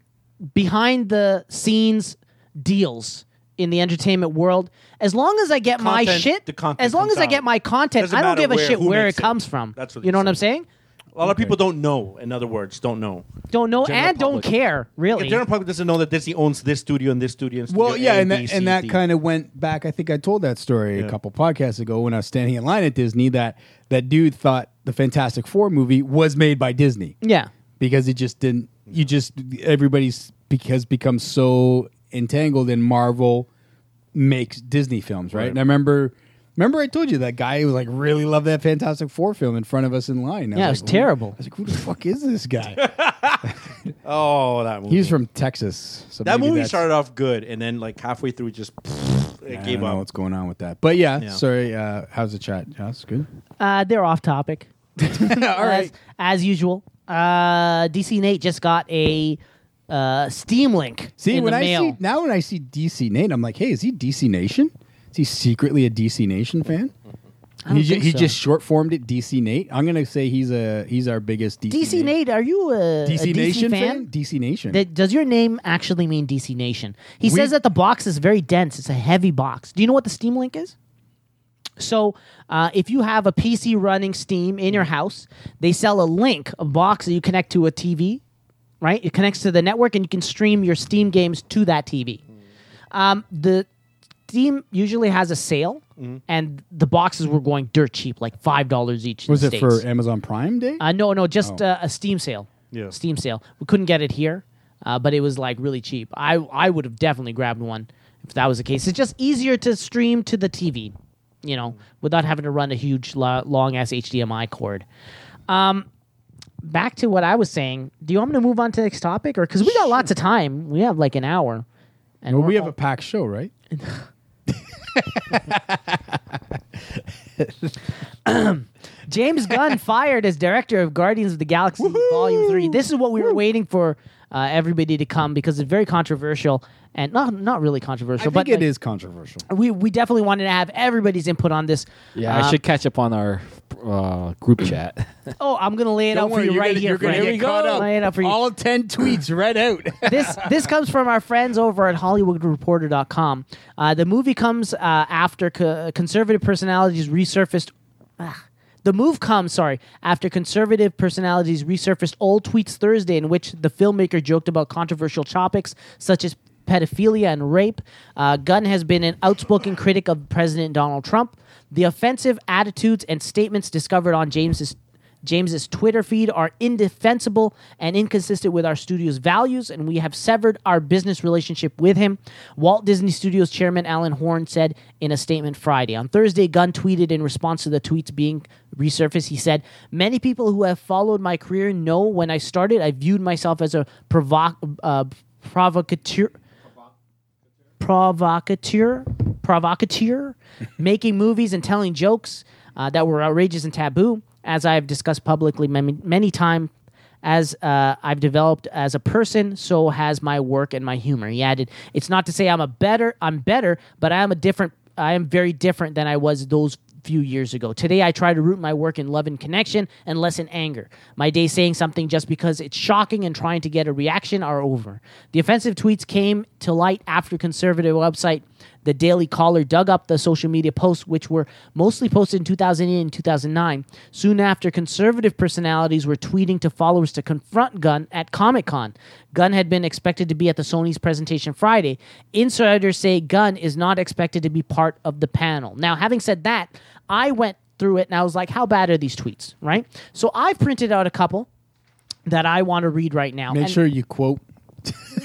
[SPEAKER 4] behind the scenes deals in the entertainment world as long as i get my
[SPEAKER 6] Content-
[SPEAKER 4] shit
[SPEAKER 6] the content
[SPEAKER 4] as long
[SPEAKER 6] comes
[SPEAKER 4] as i get
[SPEAKER 6] out.
[SPEAKER 4] my content
[SPEAKER 6] Doesn't
[SPEAKER 4] i don't
[SPEAKER 6] matter
[SPEAKER 4] give a
[SPEAKER 6] where-
[SPEAKER 4] shit
[SPEAKER 6] who
[SPEAKER 4] where it
[SPEAKER 6] makes it.
[SPEAKER 4] comes from
[SPEAKER 6] That's what
[SPEAKER 4] you
[SPEAKER 6] he
[SPEAKER 4] know what i'm
[SPEAKER 6] said.
[SPEAKER 4] saying
[SPEAKER 6] A lot of people don't know. In other words, don't know.
[SPEAKER 4] don't know
[SPEAKER 10] General
[SPEAKER 4] and don't
[SPEAKER 10] public.
[SPEAKER 4] care
[SPEAKER 6] The
[SPEAKER 4] really
[SPEAKER 6] general public doesn't know that Disney owns this studio and this studio. And studio
[SPEAKER 5] Well, yeah,
[SPEAKER 6] A,
[SPEAKER 5] and
[SPEAKER 6] B,
[SPEAKER 5] that,
[SPEAKER 6] C,
[SPEAKER 5] and that
[SPEAKER 6] D.
[SPEAKER 5] kind of went back. I think I told that story a
[SPEAKER 6] Yeah.
[SPEAKER 5] couple podcasts ago when I was standing in line at Disney. That that dude thought the Fantastic Four movie was made by Disney.
[SPEAKER 4] yeah
[SPEAKER 5] because it just didn't. You just everybody's because become so entangled in Marvel makes Disney films, right? And I remember, remember I told you that guy who like really loved that Fantastic Four film in front of us in line. I
[SPEAKER 4] Yeah, it was
[SPEAKER 5] like, who-
[SPEAKER 4] terrible.
[SPEAKER 5] I was like, who the fuck is this guy?
[SPEAKER 6] Oh, that movie.
[SPEAKER 5] He's from Texas. So
[SPEAKER 6] that
[SPEAKER 5] maybe
[SPEAKER 6] movie
[SPEAKER 5] that's-
[SPEAKER 6] started off good, and then like halfway through, just it
[SPEAKER 5] I
[SPEAKER 6] gave
[SPEAKER 5] don't know
[SPEAKER 6] up.
[SPEAKER 5] what's going on with that, but yeah.
[SPEAKER 6] Yeah.
[SPEAKER 5] Sorry. Uh, how's the chat? That's good.
[SPEAKER 4] uh, they're off topic
[SPEAKER 5] All
[SPEAKER 4] as, as usual uh, dc nate just got a uh, steam link
[SPEAKER 5] See,
[SPEAKER 4] in
[SPEAKER 5] when
[SPEAKER 4] the
[SPEAKER 5] I
[SPEAKER 4] mail
[SPEAKER 5] see now when I see DC Nate, I'm like, hey, is he DC Nation? Is he secretly a DC Nation fan?
[SPEAKER 4] don't
[SPEAKER 5] he, ju-
[SPEAKER 4] think
[SPEAKER 5] he
[SPEAKER 4] so.
[SPEAKER 5] just short formed it DC Nate. I'm gonna say he's a he's our biggest DC,
[SPEAKER 4] dc nate are you a
[SPEAKER 5] DC
[SPEAKER 4] a DC
[SPEAKER 5] Mm-hmm. Nation
[SPEAKER 4] fan,
[SPEAKER 5] DC Nation.
[SPEAKER 4] That- does your name actually mean DC Nation? He says that the box is very dense. It's a heavy box. Do you know what the Steam Link is? So, uh, if you have a PC running Steam in your house, they sell a link, a box that you connect to a TV, right? It connects to the network, and you can stream your Steam games to that TV. Um, the Steam usually has a sale,
[SPEAKER 5] Mm-hmm.
[SPEAKER 4] and the boxes were going dirt cheap, like five dollars each. in
[SPEAKER 5] was
[SPEAKER 4] the
[SPEAKER 5] it
[SPEAKER 4] States.
[SPEAKER 5] for Amazon Prime Day?
[SPEAKER 4] Uh, no, no, just uh, a Steam sale.
[SPEAKER 6] Yeah.
[SPEAKER 4] Steam sale. We couldn't get it here, uh, but it was like really cheap. I I would have definitely grabbed one if that was the case. It's just easier to stream to the TV, you know, without having to run a huge lo- long ass HDMI cord. Um, back to what I was saying. Do you want me to move on to the next topic, or because we got lots of time? We have like an hour. And
[SPEAKER 5] well,
[SPEAKER 4] we're
[SPEAKER 5] we have
[SPEAKER 4] all-
[SPEAKER 5] a packed show, right?
[SPEAKER 4] James Gunn fired as director of Guardians of the Galaxy Volume Three. This is what we were waiting for uh, everybody to come because it's very controversial and not not really
[SPEAKER 5] I
[SPEAKER 4] controversial,
[SPEAKER 5] think
[SPEAKER 4] but
[SPEAKER 5] it
[SPEAKER 4] like,
[SPEAKER 5] is controversial.
[SPEAKER 4] We we definitely wanted to have everybody's input on this.
[SPEAKER 10] Yeah,
[SPEAKER 4] Uh,
[SPEAKER 10] I should catch up on our uh, group chat.
[SPEAKER 4] Oh, I'm gonna lay it out for you right here. Frank. Lay it out for you.
[SPEAKER 5] All ten tweets read out.
[SPEAKER 4] this this comes from our friends over at HollywoodReporter.com. Uh, the movie comes uh, after co- uh, conservative personalities resurfaced. Ah. the move comes, sorry, after conservative personalities resurfaced old tweets Thursday in which the filmmaker joked about controversial topics such as pedophilia and rape. Uh, Gunn has been an outspoken critic of President Donald Trump. The offensive attitudes and statements discovered on James's James's Twitter feed are indefensible and inconsistent with our studio's values, and we have severed our business relationship with him. Walt Disney Studios chairman Alan Horn said in a statement Friday. On Thursday, Gunn tweeted in response to the tweets being resurfaced. He said, Many people who have followed my career know when I started, I viewed myself as a provo- uh, provocateur provocateur, provocateur, making movies and telling jokes uh, that were outrageous and taboo. As I've discussed publicly many, many times, as uh, I've developed as a person, so has my work and my humor. He added, "It's not to say I'm a better, I'm better, but I am a different. I am very different than I was those." few years ago. Today I try to root my work in love and connection and less in anger. My day saying something just because it's shocking and trying to get a reaction are over. The offensive tweets came to light after conservative website The Daily Caller dug up the social media posts which were mostly posted in 2008 and 2009. Soon after conservative personalities were tweeting to followers to confront Gunn at Comic-Con. Gunn had been expected to be at the Sony's presentation Friday. Insiders say Gunn is not expected to be part of the panel. Now, having said that, I went through it and I was like, how bad are these tweets, right? So I printed out a couple that I want to read right now.
[SPEAKER 5] Make
[SPEAKER 4] And-
[SPEAKER 5] sure you quote.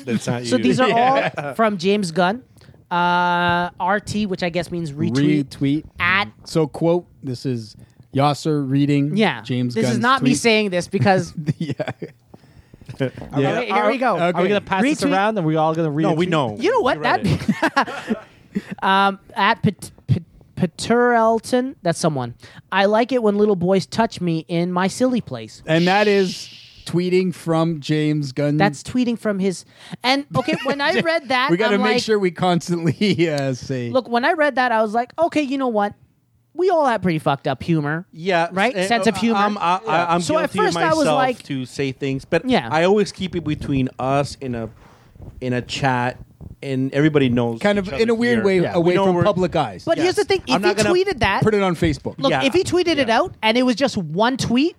[SPEAKER 6] That's not
[SPEAKER 4] so
[SPEAKER 6] you.
[SPEAKER 4] these are all from James Gunn. Uh, RT, which I guess means retweet.
[SPEAKER 5] Retweet.
[SPEAKER 4] At
[SPEAKER 5] So quote. This is Yasser reading.
[SPEAKER 4] yeah,
[SPEAKER 5] James.
[SPEAKER 4] This is
[SPEAKER 5] Gunn's
[SPEAKER 4] not me
[SPEAKER 5] tweet.
[SPEAKER 4] saying this because
[SPEAKER 5] yeah.
[SPEAKER 4] Okay, here we go.
[SPEAKER 5] Okay.
[SPEAKER 10] Are we gonna pass this
[SPEAKER 4] Retweet.
[SPEAKER 10] around and we're all gonna read?
[SPEAKER 6] no,
[SPEAKER 10] it
[SPEAKER 6] we
[SPEAKER 10] too?
[SPEAKER 6] know.
[SPEAKER 4] You know what? That um, at Pat- Pat- Paterelton, that's someone. I like it when little boys touch me in my silly place.
[SPEAKER 5] And that is tweeting from James Gunn.
[SPEAKER 4] That's tweeting from his. And okay, when I read that,
[SPEAKER 5] we got to
[SPEAKER 4] I'm
[SPEAKER 5] make
[SPEAKER 4] like,
[SPEAKER 5] sure we constantly uh, say.
[SPEAKER 4] Look, when I read that, I was like, okay, you know what? We all have pretty fucked up humor.
[SPEAKER 6] Yeah,
[SPEAKER 4] Right?
[SPEAKER 6] and, uh,
[SPEAKER 4] Sense of humor.
[SPEAKER 6] I'm, I, I, am
[SPEAKER 4] So at
[SPEAKER 6] guilty of
[SPEAKER 4] first I was
[SPEAKER 6] myself
[SPEAKER 4] like-
[SPEAKER 6] to say things, but
[SPEAKER 4] Yeah.
[SPEAKER 6] I always keep it between us in a in a chat, and everybody knows.
[SPEAKER 5] kind of
[SPEAKER 6] each
[SPEAKER 5] in a
[SPEAKER 6] other
[SPEAKER 5] weird
[SPEAKER 6] here.
[SPEAKER 5] way
[SPEAKER 6] Yeah.
[SPEAKER 5] away
[SPEAKER 6] We know
[SPEAKER 5] from
[SPEAKER 6] we're-
[SPEAKER 5] public eyes.
[SPEAKER 4] But here's
[SPEAKER 6] Yes.
[SPEAKER 4] the thing: if
[SPEAKER 6] I'm
[SPEAKER 4] he
[SPEAKER 6] not gonna
[SPEAKER 4] tweeted that,
[SPEAKER 5] put it on Facebook.
[SPEAKER 4] look,
[SPEAKER 6] Yeah.
[SPEAKER 4] if he tweeted it
[SPEAKER 6] Yeah.
[SPEAKER 4] out and it was just one tweet,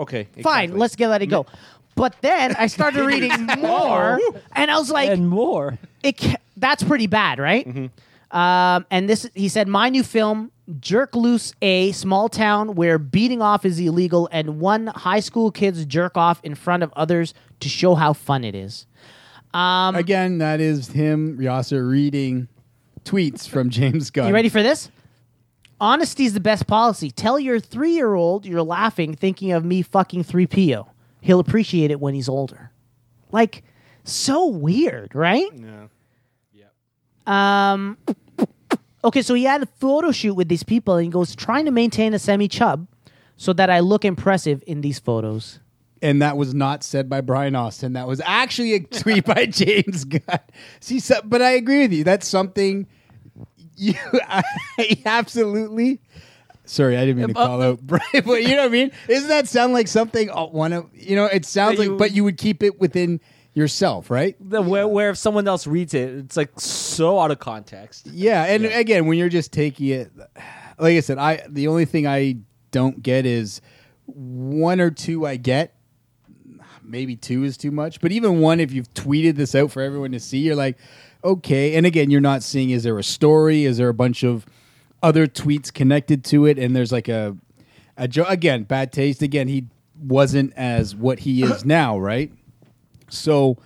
[SPEAKER 6] Okay,
[SPEAKER 4] fine,
[SPEAKER 6] exactly.
[SPEAKER 4] let's get let it go. But then I started reading more, and I was like,
[SPEAKER 10] and more.
[SPEAKER 4] it ca- that's pretty bad, right? Um, and this, he said, my new film, Jerk Loose a Small Town Where Beating Off is Illegal and One High School Kids Jerk Off in Front of Others to Show How Fun It Is. um,
[SPEAKER 5] Again, that is him, Yasser, reading tweets from James Gunn.
[SPEAKER 4] You ready for this? Honesty is the best policy. Tell your three year old you're laughing, thinking of me fucking 3PO. He'll appreciate it when he's older. Like, so weird, right? Yeah. Yeah. Um, okay, so he had a photo shoot with these people and he goes, trying to maintain a semi chub so that I look impressive in these photos.
[SPEAKER 5] and that was not said by Brian Austin. That was actually a tweet by James Gunn. See, so, but I agree with you. That's something you I, absolutely. Sorry, I didn't mean to call out Brian, but you know what I mean. Doesn't that sound like something uh, one of you know? It sounds
[SPEAKER 10] That
[SPEAKER 5] like,
[SPEAKER 10] you-
[SPEAKER 5] but you would keep it within yourself, right?
[SPEAKER 10] The, where, where if someone else reads it, it's like so out of context.
[SPEAKER 5] Yeah, and again, when you're just taking it, like I said, I the only thing I don't get is one or two I get. Maybe two is too much, but even one, if you've tweeted this out for everyone to see, you're like, okay. And again, you're not seeing is there a story? Is there a bunch of other tweets connected to it? And there's like a a joke again, bad taste. Again, he wasn't as what he is now, right? So,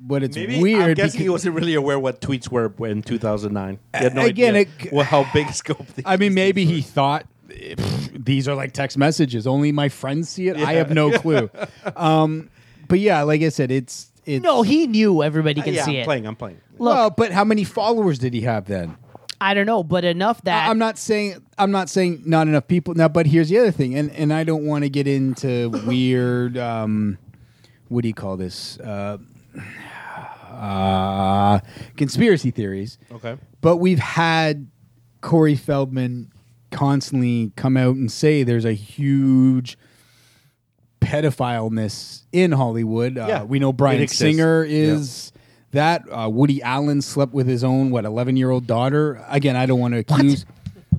[SPEAKER 5] but it's
[SPEAKER 6] Maybe
[SPEAKER 5] weird.
[SPEAKER 6] I'm guessing
[SPEAKER 5] because-
[SPEAKER 6] he wasn't really aware what tweets were in 2009. He had no
[SPEAKER 5] Again,
[SPEAKER 6] idea
[SPEAKER 5] it-
[SPEAKER 6] well, how big scope. They,
[SPEAKER 5] I mean, maybe he thought eh, pff, these are like text messages. Only my friends see it. I have no clue. um, but yeah, like I said, it's it's
[SPEAKER 4] No, he knew everybody can
[SPEAKER 6] yeah,
[SPEAKER 4] see
[SPEAKER 6] I'm
[SPEAKER 4] it.
[SPEAKER 6] playing. I'm playing.
[SPEAKER 5] well, but how many followers did he have then?
[SPEAKER 4] I don't know, but enough that.
[SPEAKER 5] I- I'm not saying I'm not saying not enough people now. But here's the other thing, and and I don't want to get into weird. Um, what do you call this? Uh, uh, conspiracy theories.
[SPEAKER 6] Okay.
[SPEAKER 5] But we've had Corey Feldman constantly come out and say there's a huge pedophileness in Hollywood. Uh,
[SPEAKER 6] Yeah.
[SPEAKER 5] We know
[SPEAKER 6] It
[SPEAKER 5] Brian
[SPEAKER 6] exists.
[SPEAKER 5] Singer
[SPEAKER 6] Yeah.
[SPEAKER 5] is that. Uh, Woody Allen slept with his own, what, 11 year old daughter? Again, I don't want to accuse.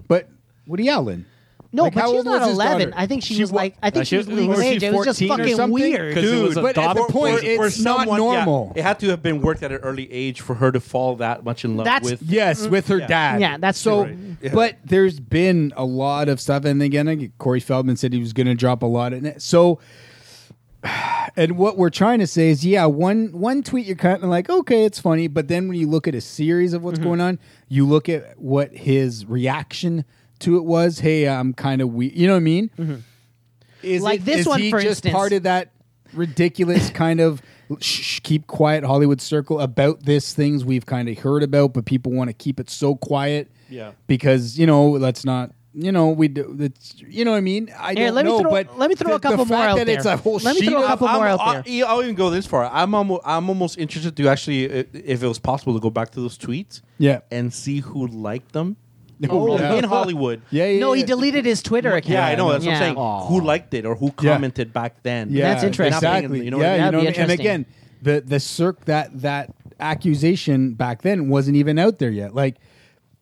[SPEAKER 5] But Woody Allen.
[SPEAKER 4] No,
[SPEAKER 5] Like,
[SPEAKER 4] but
[SPEAKER 5] how
[SPEAKER 4] she's
[SPEAKER 5] old
[SPEAKER 4] not
[SPEAKER 5] was his
[SPEAKER 4] 11.
[SPEAKER 5] daughter?
[SPEAKER 4] I think she,
[SPEAKER 9] She
[SPEAKER 4] was
[SPEAKER 9] wa-
[SPEAKER 4] like I think
[SPEAKER 9] uh,
[SPEAKER 4] she was
[SPEAKER 9] she-
[SPEAKER 4] legal
[SPEAKER 9] was she
[SPEAKER 4] age. It was just
[SPEAKER 10] 14 or
[SPEAKER 4] fucking
[SPEAKER 10] something?
[SPEAKER 4] weird.
[SPEAKER 10] 'Cause it was
[SPEAKER 5] but at the
[SPEAKER 10] adopted.
[SPEAKER 5] point,
[SPEAKER 10] For-
[SPEAKER 5] it's not
[SPEAKER 6] yeah,
[SPEAKER 5] normal.
[SPEAKER 6] it had to have been worked at an early age for her to fall that much in love
[SPEAKER 4] That's-
[SPEAKER 6] with. Mm-hmm.
[SPEAKER 5] Yes, with her dad.
[SPEAKER 4] Yeah, that's
[SPEAKER 5] so.
[SPEAKER 4] right.
[SPEAKER 6] Yeah.
[SPEAKER 5] But there's been a lot of stuff, and again, Corey Feldman said he was going to drop a lot in it. So, and what we're trying to say is, yeah, one one tweet you're kind of like, okay, it's funny, but then when you look at a series of what's
[SPEAKER 6] Mm-hmm.
[SPEAKER 5] going on, you look at what his reaction to it was. Hey, I'm kind of weak. You know what I mean?
[SPEAKER 6] Mm-hmm.
[SPEAKER 5] Is
[SPEAKER 4] Like this
[SPEAKER 5] is
[SPEAKER 4] one,
[SPEAKER 5] he
[SPEAKER 4] for
[SPEAKER 5] just
[SPEAKER 4] instance.
[SPEAKER 5] part of that ridiculous kind of shh, keep quiet Hollywood circle about this things we've kind of heard about, but people want to keep it so quiet.
[SPEAKER 6] Yeah.
[SPEAKER 5] because you know let's not. You know we. Do, it's, you know what I mean. I
[SPEAKER 4] Here,
[SPEAKER 5] don't
[SPEAKER 4] let me
[SPEAKER 5] know,
[SPEAKER 4] throw-
[SPEAKER 5] but
[SPEAKER 4] let me throw
[SPEAKER 5] the,
[SPEAKER 4] a couple
[SPEAKER 5] the
[SPEAKER 4] more
[SPEAKER 5] fact
[SPEAKER 4] out
[SPEAKER 5] that It's
[SPEAKER 4] there.
[SPEAKER 5] a whole
[SPEAKER 4] Let me
[SPEAKER 5] sheet
[SPEAKER 4] throw a
[SPEAKER 5] of-
[SPEAKER 4] couple more out there.
[SPEAKER 6] I, I'll even go this far. I'm almost, I'm almost interested to actually, i- if it was possible, to go back to those tweets.
[SPEAKER 5] Yeah.
[SPEAKER 6] and see who liked them.
[SPEAKER 5] Oh, yeah.
[SPEAKER 6] in Hollywood.
[SPEAKER 5] Yeah, yeah,
[SPEAKER 4] No, he
[SPEAKER 5] yeah.
[SPEAKER 4] deleted his Twitter account.
[SPEAKER 6] Yeah, I know. That's what
[SPEAKER 4] Yeah.
[SPEAKER 6] I'm saying. Who liked it or who
[SPEAKER 5] Yeah.
[SPEAKER 6] commented back then?
[SPEAKER 5] Yeah,
[SPEAKER 4] That's interesting.
[SPEAKER 5] Exactly.
[SPEAKER 6] You know what I
[SPEAKER 5] yeah,
[SPEAKER 6] mean?
[SPEAKER 5] you know
[SPEAKER 4] That'd be
[SPEAKER 5] what I mean? And
[SPEAKER 4] interesting.
[SPEAKER 5] again, the the circ that that accusation back then wasn't even out there yet. Like,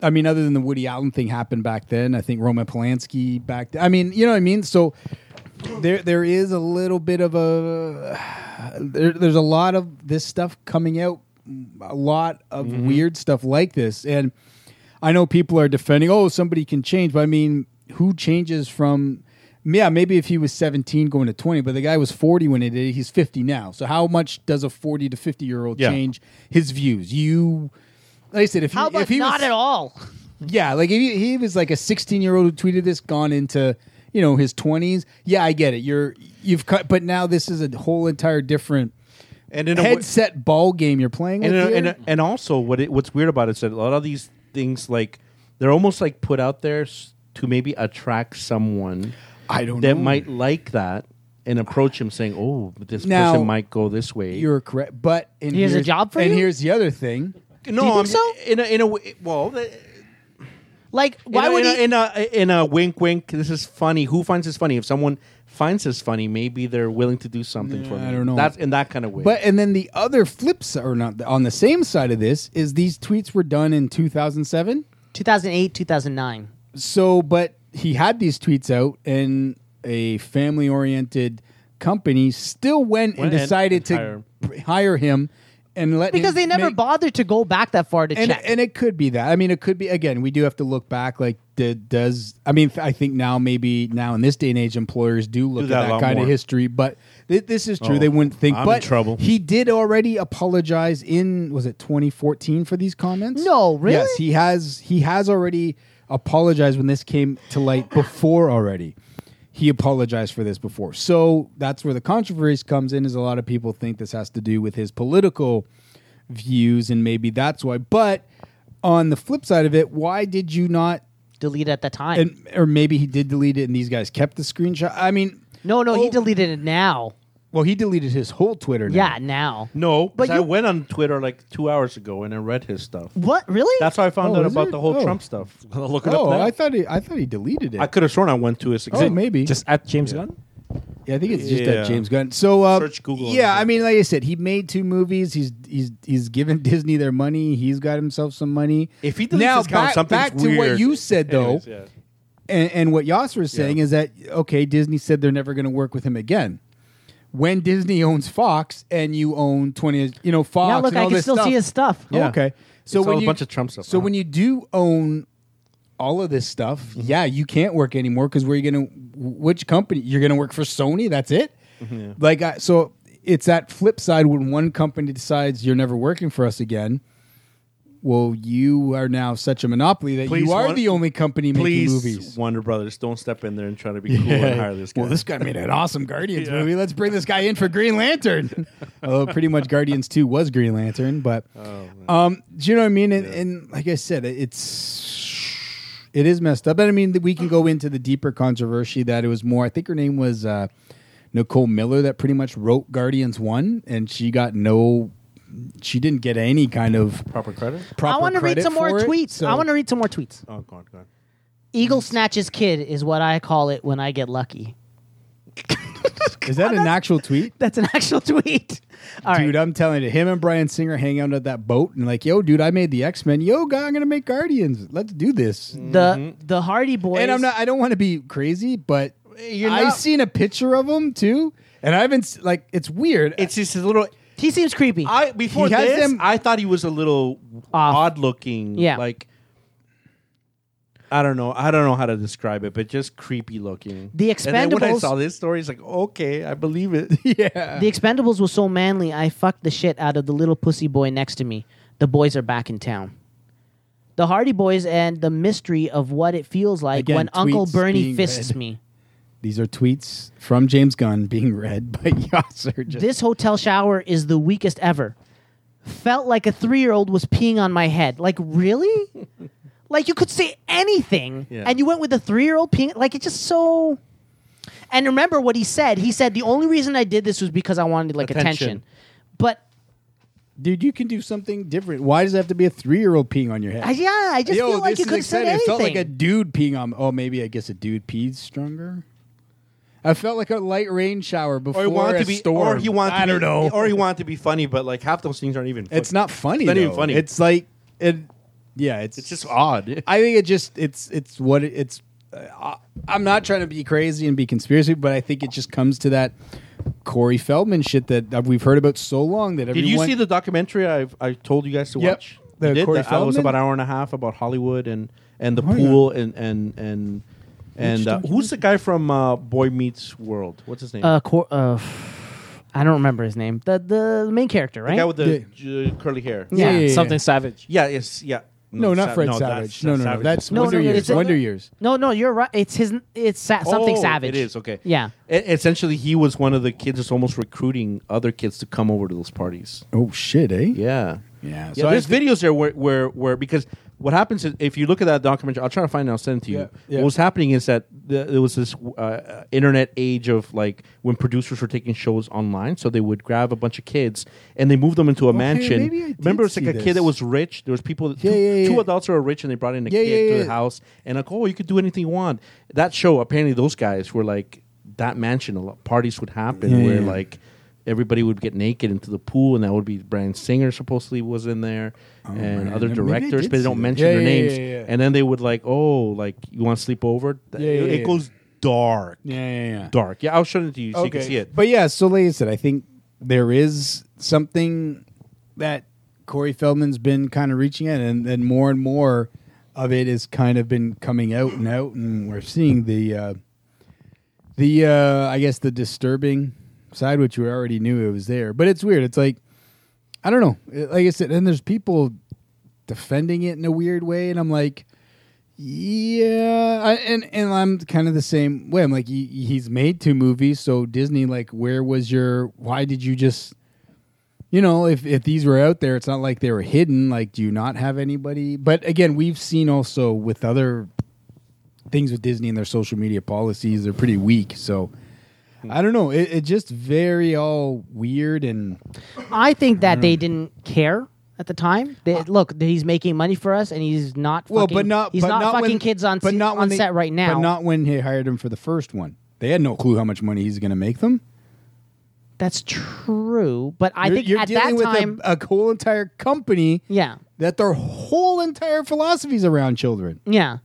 [SPEAKER 5] I mean, other than the Woody Allen thing happened back then, I think Roman Polanski back. Then, I mean, you know what I mean. So there there is a little bit of a there, there's a lot of this stuff coming out, a lot of weird stuff like this, and I know people are defending. Oh, somebody can change, but I mean, who changes from? Yeah, maybe if he was 17 going to 20, but the guy was 40 when he did. it. He's 50 now. So how much does a 40 to 50 year old
[SPEAKER 6] Yeah.
[SPEAKER 5] change his views? You, like I said, if
[SPEAKER 4] How
[SPEAKER 5] he,
[SPEAKER 4] about
[SPEAKER 5] if he
[SPEAKER 4] not
[SPEAKER 5] was,
[SPEAKER 4] at all?
[SPEAKER 5] yeah, like if he, he was like a 16 year old who tweeted this, gone into you know his 20s. Yeah, I get it. You're you've cut, but now this is a whole entire different
[SPEAKER 6] And in a way-
[SPEAKER 5] headset ball game you're playing with.
[SPEAKER 6] and
[SPEAKER 5] here.
[SPEAKER 6] and, and also what it, what's weird about it is that a lot of these things like they're almost like put out there s- to maybe attract someone
[SPEAKER 5] I don't
[SPEAKER 6] that
[SPEAKER 5] know.
[SPEAKER 6] might like that and approach him saying, "Oh, this
[SPEAKER 5] Now,
[SPEAKER 6] person might go this way."
[SPEAKER 5] you're correct, but and
[SPEAKER 4] He has a
[SPEAKER 5] here's-
[SPEAKER 4] job for
[SPEAKER 5] and
[SPEAKER 4] you?
[SPEAKER 5] here's the other thing.
[SPEAKER 6] no,
[SPEAKER 4] you think
[SPEAKER 6] I'm-
[SPEAKER 4] so?
[SPEAKER 6] In a, in a way, well, th-
[SPEAKER 4] Like,
[SPEAKER 6] in
[SPEAKER 4] why
[SPEAKER 6] a,
[SPEAKER 4] would
[SPEAKER 6] in
[SPEAKER 4] he?
[SPEAKER 6] a, in a in a wink wink? This is funny. Who finds this funny? If someone finds this funny, maybe they're willing to do something for me.
[SPEAKER 5] I don't know.
[SPEAKER 6] That's in that kind of way.
[SPEAKER 5] But and then the other flip side, or not on the same side of this, is these tweets were done in 2007.
[SPEAKER 4] 2008, 2009.
[SPEAKER 5] So, but he had these tweets out, and a family oriented company still went,
[SPEAKER 6] Went
[SPEAKER 5] and
[SPEAKER 6] and-
[SPEAKER 5] decided
[SPEAKER 6] and
[SPEAKER 5] to hire. him and let
[SPEAKER 4] Because
[SPEAKER 5] him
[SPEAKER 4] they never
[SPEAKER 5] make-
[SPEAKER 4] bothered to go back that far to
[SPEAKER 5] and,
[SPEAKER 4] check.
[SPEAKER 5] And it could be that. I mean, it could be again. We do have to look back. Like, did, does I mean? I think now maybe now in this day and age, employers do look
[SPEAKER 6] that
[SPEAKER 5] at
[SPEAKER 6] a
[SPEAKER 5] that
[SPEAKER 6] lot
[SPEAKER 5] kind
[SPEAKER 6] more. Oh,
[SPEAKER 5] of history. But thi- this is true. they wouldn't think.
[SPEAKER 6] I'm in
[SPEAKER 5] but
[SPEAKER 6] trouble.
[SPEAKER 5] He did already apologize in was it 2014 for these comments?
[SPEAKER 4] No, really?
[SPEAKER 5] Yes, he has. He has already apologized when this came to light before already. He apologized for this before. So that's where the controversy comes in is a lot of people think this has to do with his political views and maybe that's why but on the flip side of it why did you not
[SPEAKER 4] delete at the time.
[SPEAKER 5] and or maybe he did delete it and these guys kept the screenshot i mean
[SPEAKER 4] no, no, he
[SPEAKER 5] oh,
[SPEAKER 4] deleted it now.
[SPEAKER 5] well he deleted his whole twitter now.
[SPEAKER 4] Yeah, now.
[SPEAKER 6] no,
[SPEAKER 4] but
[SPEAKER 6] but I
[SPEAKER 4] you-
[SPEAKER 6] went on Twitter like two hours ago and I read his stuff.
[SPEAKER 4] What really?
[SPEAKER 6] That's how I found
[SPEAKER 5] Oh,
[SPEAKER 6] out
[SPEAKER 5] is
[SPEAKER 6] about
[SPEAKER 5] it?
[SPEAKER 6] the whole
[SPEAKER 5] Oh.
[SPEAKER 6] Trump stuff.
[SPEAKER 9] I'll look it
[SPEAKER 5] oh
[SPEAKER 9] up now.
[SPEAKER 5] i thought he i thought he deleted it
[SPEAKER 6] I could have sworn I went to his
[SPEAKER 5] oh maybe
[SPEAKER 10] Just at James Gunn.
[SPEAKER 5] yeah, i think it's just
[SPEAKER 6] Yeah.
[SPEAKER 5] that james gunn so uh
[SPEAKER 6] Search Google.
[SPEAKER 5] yeah i mean like i said he made two movies he's he's he's given disney their money he's got himself some money
[SPEAKER 6] If he deletes
[SPEAKER 5] now
[SPEAKER 6] his account,
[SPEAKER 5] back,
[SPEAKER 6] something's
[SPEAKER 5] back to what
[SPEAKER 6] weird.
[SPEAKER 5] you said though
[SPEAKER 6] Anyways, yeah.
[SPEAKER 5] and, and what Yasser is saying is that okay, Disney said they're never going to work with him again. When Disney owns Fox and you own twenty, you know Fox.
[SPEAKER 4] yeah, look,
[SPEAKER 5] and
[SPEAKER 4] I
[SPEAKER 5] all
[SPEAKER 4] can
[SPEAKER 5] this
[SPEAKER 4] still
[SPEAKER 5] stuff,
[SPEAKER 4] see his stuff.
[SPEAKER 5] Oh, okay, so
[SPEAKER 6] It's
[SPEAKER 5] when
[SPEAKER 6] all a
[SPEAKER 5] you,
[SPEAKER 6] bunch of Trump stuff,
[SPEAKER 5] So
[SPEAKER 6] huh? Mm-hmm.
[SPEAKER 5] when you do own all of this stuff, yeah, you can't work anymore because where you going to? Which company you're going to work for? Sony. That's it.
[SPEAKER 6] Mm-hmm,
[SPEAKER 5] Like I, so, it's that flip side when one company decides you're never working for us again. Well, you are now such a monopoly that
[SPEAKER 6] Please,
[SPEAKER 5] you are
[SPEAKER 6] one-
[SPEAKER 5] the only company making
[SPEAKER 6] Please,
[SPEAKER 5] movies.
[SPEAKER 6] Wonder Brothers, don't step in there and try to be cool and hire this guy.
[SPEAKER 5] Well, this guy made an awesome Guardians movie. Let's bring this guy in for Green Lantern. Although pretty much Guardians Two was Green Lantern, but
[SPEAKER 6] Oh,
[SPEAKER 5] um, do you know what I mean? And, and like I said, it- it's it is messed up. And I mean, we can go into the deeper controversy that it was more. I think her name was uh, Nicole Miller that pretty much wrote Guardians One, and she got no. She didn't get any kind of
[SPEAKER 6] proper credit.
[SPEAKER 5] proper.
[SPEAKER 4] I want to read
[SPEAKER 5] credit
[SPEAKER 4] some more
[SPEAKER 5] for it,
[SPEAKER 4] tweets.
[SPEAKER 5] so-
[SPEAKER 4] I want to read some more tweets.
[SPEAKER 6] Oh god, god.
[SPEAKER 4] Eagle snatches kid is what I call it when I get lucky.
[SPEAKER 5] Is that an actual tweet?
[SPEAKER 4] Oh, That's an actual tweet. All right.
[SPEAKER 5] Dude, I'm telling you, him and Brian Singer hang out at that boat and like, yo, dude, I made the X Men. Yo, guy, I'm gonna make Guardians. Let's do this.
[SPEAKER 4] the the Hardy Boys.
[SPEAKER 5] Mm-hmm. And I'm not. I don't want to be crazy, but I seen a picture of him too, and I haven't s- like. It's weird.
[SPEAKER 6] It's just a little.
[SPEAKER 4] He seems creepy.
[SPEAKER 6] I before
[SPEAKER 5] He has
[SPEAKER 6] this,
[SPEAKER 5] them-
[SPEAKER 6] I thought he was a little
[SPEAKER 4] Off.
[SPEAKER 6] odd looking.
[SPEAKER 4] Yeah.
[SPEAKER 6] like I don't know. I don't know how to describe it, but just creepy looking.
[SPEAKER 4] The
[SPEAKER 6] And then when I
[SPEAKER 4] Expendables-
[SPEAKER 6] saw this story, it's like okay, I believe it.
[SPEAKER 5] yeah.
[SPEAKER 4] the Expendables was so manly. I fucked the shit out of the little pussy boy next to me. The boys are back in town. The Hardy Boys and the mystery of what it feels like
[SPEAKER 5] Again,
[SPEAKER 4] when Uncle
[SPEAKER 5] tweets
[SPEAKER 4] Bernie
[SPEAKER 5] being
[SPEAKER 4] fists
[SPEAKER 5] read.
[SPEAKER 4] me.
[SPEAKER 5] These are tweets from James Gunn being read by Yasser. Just,
[SPEAKER 4] This hotel shower is the weakest ever. Felt like a three year old was peeing on my head. Like, really? like, you could say anything,
[SPEAKER 6] Yeah.
[SPEAKER 4] and you went with a three year old peeing. Like, it's just so. And remember what he said. He said, the only reason I did this was because I wanted, like, attention.
[SPEAKER 6] Attention.
[SPEAKER 4] But,
[SPEAKER 5] dude, you can do something different. Why does it have to be a three year old peeing on your head?
[SPEAKER 4] I, yeah, I just
[SPEAKER 5] Yo,
[SPEAKER 4] feel like
[SPEAKER 5] this
[SPEAKER 4] you
[SPEAKER 5] is
[SPEAKER 4] could have said
[SPEAKER 5] exciting.
[SPEAKER 4] anything.
[SPEAKER 5] It felt like a dude peeing on. Oh, maybe I guess a dude pees stronger. I felt like a light rain shower before
[SPEAKER 6] or he wanted
[SPEAKER 5] a
[SPEAKER 6] to be,
[SPEAKER 5] storm.
[SPEAKER 6] or he wanted.
[SPEAKER 5] I
[SPEAKER 6] to
[SPEAKER 5] don't
[SPEAKER 6] be,
[SPEAKER 5] know.
[SPEAKER 6] Or he wanted to be funny, but like half those things aren't even. Funny.
[SPEAKER 5] it's not funny.
[SPEAKER 6] It's not even
[SPEAKER 5] though.
[SPEAKER 6] funny.
[SPEAKER 5] It's like it. Yeah, it's
[SPEAKER 6] It's just odd.
[SPEAKER 5] I think it just it's it's what it, it's. Uh, I'm not trying to be crazy and be conspiracy, but I think it just comes to that Corey Feldman shit that uh, we've heard about so long that
[SPEAKER 6] Did
[SPEAKER 5] everyone.
[SPEAKER 6] you see the documentary I've I told you guys to
[SPEAKER 5] Yep.
[SPEAKER 6] watch?
[SPEAKER 5] The
[SPEAKER 6] You did?
[SPEAKER 5] Corey
[SPEAKER 6] That- that was
[SPEAKER 5] Feldman?
[SPEAKER 6] about an hour and a half about Hollywood and and the
[SPEAKER 5] Oh, yeah.
[SPEAKER 6] pool and and and and uh, who's the guy from uh, Boy Meets World? What's his name?
[SPEAKER 4] uh, cor- uh, I don't remember his name. The the main character, right?
[SPEAKER 6] the guy with the j- curly hair.
[SPEAKER 4] yeah.
[SPEAKER 5] something?
[SPEAKER 9] savage.
[SPEAKER 6] Yeah, yes, yeah.
[SPEAKER 5] No, not
[SPEAKER 6] Sa-
[SPEAKER 5] Fred
[SPEAKER 6] that's-
[SPEAKER 5] Savage. No, no, no.
[SPEAKER 6] Savage.
[SPEAKER 5] That's
[SPEAKER 4] No,
[SPEAKER 5] Wonder
[SPEAKER 4] no, no,
[SPEAKER 5] Years.
[SPEAKER 4] it's a-
[SPEAKER 5] Wonder Years.
[SPEAKER 4] No, no, you're right. It's his. It's sa- something
[SPEAKER 6] Oh,
[SPEAKER 4] savage.
[SPEAKER 6] It is okay.
[SPEAKER 4] Yeah.
[SPEAKER 6] E- essentially, he was one of the kids that's almost recruiting other kids to come over to those parties.
[SPEAKER 5] Oh shit, eh?
[SPEAKER 6] Yeah.
[SPEAKER 5] Yeah.
[SPEAKER 6] Yeah, there's videos there where, where where because what happens is if you look at that documentary, I'll try to find it. I'll send it to you.
[SPEAKER 5] Yeah, yeah.
[SPEAKER 6] What was happening is that the, there was this uh, uh, internet age of like when producers were taking shows online, so they would grab a bunch of kids and they moved them into a mansion.
[SPEAKER 5] maybe I did
[SPEAKER 6] Remember, it's like
[SPEAKER 5] see
[SPEAKER 6] a kid that
[SPEAKER 5] this.
[SPEAKER 6] was rich. There was people,
[SPEAKER 5] Yeah,
[SPEAKER 6] two,
[SPEAKER 5] yeah,
[SPEAKER 6] two
[SPEAKER 5] yeah.
[SPEAKER 6] adults who were rich, and they brought in a
[SPEAKER 5] Yeah,
[SPEAKER 6] kid
[SPEAKER 5] yeah,
[SPEAKER 6] to
[SPEAKER 5] yeah.
[SPEAKER 6] the house and like, oh, you could do anything you want. That show apparently those guys were like that mansion. A lot parties would happen
[SPEAKER 5] Yeah,
[SPEAKER 6] where
[SPEAKER 5] yeah.
[SPEAKER 6] like everybody would get naked into the pool, and that would be Brian Singer supposedly was in there,
[SPEAKER 5] Oh,
[SPEAKER 6] and
[SPEAKER 5] man.
[SPEAKER 6] other
[SPEAKER 5] Maybe I
[SPEAKER 6] directors,
[SPEAKER 5] did
[SPEAKER 6] but they
[SPEAKER 5] see
[SPEAKER 6] don't
[SPEAKER 5] that.
[SPEAKER 6] mention
[SPEAKER 5] Yeah,
[SPEAKER 6] their
[SPEAKER 5] yeah,
[SPEAKER 6] names.
[SPEAKER 5] yeah, yeah, yeah.
[SPEAKER 6] And then they would like, oh, like you want to sleep over? Th-
[SPEAKER 5] Yeah,
[SPEAKER 6] it,
[SPEAKER 5] yeah,
[SPEAKER 6] it
[SPEAKER 5] yeah.
[SPEAKER 6] goes dark,
[SPEAKER 5] Yeah, yeah, yeah.
[SPEAKER 6] dark. Yeah, I'll show it to you so you can see it.
[SPEAKER 5] But yeah, so like I said, I think there is something that Corey Feldman's been kind of reaching at, and then more and more of it has kind of been coming out and out, and we're seeing the uh, the uh, I guess the disturbing side, which we already knew it was there. But it's weird. It's like I don't know. It- Like I said, and there's people defending it in a weird way, and I'm like. Yeah, I, and and I'm kind of the same way. I'm like, he, he's made two movies, so Disney, like, where was your? Why did you just? You know, if if these were out there, it's not like they were hidden. Like, do you not have anybody? But again, we've seen also with other things with Disney and their social media policies, they're pretty weak. So. I don't know. It, it just very all weird and
[SPEAKER 4] I think that
[SPEAKER 5] Hmm.
[SPEAKER 4] they didn't care at the time. They, look, that he's making money for us, and he's not. Fucking,
[SPEAKER 5] Uh, well, but not.
[SPEAKER 4] He's
[SPEAKER 5] but
[SPEAKER 4] not, fucking
[SPEAKER 5] when-
[SPEAKER 4] kids on
[SPEAKER 5] but
[SPEAKER 4] se-
[SPEAKER 5] not when
[SPEAKER 4] on
[SPEAKER 5] they-
[SPEAKER 4] set right now.
[SPEAKER 5] But not when he hired him for the first one. They had no clue how much money he's going to make them.
[SPEAKER 4] That's true. But I
[SPEAKER 5] You're-
[SPEAKER 4] think
[SPEAKER 5] you're
[SPEAKER 4] at
[SPEAKER 5] dealing
[SPEAKER 4] that
[SPEAKER 5] with a-
[SPEAKER 4] time,
[SPEAKER 5] a, whole entire company
[SPEAKER 4] yeah,
[SPEAKER 5] that their whole entire philosophy is around children.
[SPEAKER 4] yeah.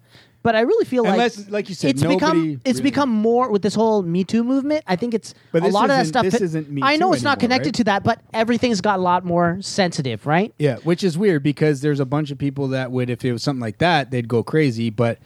[SPEAKER 4] But I really feel
[SPEAKER 5] Unless,
[SPEAKER 4] like,
[SPEAKER 5] like you said,
[SPEAKER 4] it's become
[SPEAKER 5] nobody
[SPEAKER 4] it's
[SPEAKER 5] really-
[SPEAKER 4] become more with this whole Me Too movement. I think it's
[SPEAKER 5] But
[SPEAKER 4] a
[SPEAKER 5] this
[SPEAKER 4] lot of that
[SPEAKER 5] isn't-
[SPEAKER 4] stuff.
[SPEAKER 5] this
[SPEAKER 4] fit-
[SPEAKER 5] isn't Me
[SPEAKER 4] I know
[SPEAKER 5] Too
[SPEAKER 4] it's not
[SPEAKER 5] anymore,
[SPEAKER 4] connected
[SPEAKER 5] right?
[SPEAKER 4] to that, but everything's got a lot more sensitive, right?
[SPEAKER 5] Yeah, which is weird because there's a bunch of people that would, if it was something like that, they'd go crazy. But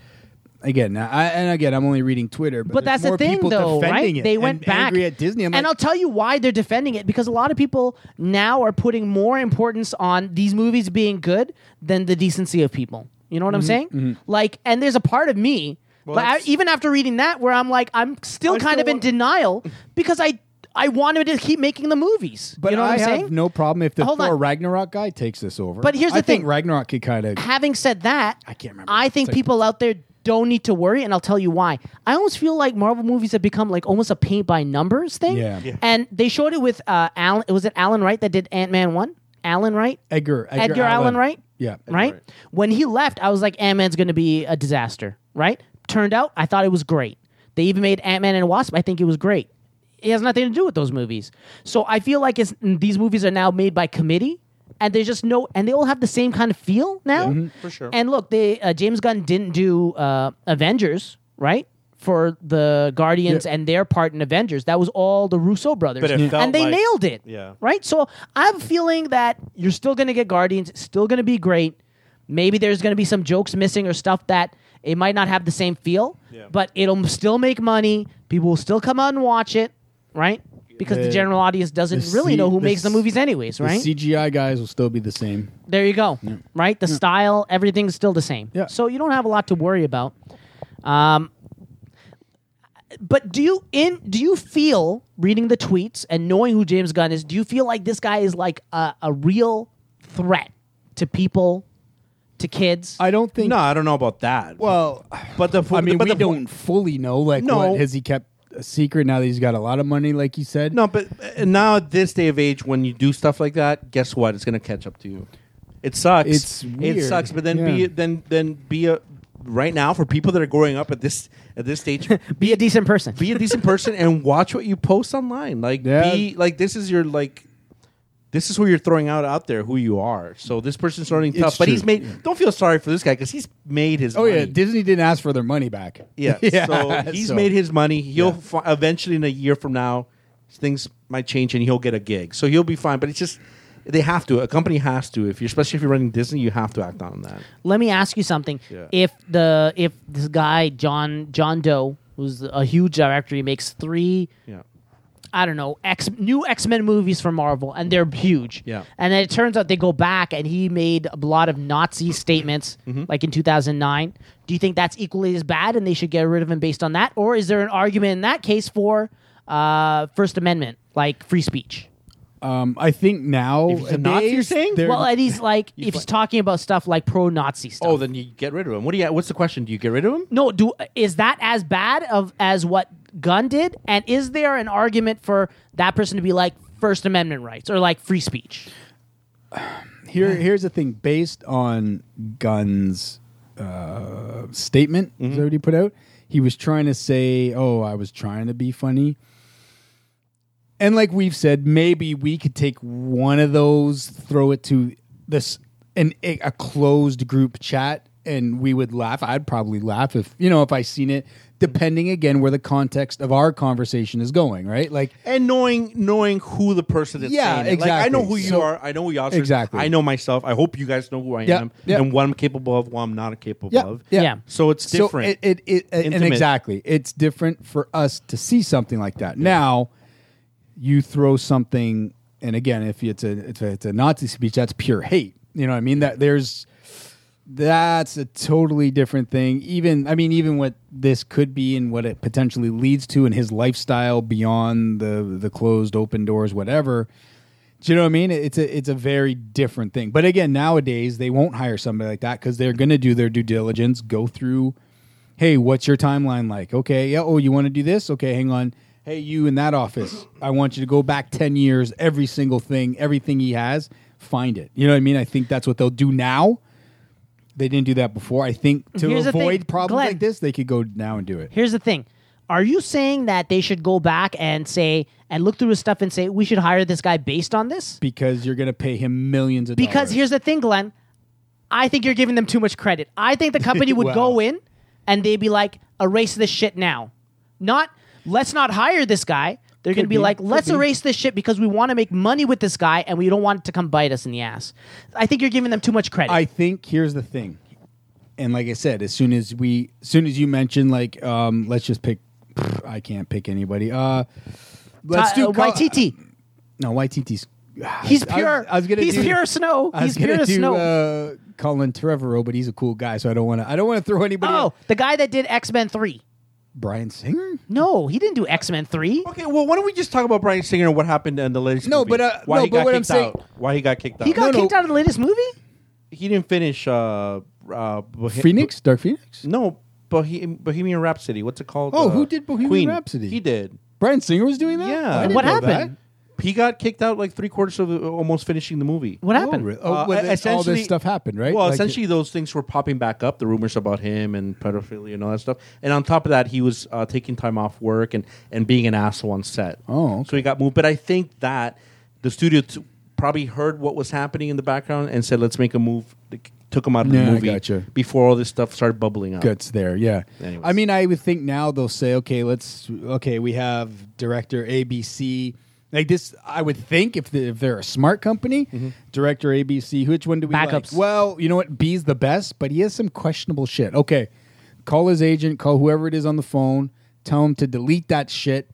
[SPEAKER 5] again, I, and again, I'm only reading Twitter. But,
[SPEAKER 4] But that's
[SPEAKER 5] there's
[SPEAKER 4] the
[SPEAKER 5] more
[SPEAKER 4] thing,
[SPEAKER 5] people
[SPEAKER 4] though,
[SPEAKER 5] defending
[SPEAKER 4] right?
[SPEAKER 5] it
[SPEAKER 4] they
[SPEAKER 5] and
[SPEAKER 4] went back
[SPEAKER 5] angry at Disney. I'm
[SPEAKER 4] and I'll
[SPEAKER 5] like,
[SPEAKER 4] tell you why they're defending it because a lot of people now are putting more importance on these movies being good than the decency of people. You know
[SPEAKER 5] Mm-hmm.
[SPEAKER 4] what I'm saying? Like, and there's a part of me, but I, even after reading that, where I'm like, I'm still kind
[SPEAKER 6] still
[SPEAKER 4] of in
[SPEAKER 6] want-
[SPEAKER 4] denial because I I wanted to keep making the movies.
[SPEAKER 5] but
[SPEAKER 4] you know
[SPEAKER 5] I
[SPEAKER 4] what I'm
[SPEAKER 5] have
[SPEAKER 4] saying?
[SPEAKER 5] no problem if the
[SPEAKER 4] Hold
[SPEAKER 5] Thor
[SPEAKER 4] on.
[SPEAKER 5] Ragnarok guy takes this over.
[SPEAKER 4] But here's
[SPEAKER 5] I
[SPEAKER 4] the
[SPEAKER 5] think
[SPEAKER 4] thing.
[SPEAKER 5] Ragnarok could kind of
[SPEAKER 4] Having said that, I
[SPEAKER 5] can't remember.
[SPEAKER 4] I think
[SPEAKER 5] It's like-
[SPEAKER 4] people out there don't need to worry, and I'll tell you why. I almost feel like Marvel movies have become like almost a paint by numbers thing.
[SPEAKER 5] Yeah. Yeah.
[SPEAKER 4] And they showed it with uh, Alan. Was it Alan Wright that did Ant Man one? Alan Wright,
[SPEAKER 5] Edgar Edgar,
[SPEAKER 4] Edgar Allan Wright.
[SPEAKER 5] Yeah,
[SPEAKER 4] right. When he left, I was like, Ant Man's going to be a disaster. Right. Turned out, I thought it was great. They even made Ant Man and Wasp. I think it was great. it has nothing to do with those movies. So I feel like it's, these movies are now made by committee, and there's just no, and they all have the same kind of feel now.
[SPEAKER 6] mm-hmm. for sure.
[SPEAKER 4] And look, they uh, James Gunn didn't do uh, Avengers, right? For the Guardians and their part in Avengers, that was all the Russo brothers,
[SPEAKER 6] But it Yeah. felt
[SPEAKER 4] and they
[SPEAKER 6] like-
[SPEAKER 4] nailed it.
[SPEAKER 6] Yeah.
[SPEAKER 4] right. So I'm feeling that you're still going to get Guardians, it's still going to be great. Maybe there's going to be some jokes missing or stuff that it might not have the same feel,
[SPEAKER 6] Yeah.
[SPEAKER 4] but it'll still make money. People will still come out and watch it, right? Because the
[SPEAKER 5] The-
[SPEAKER 4] general audience doesn't
[SPEAKER 5] the
[SPEAKER 4] really
[SPEAKER 5] C-
[SPEAKER 4] know who
[SPEAKER 5] the
[SPEAKER 4] makes the
[SPEAKER 5] C-
[SPEAKER 4] movies, anyways, right?
[SPEAKER 5] The CGI guys will still be the same.
[SPEAKER 4] There you go. Right? The style, everything's still the same.
[SPEAKER 5] Yeah.
[SPEAKER 4] So you don't have a lot to worry about. Um, but do you in do you feel reading the tweets and knowing who James Gunn is, do you feel like this guy is like a, a real threat to people, to kids?
[SPEAKER 5] I don't think.
[SPEAKER 6] No, I don't know about that.
[SPEAKER 5] Well,
[SPEAKER 6] but the
[SPEAKER 5] I mean,
[SPEAKER 6] but
[SPEAKER 5] we
[SPEAKER 6] the,
[SPEAKER 5] don't fully know. Like,
[SPEAKER 6] No.
[SPEAKER 5] what has he kept a secret now that he's got a lot of money? Like you said,
[SPEAKER 6] No, but uh, now at this day of age, when you do stuff like that, guess what? It's gonna catch up to you. It sucks.
[SPEAKER 5] It's
[SPEAKER 6] it
[SPEAKER 5] weird.
[SPEAKER 6] sucks. But then be
[SPEAKER 5] Yeah.
[SPEAKER 6] then then be a right now for people that are growing up at this at this stage.
[SPEAKER 4] be a decent person.
[SPEAKER 6] be a decent person and watch what you post online. Like
[SPEAKER 5] Yeah.
[SPEAKER 6] be like this is your like this is who you're throwing out out there who you are. So this person's running
[SPEAKER 5] It's
[SPEAKER 6] tough, but
[SPEAKER 5] true.
[SPEAKER 6] he's made. Don't feel sorry for this guy because he's made his.
[SPEAKER 5] Oh yeah,
[SPEAKER 6] money.
[SPEAKER 5] Disney didn't ask for their money back.
[SPEAKER 6] Yeah. So he's made his money. He'll fi- eventually in a year from now, things might change and he'll get a gig. So he'll be fine. But it's just they have to. A company has to. If you especially if you're running Disney, you have to act on that.
[SPEAKER 4] Let me ask you something.
[SPEAKER 6] Yeah.
[SPEAKER 4] If the if this guy, John John Doe, who's a huge director, he makes three
[SPEAKER 6] Yeah.
[SPEAKER 4] I don't know, X new X Men movies from Marvel, and they're huge.
[SPEAKER 6] Yeah.
[SPEAKER 4] And then it turns out they go back, and he made a lot of Nazi statements, like in 2009. Do you think that's equally as bad, and they should get rid of him based on that, or is there an argument in that case for uh, First Amendment, like free speech?
[SPEAKER 5] Um, I think now
[SPEAKER 6] If he's a Nazi, you're saying?
[SPEAKER 4] Well, and he's like, if he's talking about stuff like pro-Nazi stuff.
[SPEAKER 6] Oh, then you get rid of him. What do you? What's the question? Do you get rid of him?
[SPEAKER 4] No, do is that as bad of as what Gunn did? And is there an argument for that person to be like First Amendment rights or like free speech?
[SPEAKER 5] here here's the thing based on gunn's uh, statement is that what he put out he was trying to say oh i was trying to be funny and like we've said maybe we could take one of those throw it to this an a a closed group chat and we would laugh i'd probably laugh if you know if i seen it depending again where the context of our conversation is going right like
[SPEAKER 6] and knowing knowing who the person that's
[SPEAKER 5] Yeah,
[SPEAKER 6] saying it. Like, I know who
[SPEAKER 5] exactly.
[SPEAKER 6] you
[SPEAKER 5] So-
[SPEAKER 6] are. I know who you are.
[SPEAKER 5] Exactly.
[SPEAKER 6] I know myself. I hope you guys know who I
[SPEAKER 5] Yeah,
[SPEAKER 6] am
[SPEAKER 5] yeah.
[SPEAKER 6] and what I'm capable of, what I'm not capable
[SPEAKER 5] Yeah,
[SPEAKER 6] of.
[SPEAKER 5] yeah.
[SPEAKER 4] Yeah.
[SPEAKER 6] So it's different.
[SPEAKER 5] So it, it, it and
[SPEAKER 6] Intimate.
[SPEAKER 5] exactly, it's different for us to see something like that. Now, you throw something, and again, if it's a if it's a Nazi speech, that's pure hate. You know what I mean? That there's that's a totally different thing. Even I mean, even what this could be and what it potentially leads to in his lifestyle beyond the the closed open doors, whatever. Do you know what I mean? It's a it's a very different thing. But again, nowadays they won't hire somebody like that because they're going to do their due diligence, go through, hey, what's your timeline like? Okay, yeah, oh, you want to do this? Okay, hang on. Hey, you in that office, I want you to go back ten years, every single thing, everything he has, find it. You know what I mean? I think that's what they'll do now. They didn't do that before. I think to
[SPEAKER 4] Here's the thing,
[SPEAKER 5] avoid problems
[SPEAKER 4] Glenn.
[SPEAKER 5] like this, they could go now and do it.
[SPEAKER 4] Here's the thing. Are you saying that they should go back and say and look through his stuff and say we should hire this guy based on this?
[SPEAKER 5] Because you're gonna pay him millions of
[SPEAKER 4] Because
[SPEAKER 5] dollars.
[SPEAKER 4] here's the thing, Glenn. I think you're giving them too much credit. I think the company would go
[SPEAKER 5] Wow.
[SPEAKER 4] in and they'd be like, erase this shit now. Not let's not hire this guy. They're going to be,
[SPEAKER 5] be,
[SPEAKER 4] like,
[SPEAKER 5] could
[SPEAKER 4] let's
[SPEAKER 5] be.
[SPEAKER 4] erase this shit because we want to make money with this guy and we don't want it to come bite us in the ass. I think you're giving them too much credit. Uh,
[SPEAKER 5] I think here's the thing, and like I said, as soon as we, as soon as you mentioned, like, um, let's just pick. pff, I can't pick anybody. Uh, let's
[SPEAKER 4] Uh,
[SPEAKER 5] do Col-
[SPEAKER 4] YTT.
[SPEAKER 5] No,
[SPEAKER 4] He's
[SPEAKER 5] YTT's. ah, I was-
[SPEAKER 4] pure.
[SPEAKER 5] I was gonna
[SPEAKER 4] He's
[SPEAKER 5] do-
[SPEAKER 4] pure snow.
[SPEAKER 5] I was
[SPEAKER 4] He's pure
[SPEAKER 5] gonna do
[SPEAKER 4] snow.
[SPEAKER 5] uh, Colin Trevorrow, but he's a cool guy, so I don't want to. I don't want to throw anybody.
[SPEAKER 4] oh,
[SPEAKER 5] out.
[SPEAKER 4] the guy that did X Men Three.
[SPEAKER 5] Brian Singer.
[SPEAKER 4] No, he didn't do X Men Three.
[SPEAKER 6] okay, well, why don't we just talk about Brian Singer and what happened in the latest?
[SPEAKER 5] No,
[SPEAKER 6] movie?
[SPEAKER 5] but, uh,
[SPEAKER 6] why
[SPEAKER 5] no,
[SPEAKER 6] he
[SPEAKER 5] but
[SPEAKER 6] got
[SPEAKER 5] what I'm
[SPEAKER 6] kicked
[SPEAKER 5] saying-
[SPEAKER 6] out? Why he got kicked out?
[SPEAKER 4] He got
[SPEAKER 5] No, no.
[SPEAKER 4] kicked out of the latest movie.
[SPEAKER 6] he didn't finish. Uh, uh, Bohe-
[SPEAKER 5] Phoenix, Dark Phoenix.
[SPEAKER 6] No, Bohem- Bohemian Rhapsody. What's it called?
[SPEAKER 5] Oh,
[SPEAKER 6] Uh,
[SPEAKER 5] who did Bohemian
[SPEAKER 6] Queen.
[SPEAKER 5] Rhapsody?
[SPEAKER 6] He did.
[SPEAKER 5] Brian Singer was doing that.
[SPEAKER 6] Yeah.
[SPEAKER 5] I didn't
[SPEAKER 4] What
[SPEAKER 5] know
[SPEAKER 4] happened?
[SPEAKER 5] that.
[SPEAKER 6] he got kicked out like three quarters of the, almost finishing the movie.
[SPEAKER 4] What happened?
[SPEAKER 5] really? Oh, well,
[SPEAKER 6] Uh,
[SPEAKER 5] then all
[SPEAKER 6] essentially-
[SPEAKER 5] this stuff happened, right?
[SPEAKER 6] Well,
[SPEAKER 5] Like,
[SPEAKER 6] essentially, those things were popping back up the rumors about him and pedophilia and all that stuff. And on top of that, he was uh, taking time off work and, and being an asshole on set.
[SPEAKER 5] Oh,
[SPEAKER 6] So he got moved. But I think that the studio t- probably heard what was happening in the background and said, let's make a move. They k- took him out of
[SPEAKER 5] Yeah, I
[SPEAKER 6] the movie
[SPEAKER 5] gotcha.
[SPEAKER 6] before all this stuff started bubbling up.
[SPEAKER 5] guts there. Yeah.
[SPEAKER 6] Anyways.
[SPEAKER 5] I mean, I would think now they'll say, okay, let's okay, we have director ABC. Like this, I would think if, the, if they're a smart company, director ABC, which one do we like?
[SPEAKER 4] Backups.
[SPEAKER 5] Well, you know what? B's the best, but he has some questionable shit. Okay, call his agent, call whoever it is on the phone, tell him to delete that shit.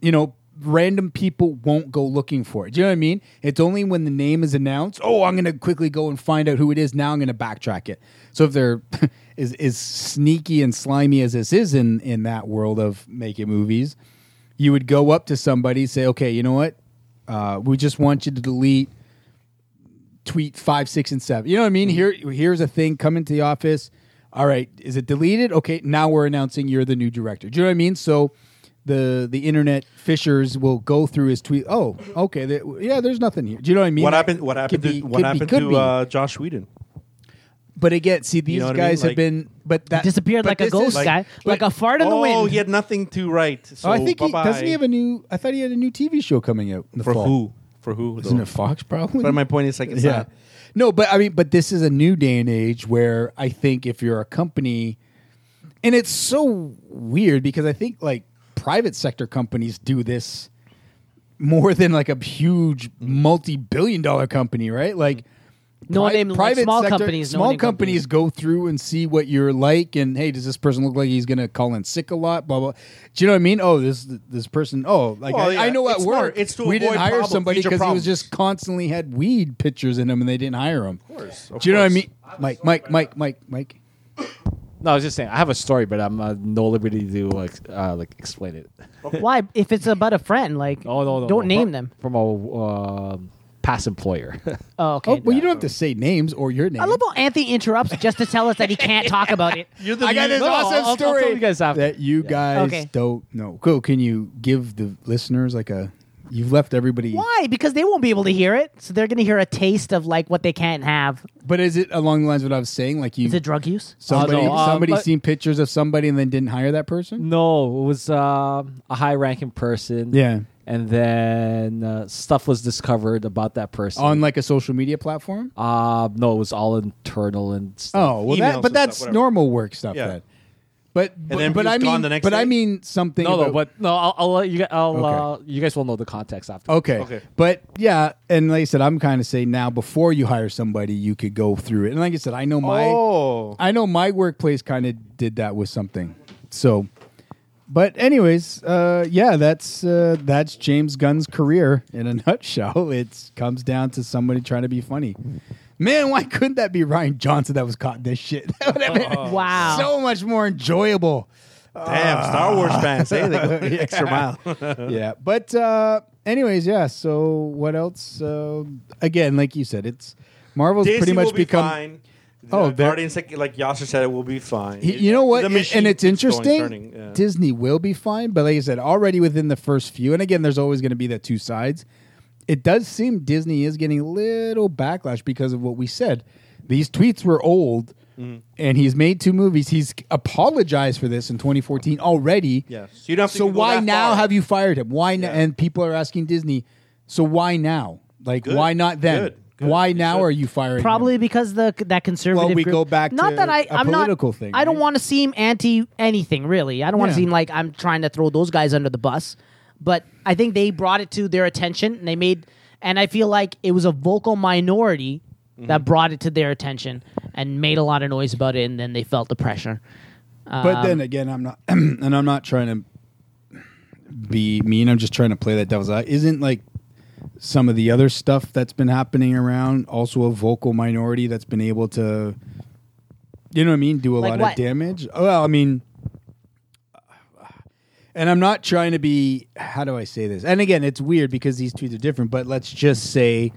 [SPEAKER 5] You know, random people won't go looking for it. Do you know what I mean? It's only when the name is announced. Oh, I'm going to quickly go and find out who it is. Now I'm going to backtrack it. So if they're as, as sneaky and slimy as this is in in that world of making movies, you would go up to somebody say, okay, you know what? Uh, we just want you to delete tweet five, six, and seven. You know what I mean? Here,
[SPEAKER 6] Mm-hmm.
[SPEAKER 5] here's a thing. Come into the office. All right, is it deleted? Okay, now we're announcing you're the new director. Do you know what I mean? So the the internet fishers will go through his tweet. Oh, okay, there- yeah. There's nothing here. Do you know what I mean?
[SPEAKER 6] What happened? What
[SPEAKER 5] Could
[SPEAKER 6] happened
[SPEAKER 5] be-
[SPEAKER 6] to
[SPEAKER 5] could
[SPEAKER 6] what
[SPEAKER 5] be-
[SPEAKER 6] happened
[SPEAKER 5] could
[SPEAKER 6] to
[SPEAKER 5] be.
[SPEAKER 6] uh, Josh Whedon?
[SPEAKER 5] but again, see these
[SPEAKER 6] know what I mean?
[SPEAKER 5] guys have
[SPEAKER 6] Like-
[SPEAKER 5] been, but that
[SPEAKER 4] disappeared
[SPEAKER 5] but
[SPEAKER 4] like a
[SPEAKER 5] this
[SPEAKER 4] ghost,
[SPEAKER 5] is-
[SPEAKER 4] guy. Like a fart in the
[SPEAKER 6] oh,
[SPEAKER 4] wind.
[SPEAKER 6] he had nothing to write. So
[SPEAKER 5] Oh, I think he,
[SPEAKER 6] bye-bye.
[SPEAKER 5] doesn't he have a new? I thought he had a new TV show coming out in the
[SPEAKER 6] for
[SPEAKER 5] fall.
[SPEAKER 6] who? For who?
[SPEAKER 5] Isn't
[SPEAKER 6] though?
[SPEAKER 5] it Fox? Probably.
[SPEAKER 6] But my point is, like, it's
[SPEAKER 5] yeah.
[SPEAKER 6] not-
[SPEAKER 5] No, but I mean, but this is a new day and age where I think if you're a company, and it's so weird because I think like private sector companies do this more than like a huge multi-billion dollar company, right? Like
[SPEAKER 4] No name- like small companies, no
[SPEAKER 5] small
[SPEAKER 4] name companies.
[SPEAKER 5] companies go through and see what you're like, and hey, does this person look like he's going to call in sick a lot? Blah blah. Do you know what I mean? Oh, this this person. Oh, like
[SPEAKER 6] Well,
[SPEAKER 5] I,
[SPEAKER 6] yeah,
[SPEAKER 5] I know at
[SPEAKER 6] it's
[SPEAKER 5] work
[SPEAKER 6] smart. It's to
[SPEAKER 5] we didn't
[SPEAKER 6] avoid
[SPEAKER 5] hire
[SPEAKER 6] problem-
[SPEAKER 5] somebody
[SPEAKER 6] future
[SPEAKER 5] because he was
[SPEAKER 6] problems.
[SPEAKER 5] just constantly had weed pictures in him and they didn't hire him. Of course.
[SPEAKER 6] of
[SPEAKER 5] Do you know what I
[SPEAKER 6] course.
[SPEAKER 5] mean? Mike, Mike, Mike, Mike, Mike.
[SPEAKER 9] No, I was just saying I have a story, but I'm uh, no liberty to like uh, like explain it.
[SPEAKER 4] Why? If it's about a friend, like
[SPEAKER 9] Oh no, no
[SPEAKER 4] don't
[SPEAKER 9] no.
[SPEAKER 4] name
[SPEAKER 9] From-
[SPEAKER 4] them.
[SPEAKER 9] from a um past employer.
[SPEAKER 4] Oh, okay.
[SPEAKER 5] Oh, well, you don't have to say names or your name.
[SPEAKER 4] I love how Anthony interrupts just to tell us that he can't talk about it.
[SPEAKER 9] You're the
[SPEAKER 5] I got this
[SPEAKER 9] No,
[SPEAKER 5] awesome
[SPEAKER 9] I'll- I'll tell
[SPEAKER 5] story
[SPEAKER 9] you guys after.
[SPEAKER 5] that you guys
[SPEAKER 4] Okay.
[SPEAKER 5] don't know. Cool. Can you give the listeners like a? You've left everybody.
[SPEAKER 4] Why? Because they won't be able to hear it, so they're going to hear a taste of like what they can't have.
[SPEAKER 5] But is it along the lines of what I was saying? Like you,
[SPEAKER 4] Is it drug use?
[SPEAKER 5] somebody,
[SPEAKER 9] Oh, no, uh,
[SPEAKER 5] somebody
[SPEAKER 9] but-
[SPEAKER 5] seen pictures of somebody and then didn't hire that person.
[SPEAKER 9] No, it was um, a high ranking person.
[SPEAKER 5] Yeah.
[SPEAKER 9] And then uh, stuff was discovered about that person.
[SPEAKER 5] On like a social media platform.
[SPEAKER 9] uh, no, it was all internal and stuff.
[SPEAKER 5] Oh well,
[SPEAKER 6] Emails
[SPEAKER 5] that,
[SPEAKER 6] and
[SPEAKER 5] but
[SPEAKER 6] stuff,
[SPEAKER 5] that's
[SPEAKER 6] whatever.
[SPEAKER 5] normal work stuff.
[SPEAKER 6] Yeah.
[SPEAKER 5] Then. But but,
[SPEAKER 6] then
[SPEAKER 5] but
[SPEAKER 6] he was
[SPEAKER 5] I mean
[SPEAKER 6] gone the next
[SPEAKER 5] but I
[SPEAKER 6] day?
[SPEAKER 5] mean something.
[SPEAKER 9] No, no,
[SPEAKER 5] about-
[SPEAKER 9] but no, I'll, I'll let you guys. I'll,
[SPEAKER 5] Okay.
[SPEAKER 9] uh, you guys will know the context after.
[SPEAKER 5] Okay.
[SPEAKER 6] Okay.
[SPEAKER 5] But yeah, and like I said, I'm kind of saying now before you hire somebody, you could go through it. And like I said, I know my
[SPEAKER 6] Oh.
[SPEAKER 5] I know my workplace kind of did that with something. So, but anyways, uh, yeah, that's uh, that's James Gunn's career in a nutshell. It comes down to somebody trying to be funny. Man, why couldn't that be Ryan Johnson that was caught in this shit? That would have been
[SPEAKER 4] Wow.
[SPEAKER 5] so much more enjoyable. Ah.
[SPEAKER 6] Damn, Star Wars fans, hey, they go the extra mile.
[SPEAKER 5] yeah but uh anyways yeah so what else uh, again like you said it's marvel's
[SPEAKER 6] Disney
[SPEAKER 5] pretty much
[SPEAKER 6] will be
[SPEAKER 5] become
[SPEAKER 6] fine.
[SPEAKER 5] Oh,
[SPEAKER 6] Oh,
[SPEAKER 5] they're-
[SPEAKER 6] Guardians, like, like Yasser said, it will be fine.
[SPEAKER 5] He- you know what
[SPEAKER 6] The
[SPEAKER 5] and,
[SPEAKER 6] machine
[SPEAKER 5] and it's
[SPEAKER 6] keeps going,
[SPEAKER 5] interesting
[SPEAKER 6] turning, yeah.
[SPEAKER 5] disney will be fine but like i said already within the first few and again there's always going to be that two sides it does seem disney is getting a little backlash because of what we said these tweets were old
[SPEAKER 6] Mm-hmm.
[SPEAKER 5] and he's made two movies he's apologized for this in 2014 already
[SPEAKER 6] Yeah. So you don't have to
[SPEAKER 5] so
[SPEAKER 6] even go
[SPEAKER 5] why
[SPEAKER 6] that
[SPEAKER 5] now
[SPEAKER 6] far.
[SPEAKER 5] have you fired him why now
[SPEAKER 6] Yeah.
[SPEAKER 5] and people are asking disney so why now like
[SPEAKER 6] Good.
[SPEAKER 5] why not then
[SPEAKER 6] Good. Good.
[SPEAKER 5] why
[SPEAKER 6] You
[SPEAKER 5] now
[SPEAKER 6] should.
[SPEAKER 5] are you firing him?
[SPEAKER 4] Probably because the that conservative.
[SPEAKER 5] Well, we
[SPEAKER 4] group-
[SPEAKER 5] go back
[SPEAKER 4] Not
[SPEAKER 5] to
[SPEAKER 4] that I,
[SPEAKER 5] a
[SPEAKER 4] I'm not.
[SPEAKER 5] political thing,
[SPEAKER 4] I don't
[SPEAKER 5] right?
[SPEAKER 4] want to seem anti anything really. I don't want
[SPEAKER 5] Yeah.
[SPEAKER 4] to seem like I'm trying to throw those guys under the bus. But I think they brought it to their attention, and they made. And I feel like it was a vocal minority
[SPEAKER 5] Mm-hmm.
[SPEAKER 4] that brought it to their attention and made a lot of noise about it, and then they felt the pressure.
[SPEAKER 5] But
[SPEAKER 4] Um,
[SPEAKER 5] then again, I'm not, and I'm not trying to be mean. I'm just trying to play that devil's eye. Isn't like some of the other stuff that's been happening around also a vocal minority that's been able to, you know what I mean, do a
[SPEAKER 4] Like
[SPEAKER 5] lot
[SPEAKER 4] what?
[SPEAKER 5] of damage. Well, I mean, and I'm not trying to be. How do I say this? And again, it's weird because these tweets are different. But let's just say,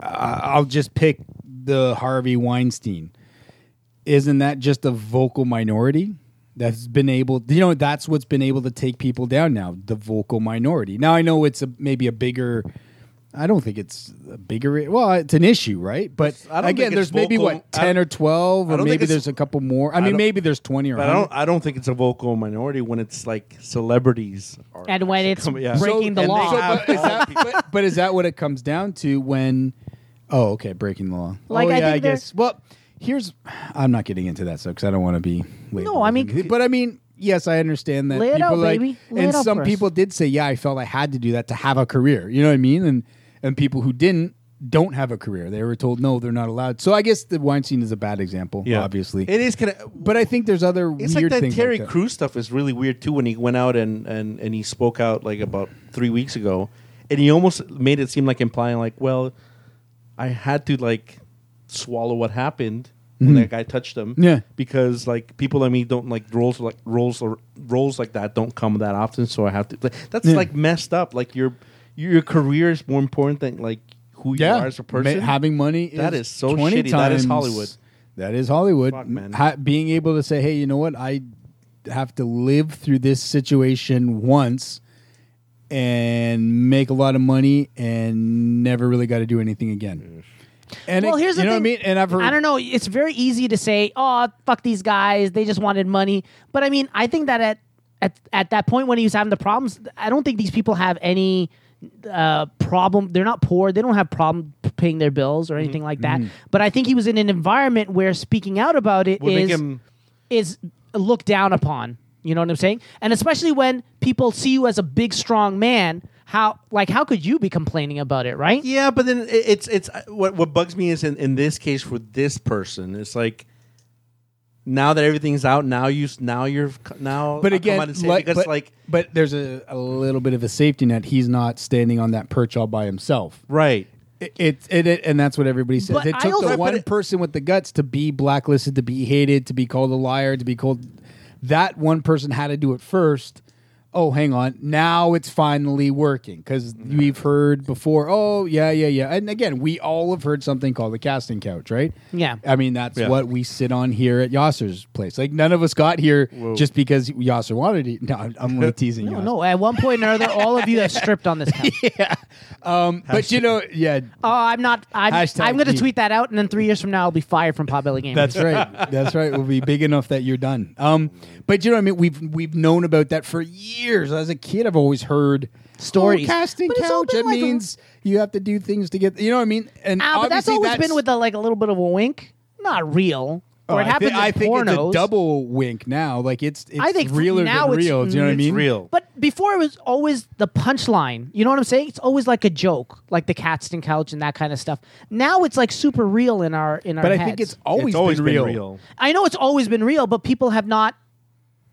[SPEAKER 5] uh, I'll just pick the Harvey Weinstein. Isn't that just a vocal minority? that's been able you know that's what's been able to take people down now the vocal minority now i know it's a, maybe a bigger i don't think it's a bigger well it's an issue right but
[SPEAKER 6] I don't think
[SPEAKER 5] again
[SPEAKER 6] it's
[SPEAKER 5] there's maybe
[SPEAKER 6] vocal-
[SPEAKER 5] what
[SPEAKER 6] I
[SPEAKER 5] 10 or
[SPEAKER 6] don't-
[SPEAKER 5] 12
[SPEAKER 6] I
[SPEAKER 5] or
[SPEAKER 6] don't think
[SPEAKER 5] maybe
[SPEAKER 6] it's-
[SPEAKER 5] there's a couple more i,
[SPEAKER 6] I
[SPEAKER 5] mean
[SPEAKER 6] don't-
[SPEAKER 5] maybe there's 20 or
[SPEAKER 6] But I
[SPEAKER 5] 100.
[SPEAKER 6] don't. I don't think it's a vocal minority when it's like celebrities. Are
[SPEAKER 4] And when
[SPEAKER 6] actually
[SPEAKER 4] it's
[SPEAKER 6] coming-
[SPEAKER 4] breaking the
[SPEAKER 6] and they
[SPEAKER 4] law.
[SPEAKER 5] So,
[SPEAKER 6] have
[SPEAKER 5] but, is
[SPEAKER 6] all
[SPEAKER 5] that,
[SPEAKER 6] people-
[SPEAKER 5] but, but is that what it comes down to when? Oh, okay, breaking the law.
[SPEAKER 4] Like,
[SPEAKER 5] oh,
[SPEAKER 4] I
[SPEAKER 5] yeah,
[SPEAKER 4] think
[SPEAKER 5] I
[SPEAKER 4] there-
[SPEAKER 5] guess. Well, here's. I'm not getting into that stuff because I don't want to be. labeled
[SPEAKER 4] I
[SPEAKER 5] as
[SPEAKER 4] mean-
[SPEAKER 5] anything. but I mean, yes, I understand that
[SPEAKER 4] Lay it
[SPEAKER 5] people
[SPEAKER 4] out,
[SPEAKER 5] like,
[SPEAKER 4] baby. Lay
[SPEAKER 5] and
[SPEAKER 4] it out
[SPEAKER 5] some
[SPEAKER 4] for us.
[SPEAKER 5] people did say, "Yeah, I felt I had to do that to have a career." You know what I mean? And and people who didn't don't have a career. They were told, "No, they're not allowed." So I guess the Weinstein is a bad example,
[SPEAKER 6] Yeah.
[SPEAKER 5] obviously.
[SPEAKER 6] it is kind of.
[SPEAKER 5] but I think there's other
[SPEAKER 6] It's
[SPEAKER 5] weird
[SPEAKER 6] like that
[SPEAKER 5] things.
[SPEAKER 6] Terry
[SPEAKER 5] like that.
[SPEAKER 6] Crews stuff is really weird too. When he went out and, and, and he spoke out like about three weeks ago, and he almost made it seem like implying like, well, I had to like swallow what happened when that guy touched him,
[SPEAKER 5] Mm-hmm. Yeah.
[SPEAKER 6] because like people like me don't like roles like roles or roles like that don't come that often, so I have to. Like, that's
[SPEAKER 5] Yeah.
[SPEAKER 6] like messed up. Like your your career is more important than like who you are as a
[SPEAKER 5] Ma-
[SPEAKER 6] person.
[SPEAKER 5] having money is
[SPEAKER 6] That is so
[SPEAKER 5] 20
[SPEAKER 6] shitty. That is
[SPEAKER 5] times-
[SPEAKER 6] Hollywood.
[SPEAKER 5] That is Hollywood.
[SPEAKER 6] Fuck, man.
[SPEAKER 5] Ha- being able to say, "Hey, you know what? I have to live through this situation once and make a lot of money and never really got to do anything again." And
[SPEAKER 4] well,
[SPEAKER 5] it-
[SPEAKER 4] here's
[SPEAKER 5] you
[SPEAKER 4] the thing.
[SPEAKER 5] know what I mean. And I've heard,
[SPEAKER 4] I don't know. It's very easy to say, "Oh, fuck these guys. They just wanted money." But I mean, I think that at at, at that point when he was having the problems, I don't think these people have any uh, problem. They're not poor. They don't have problem p- paying their bills
[SPEAKER 5] Mm-hmm.
[SPEAKER 4] or anything like that. But I think he was in an environment where speaking out about it is
[SPEAKER 6] Would make him-
[SPEAKER 4] is looked down upon. You know what I'm saying? And especially when people see you as a big, strong man. How like how could you be complaining about it, right?
[SPEAKER 6] Yeah, but then it- it's it's uh, what what bugs me is in, in this case for this person, it's like now that everything's out, now you s- now you're c- now.
[SPEAKER 5] but
[SPEAKER 6] I'll come out
[SPEAKER 5] again,
[SPEAKER 6] and say it
[SPEAKER 5] like,
[SPEAKER 6] because
[SPEAKER 5] but,
[SPEAKER 6] like
[SPEAKER 5] but there's a, a little bit of a safety net. He's not standing on that perch all by himself.
[SPEAKER 6] right,
[SPEAKER 5] It, it, it, it- and that's what everybody says.
[SPEAKER 4] But
[SPEAKER 5] it
[SPEAKER 4] I
[SPEAKER 5] took
[SPEAKER 4] also-
[SPEAKER 5] the
[SPEAKER 4] But
[SPEAKER 5] one
[SPEAKER 6] it-
[SPEAKER 5] person with the guts to be blacklisted, to be hated, to be called a liar, to be called. That one person had to do it first. Oh, hang on. Now it's finally working because we've heard before. Oh, yeah, yeah, yeah. And again, we all have heard something called the casting couch, right?
[SPEAKER 4] Yeah.
[SPEAKER 5] I mean, that's
[SPEAKER 6] Yeah.
[SPEAKER 5] what we sit on here at Yasser's place. Like, none of us got here
[SPEAKER 6] Whoa.
[SPEAKER 5] just because Yasser wanted it. No, I'm, I'm only teasing
[SPEAKER 4] No,
[SPEAKER 5] Yasser.
[SPEAKER 4] no. At one point or another, all of you have stripped on this couch.
[SPEAKER 5] But you know, yeah,
[SPEAKER 4] Oh, I'm not. I'm,
[SPEAKER 5] Hashtag
[SPEAKER 4] I'm going to
[SPEAKER 5] geek.
[SPEAKER 4] tweet that out, and then three years from now, I'll be fired from Pop Belly Games.
[SPEAKER 5] That's right. That's right. We'll be big enough that you're done. Um, but you know what I mean. We've we've known about that for years. As a kid, I've always heard
[SPEAKER 4] Stories.
[SPEAKER 5] Oh, casting
[SPEAKER 4] But it's all
[SPEAKER 5] couch.
[SPEAKER 4] been
[SPEAKER 5] It
[SPEAKER 4] like a-
[SPEAKER 5] means you have to do things to get. You know what I mean? And
[SPEAKER 4] ah, but that's
[SPEAKER 5] obviously
[SPEAKER 4] always
[SPEAKER 5] that's-
[SPEAKER 4] been with a, like a little bit of a wink. Not real.
[SPEAKER 5] Oh,
[SPEAKER 4] or it
[SPEAKER 5] I thi-
[SPEAKER 4] happens
[SPEAKER 5] I
[SPEAKER 4] in
[SPEAKER 5] think
[SPEAKER 4] pornos.
[SPEAKER 5] it's a double wink now. Like it's, it's
[SPEAKER 4] I think f-
[SPEAKER 5] realer
[SPEAKER 4] now
[SPEAKER 5] than
[SPEAKER 4] it's- mm,
[SPEAKER 5] real. Do you know what I
[SPEAKER 4] it's
[SPEAKER 5] mean?
[SPEAKER 6] real.
[SPEAKER 4] But before it was always the punchline. You know what I'm saying? It's always like a joke, like the Catston couch and that kind of stuff. Now it's like super real in our in our.
[SPEAKER 5] But I
[SPEAKER 4] heads.
[SPEAKER 5] think it's always,
[SPEAKER 6] it's always
[SPEAKER 5] been,
[SPEAKER 6] been
[SPEAKER 5] real.
[SPEAKER 6] real.
[SPEAKER 4] I know it's always been real, but people have not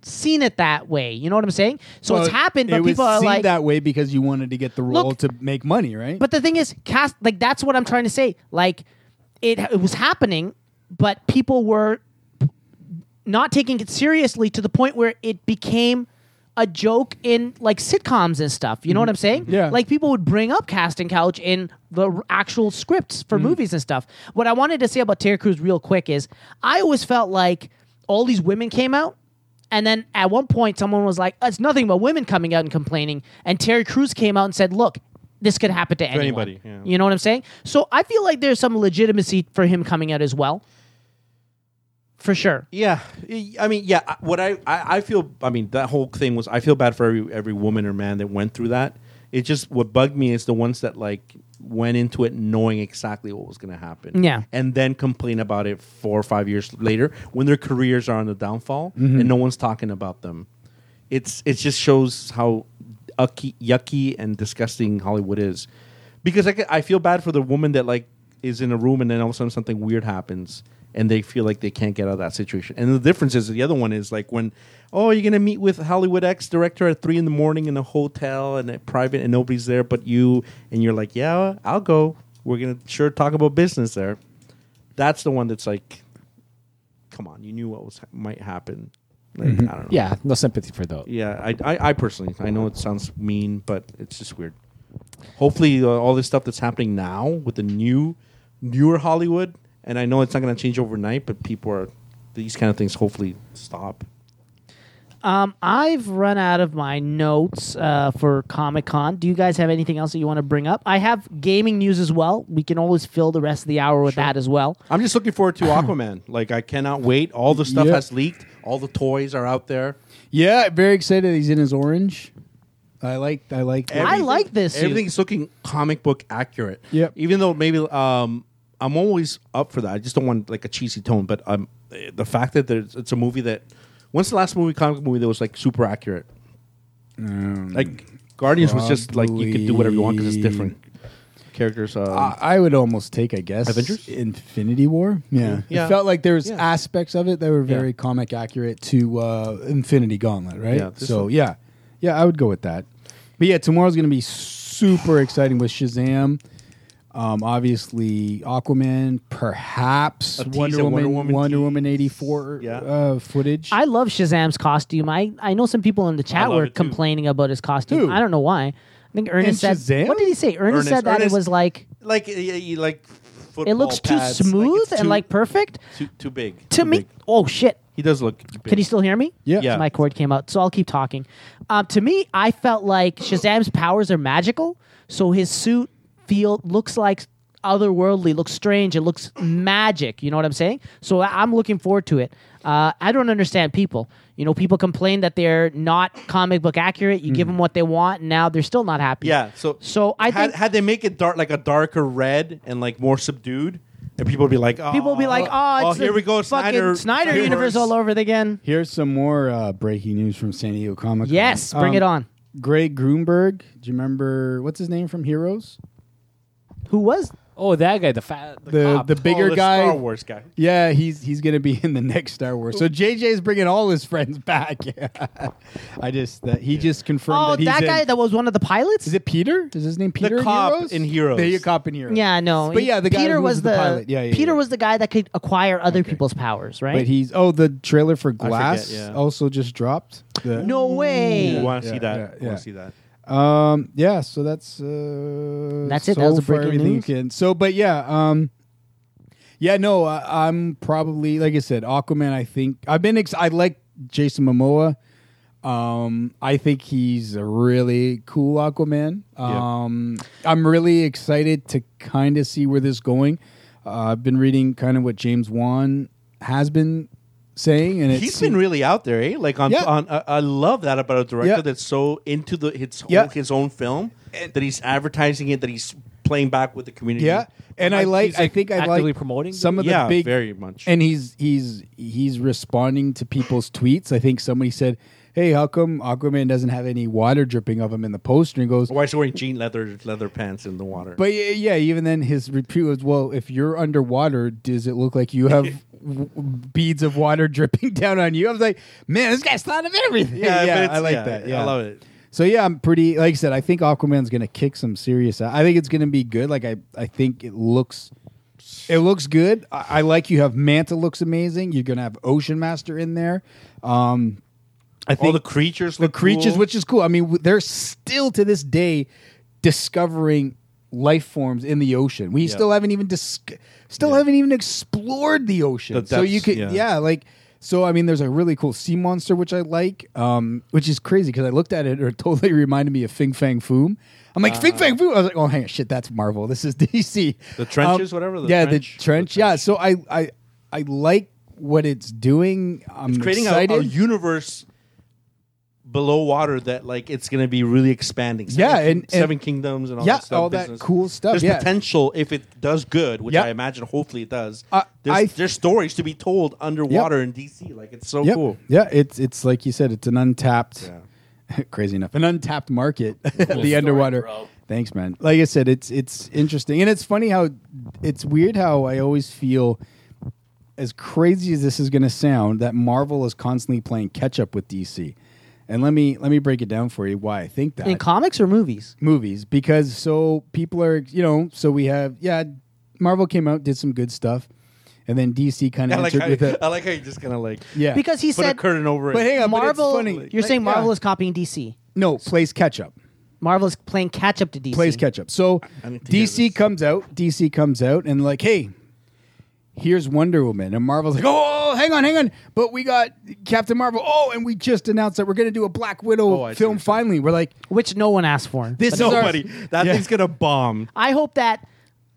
[SPEAKER 4] seen it that way. You know what I'm saying? So
[SPEAKER 5] Well,
[SPEAKER 4] it's happened,
[SPEAKER 5] it
[SPEAKER 4] but
[SPEAKER 5] was
[SPEAKER 4] people are
[SPEAKER 5] seen
[SPEAKER 4] like,
[SPEAKER 5] that way because you wanted to get the role
[SPEAKER 4] Look-
[SPEAKER 5] to make money, right?
[SPEAKER 4] But the thing is, cast like that's what I'm trying to say. Like it, it was happening, but people were not taking it seriously to the point where it became a joke in like sitcoms and stuff. You know what I'm saying?
[SPEAKER 5] Mm-hmm. Yeah.
[SPEAKER 4] Like people would bring up casting couch in the r- actual scripts
[SPEAKER 5] Mm.
[SPEAKER 4] for movies and stuff. What I wanted to say about Terry Crews real quick is I always felt like all these women came out. And then at one point, someone was like, "It's nothing but women coming out and complaining." And Terry Crews came out and said, "Look, this could happen to anyone.
[SPEAKER 6] anybody, yeah.
[SPEAKER 4] You know what I'm saying? So I feel like there's some legitimacy for him coming out as well, for sure.
[SPEAKER 6] Yeah, I I mean, yeah. I- What I, I I feel, I mean, that whole thing was. I feel bad for every every woman or man that went through that. It just what bugged me is the ones that like went into it knowing exactly what was going to happen.
[SPEAKER 4] Yeah.
[SPEAKER 6] and then complain about it four or five years later when their careers are on the downfall and no one's talking about them. It's it just shows how ucky, yucky and disgusting Hollywood is. Because I, ca- I feel bad for the woman that like is in a room and then all of a sudden something weird happens and they feel like they can't get out of that situation. And the difference is the other one is like when oh you're gonna meet with Hollywood X director at three in the morning in a hotel and at private and nobody's there but you and you're like yeah I'll go. We're gonna sure talk about business there that's the one that's like, come on, you knew what was might happen. Like, I don't know.
[SPEAKER 9] Yeah, no sympathy for those.
[SPEAKER 6] yeah. I, I, I personally, I know it sounds mean, but it's just weird. Hopefully, uh, all this stuff that's happening now with the new, newer Hollywood, and I know it's not going to change overnight, but people are these kind of things. Hopefully, stop.
[SPEAKER 4] Um, I've run out of my notes uh, for Comic Con. Do you guys have anything else that you want to bring up? I have gaming news as well. We can always fill the rest of the hour with that as well.
[SPEAKER 6] I'm just looking forward to Aquaman. Like I cannot wait. All the stuff
[SPEAKER 5] Yeah.
[SPEAKER 6] has leaked. All the toys are out there.
[SPEAKER 5] Yeah, very excited. He's in his orange. I like. I like.
[SPEAKER 4] I like this suit.
[SPEAKER 6] Everything's looking comic book accurate.
[SPEAKER 5] Yep.
[SPEAKER 6] Even though maybe um, I'm always up for that. I just don't want like a cheesy tone. But um, eh, the fact that there's, it's a movie that when's the last movie comic movie that was like super accurate? like Guardians was just like you could do whatever you want because it's different characters. Um,
[SPEAKER 5] I, I would almost take. I guess
[SPEAKER 6] Avengers?
[SPEAKER 5] Infinity War. Yeah,
[SPEAKER 6] Yeah.
[SPEAKER 5] it felt like there was
[SPEAKER 6] Yeah.
[SPEAKER 5] aspects of it that were very
[SPEAKER 6] Yeah.
[SPEAKER 5] comic accurate to uh, Infinity Gauntlet, right?
[SPEAKER 6] Yeah, this
[SPEAKER 5] so
[SPEAKER 6] one.
[SPEAKER 5] yeah, yeah, I would go with that. But yeah, tomorrow's going to be super exciting with Shazam. Um, obviously, Aquaman, perhaps
[SPEAKER 6] A tease
[SPEAKER 5] Wonder
[SPEAKER 6] of
[SPEAKER 5] Woman,
[SPEAKER 6] Wonder
[SPEAKER 5] Wonder
[SPEAKER 6] Woman
[SPEAKER 5] Woman,
[SPEAKER 6] tease.
[SPEAKER 5] eighty four
[SPEAKER 6] Yeah.
[SPEAKER 5] uh, footage.
[SPEAKER 4] I love Shazam's costume. I, I know some people in the chat
[SPEAKER 6] love
[SPEAKER 4] were
[SPEAKER 6] it too.
[SPEAKER 4] complaining about his costume.
[SPEAKER 5] Who?
[SPEAKER 4] I don't know why. I think Ernest
[SPEAKER 5] And
[SPEAKER 4] said.
[SPEAKER 5] Shazam?
[SPEAKER 4] What did he say? Ernest,
[SPEAKER 6] Ernest-
[SPEAKER 4] said that
[SPEAKER 6] Ernest-
[SPEAKER 4] it was like
[SPEAKER 6] like eh, eh, you like football
[SPEAKER 4] it looks too
[SPEAKER 6] pads, like,
[SPEAKER 4] smooth
[SPEAKER 6] it's
[SPEAKER 4] and
[SPEAKER 6] too-
[SPEAKER 4] like perfect
[SPEAKER 6] too too big
[SPEAKER 4] to
[SPEAKER 6] too
[SPEAKER 4] me.
[SPEAKER 6] big.
[SPEAKER 4] Oh shit!
[SPEAKER 6] He does look. Big.
[SPEAKER 4] Can you still hear me?
[SPEAKER 5] Yeah.
[SPEAKER 6] Yeah.
[SPEAKER 4] My cord came out, so I'll keep talking. Um, to me, I felt like Shazam's powers are magical, so his suit feel looks like otherworldly, looks strange, it looks magic. You know what I'm saying? So I- I'm looking forward to it. Uh, I don't understand people. You know, people complain that they're not comic book accurate. You give them what they want, and now they're still not happy.
[SPEAKER 6] Yeah. So
[SPEAKER 4] So I
[SPEAKER 6] had,
[SPEAKER 4] think-
[SPEAKER 6] had they make it dark, like a darker red and like more subdued, and people would be like, oh,
[SPEAKER 4] People will be like, "Oh, it's
[SPEAKER 6] here
[SPEAKER 4] the
[SPEAKER 6] we go,
[SPEAKER 4] fucking
[SPEAKER 6] Snyder,
[SPEAKER 4] Snyder universe all over it again."
[SPEAKER 5] Here's some more uh, breaking news from San Diego Comic Con.
[SPEAKER 4] Yes, bring
[SPEAKER 5] Um,
[SPEAKER 4] it on.
[SPEAKER 5] Greg Grunberg. Do you remember what's his name from Heroes?
[SPEAKER 4] Who was
[SPEAKER 9] Oh, that guy, the fat, the,
[SPEAKER 5] The
[SPEAKER 9] cop.
[SPEAKER 5] the bigger
[SPEAKER 6] Oh, the
[SPEAKER 5] guy.
[SPEAKER 6] Star Wars guy.
[SPEAKER 5] Yeah, he's he's gonna be in the next Star Wars. So JJ's bringing all his friends back. I just that he just confirmed.
[SPEAKER 4] Oh,
[SPEAKER 5] that, he's
[SPEAKER 4] that
[SPEAKER 5] in-
[SPEAKER 4] guy that was one of the pilots?
[SPEAKER 5] is it Peter? Is his name Peter? in
[SPEAKER 6] cop
[SPEAKER 5] Heroes?
[SPEAKER 6] in Heroes.
[SPEAKER 5] The cop in Heroes.
[SPEAKER 4] Yeah, no.
[SPEAKER 5] But yeah, the guy
[SPEAKER 4] Peter
[SPEAKER 5] who
[SPEAKER 4] was the,
[SPEAKER 5] pilot. Yeah, yeah
[SPEAKER 4] Peter
[SPEAKER 5] yeah.
[SPEAKER 4] was the guy that could acquire other people's powers, right?
[SPEAKER 5] But he's oh the trailer for Glass
[SPEAKER 6] yeah.
[SPEAKER 5] also just dropped. The-
[SPEAKER 4] no way.
[SPEAKER 6] I want to
[SPEAKER 5] yeah,
[SPEAKER 6] see that.
[SPEAKER 5] yeah,
[SPEAKER 6] I
[SPEAKER 5] yeah.
[SPEAKER 6] want to see that.
[SPEAKER 5] Um. Yeah. So that's. Uh,
[SPEAKER 4] That's it.
[SPEAKER 5] So
[SPEAKER 4] That was a
[SPEAKER 5] far,
[SPEAKER 4] breaking
[SPEAKER 5] everything
[SPEAKER 4] news.
[SPEAKER 5] Can, so, but yeah. Um. Yeah. No. I, I'm probably like I said, Aquaman. I think I've been. Ex- I like Jason Momoa. Um. I think he's a really cool Aquaman. Um. I'm really excited to kind of see where this is going. Uh, I've been reading kind of what James Wan has been saying, and it's
[SPEAKER 6] He's been really out there, eh? Like on,
[SPEAKER 5] Yeah.
[SPEAKER 6] on I I love that about a director
[SPEAKER 5] Yeah.
[SPEAKER 6] that's so into the his
[SPEAKER 5] Yeah.
[SPEAKER 6] own, his own film that he's advertising it, that he's playing back with the community.
[SPEAKER 5] Yeah, and I like. I think I
[SPEAKER 9] actively
[SPEAKER 5] like
[SPEAKER 9] promoting
[SPEAKER 5] some
[SPEAKER 9] them?
[SPEAKER 5] of
[SPEAKER 6] Yeah,
[SPEAKER 5] the big
[SPEAKER 6] very much.
[SPEAKER 5] And he's he's he's responding to people's tweets. I think somebody said, "Hey, how come Aquaman doesn't have any water dripping of him in the poster?" And he goes,
[SPEAKER 6] Why is he wearing jean leather leather pants in the water?
[SPEAKER 5] "But yeah, yeah." Even then, his repute was, "Well, if you're underwater, does it look like you have w- beads of water dripping down on you?" I was like, "Man, this guy's thought of everything."
[SPEAKER 6] yeah, but it's-
[SPEAKER 5] I like
[SPEAKER 6] yeah,
[SPEAKER 5] that. Yeah,
[SPEAKER 6] I love it.
[SPEAKER 5] so yeah, I'm pretty like I said, I think Aquaman's gonna kick some serious ass. I think it's gonna be good. Like I, I think it looks it looks good. I, I like you have Manta looks amazing. You're gonna have Ocean Master in there. Um I
[SPEAKER 6] All
[SPEAKER 5] think
[SPEAKER 6] the creatures,
[SPEAKER 5] the
[SPEAKER 6] look
[SPEAKER 5] creatures,
[SPEAKER 6] cool.
[SPEAKER 5] which is cool. I mean, w- they're still to this day discovering life forms in the ocean. We still haven't even dis- still haven't even explored the ocean.
[SPEAKER 6] The
[SPEAKER 5] so you
[SPEAKER 6] depths,
[SPEAKER 5] could
[SPEAKER 6] yeah.
[SPEAKER 5] yeah. like so I mean there's a really cool sea monster which I like um which is crazy cuz I looked at it and it totally reminded me of Fing Fang Foom. I'm like Fing Fang Foom. I was like, "Oh, hang on, shit, that's Marvel. This is DC."
[SPEAKER 6] Ah. The trenches, whatever, the
[SPEAKER 5] yeah,
[SPEAKER 6] trench?
[SPEAKER 5] the trench. Yeah, so I I I like what it's doing. I'm
[SPEAKER 6] creating a,
[SPEAKER 5] excited.
[SPEAKER 6] a universe below water that like it's going to be really expanding.
[SPEAKER 5] Yeah, and- and-
[SPEAKER 6] Seven Kingdoms and all
[SPEAKER 5] Yeah,
[SPEAKER 6] that stuff,
[SPEAKER 5] all that
[SPEAKER 6] business.
[SPEAKER 5] cool stuff,
[SPEAKER 6] There's
[SPEAKER 5] yeah.
[SPEAKER 6] potential if it does good, which
[SPEAKER 5] Yeah.
[SPEAKER 6] I imagine hopefully it does.
[SPEAKER 5] I-
[SPEAKER 6] there's,
[SPEAKER 5] Uh, I-
[SPEAKER 6] there's stories to be told underwater in DC. Like it's so
[SPEAKER 5] Yeah,
[SPEAKER 6] Oh, cool.
[SPEAKER 5] Yeah, it's it's like you said, it's an untapped, crazy enough, an untapped market. the underwater. Thanks, man. Like I said, it's it's interesting, and it's funny how it's weird how I always feel. As crazy as this is going to sound, that Marvel is constantly playing catch up with DC, and let me let me break it down for you why I think that
[SPEAKER 4] In comics or movies?
[SPEAKER 5] movies because so people are you know so we have yeah Marvel came out did some good stuff, and then DC kind
[SPEAKER 6] I
[SPEAKER 5] of
[SPEAKER 6] like,
[SPEAKER 5] entered
[SPEAKER 6] how,
[SPEAKER 5] with a
[SPEAKER 6] I like how you're just going to like
[SPEAKER 5] yeah
[SPEAKER 4] Because he
[SPEAKER 6] put a
[SPEAKER 4] said
[SPEAKER 6] curtain over
[SPEAKER 5] But
[SPEAKER 6] it.
[SPEAKER 5] hang on, but it's
[SPEAKER 4] Marvel
[SPEAKER 5] funny.
[SPEAKER 4] You're
[SPEAKER 5] Like,
[SPEAKER 4] saying Marvel
[SPEAKER 5] yeah.
[SPEAKER 4] is copying DC.
[SPEAKER 5] No, plays catch up.
[SPEAKER 4] Marvel is playing catch up to DC.
[SPEAKER 5] Plays catch up. So
[SPEAKER 6] I need to hear
[SPEAKER 5] DC
[SPEAKER 6] this.
[SPEAKER 5] comes out, DC comes out, and like, hey, here's Wonder Woman, and Marvel's like, oh, oh, hang on, hang on. But we got Captain Marvel. Oh, and we just announced that we're going to do a Black Widow
[SPEAKER 6] Oh, I see
[SPEAKER 5] film
[SPEAKER 6] what you're
[SPEAKER 5] finally. We're like,
[SPEAKER 4] which no one asked for.
[SPEAKER 5] this is our-
[SPEAKER 6] Nobody. That
[SPEAKER 5] Yeah.
[SPEAKER 6] thing's gonna bomb.
[SPEAKER 4] I hope that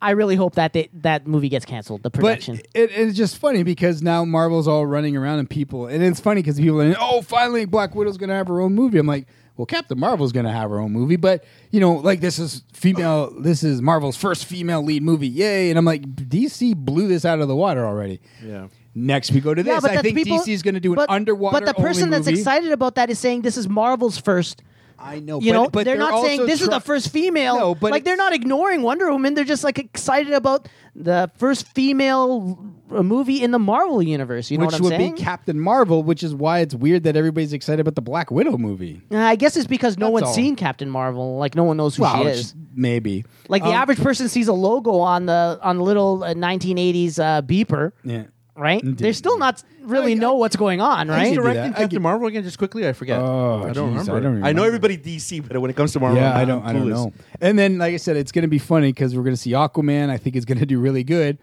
[SPEAKER 4] I really hope that they, that movie gets canceled. The
[SPEAKER 5] But
[SPEAKER 4] production.
[SPEAKER 5] it, it's just funny because now Marvel's all running around and people, and it's funny because people are, oh, finally Black Widow's going to have her own movie. I'm like, well, Captain Marvel's going to have her own movie, but you know, like this is female, this is Marvel's first female lead movie, yay! And I'm like, DC blew this out of the water already.
[SPEAKER 6] Yeah.
[SPEAKER 5] Next, we go to this. I
[SPEAKER 4] that's
[SPEAKER 5] think
[SPEAKER 4] people-
[SPEAKER 5] DC is going to do an
[SPEAKER 4] but-
[SPEAKER 5] underwater.
[SPEAKER 4] But the person
[SPEAKER 5] only
[SPEAKER 4] that's
[SPEAKER 5] movie.
[SPEAKER 4] excited about that is saying this is Marvel's first.
[SPEAKER 5] I know,
[SPEAKER 4] You
[SPEAKER 5] but,
[SPEAKER 4] know,
[SPEAKER 5] but
[SPEAKER 4] they're, not saying
[SPEAKER 5] also
[SPEAKER 4] this is
[SPEAKER 5] try-
[SPEAKER 4] the first female.
[SPEAKER 5] No, but
[SPEAKER 4] like they're
[SPEAKER 5] it's-
[SPEAKER 4] not ignoring Wonder Woman. They're just like excited about the first female uh, movie in the Marvel universe. You know
[SPEAKER 5] which
[SPEAKER 4] what I'm
[SPEAKER 5] would
[SPEAKER 4] saying?
[SPEAKER 5] be Captain Marvel, which is why it's weird that everybody's excited about the Black Widow movie.
[SPEAKER 4] Uh, I guess it's because no
[SPEAKER 5] That's
[SPEAKER 4] one's
[SPEAKER 5] all.
[SPEAKER 4] seen Captain Marvel. Like no one knows who
[SPEAKER 5] Well,
[SPEAKER 4] she
[SPEAKER 5] it's-
[SPEAKER 4] is.
[SPEAKER 5] maybe
[SPEAKER 4] Like the
[SPEAKER 5] Um,
[SPEAKER 4] average person sees a logo on the on the little uh, 1980s uh, beeper,
[SPEAKER 5] Yeah.
[SPEAKER 4] right?
[SPEAKER 5] Indeed.
[SPEAKER 4] They still not really
[SPEAKER 5] I-
[SPEAKER 4] know what's going on,
[SPEAKER 5] I
[SPEAKER 4] right?
[SPEAKER 5] do that.
[SPEAKER 6] Directing
[SPEAKER 5] I
[SPEAKER 6] Captain
[SPEAKER 5] get-
[SPEAKER 6] Marvel again, just quickly. I forget.
[SPEAKER 5] Oh,
[SPEAKER 6] I
[SPEAKER 5] jeez,
[SPEAKER 6] don't remember.
[SPEAKER 5] I don't
[SPEAKER 6] know
[SPEAKER 5] remember.
[SPEAKER 6] everybody DC, but when it comes to Marvel,
[SPEAKER 5] Yeah, I
[SPEAKER 6] I'm
[SPEAKER 5] don't. I don't
[SPEAKER 6] clueless.
[SPEAKER 5] know. And then, like I said, it's going to be funny because we're going to see Aquaman. I think it's going to do really good.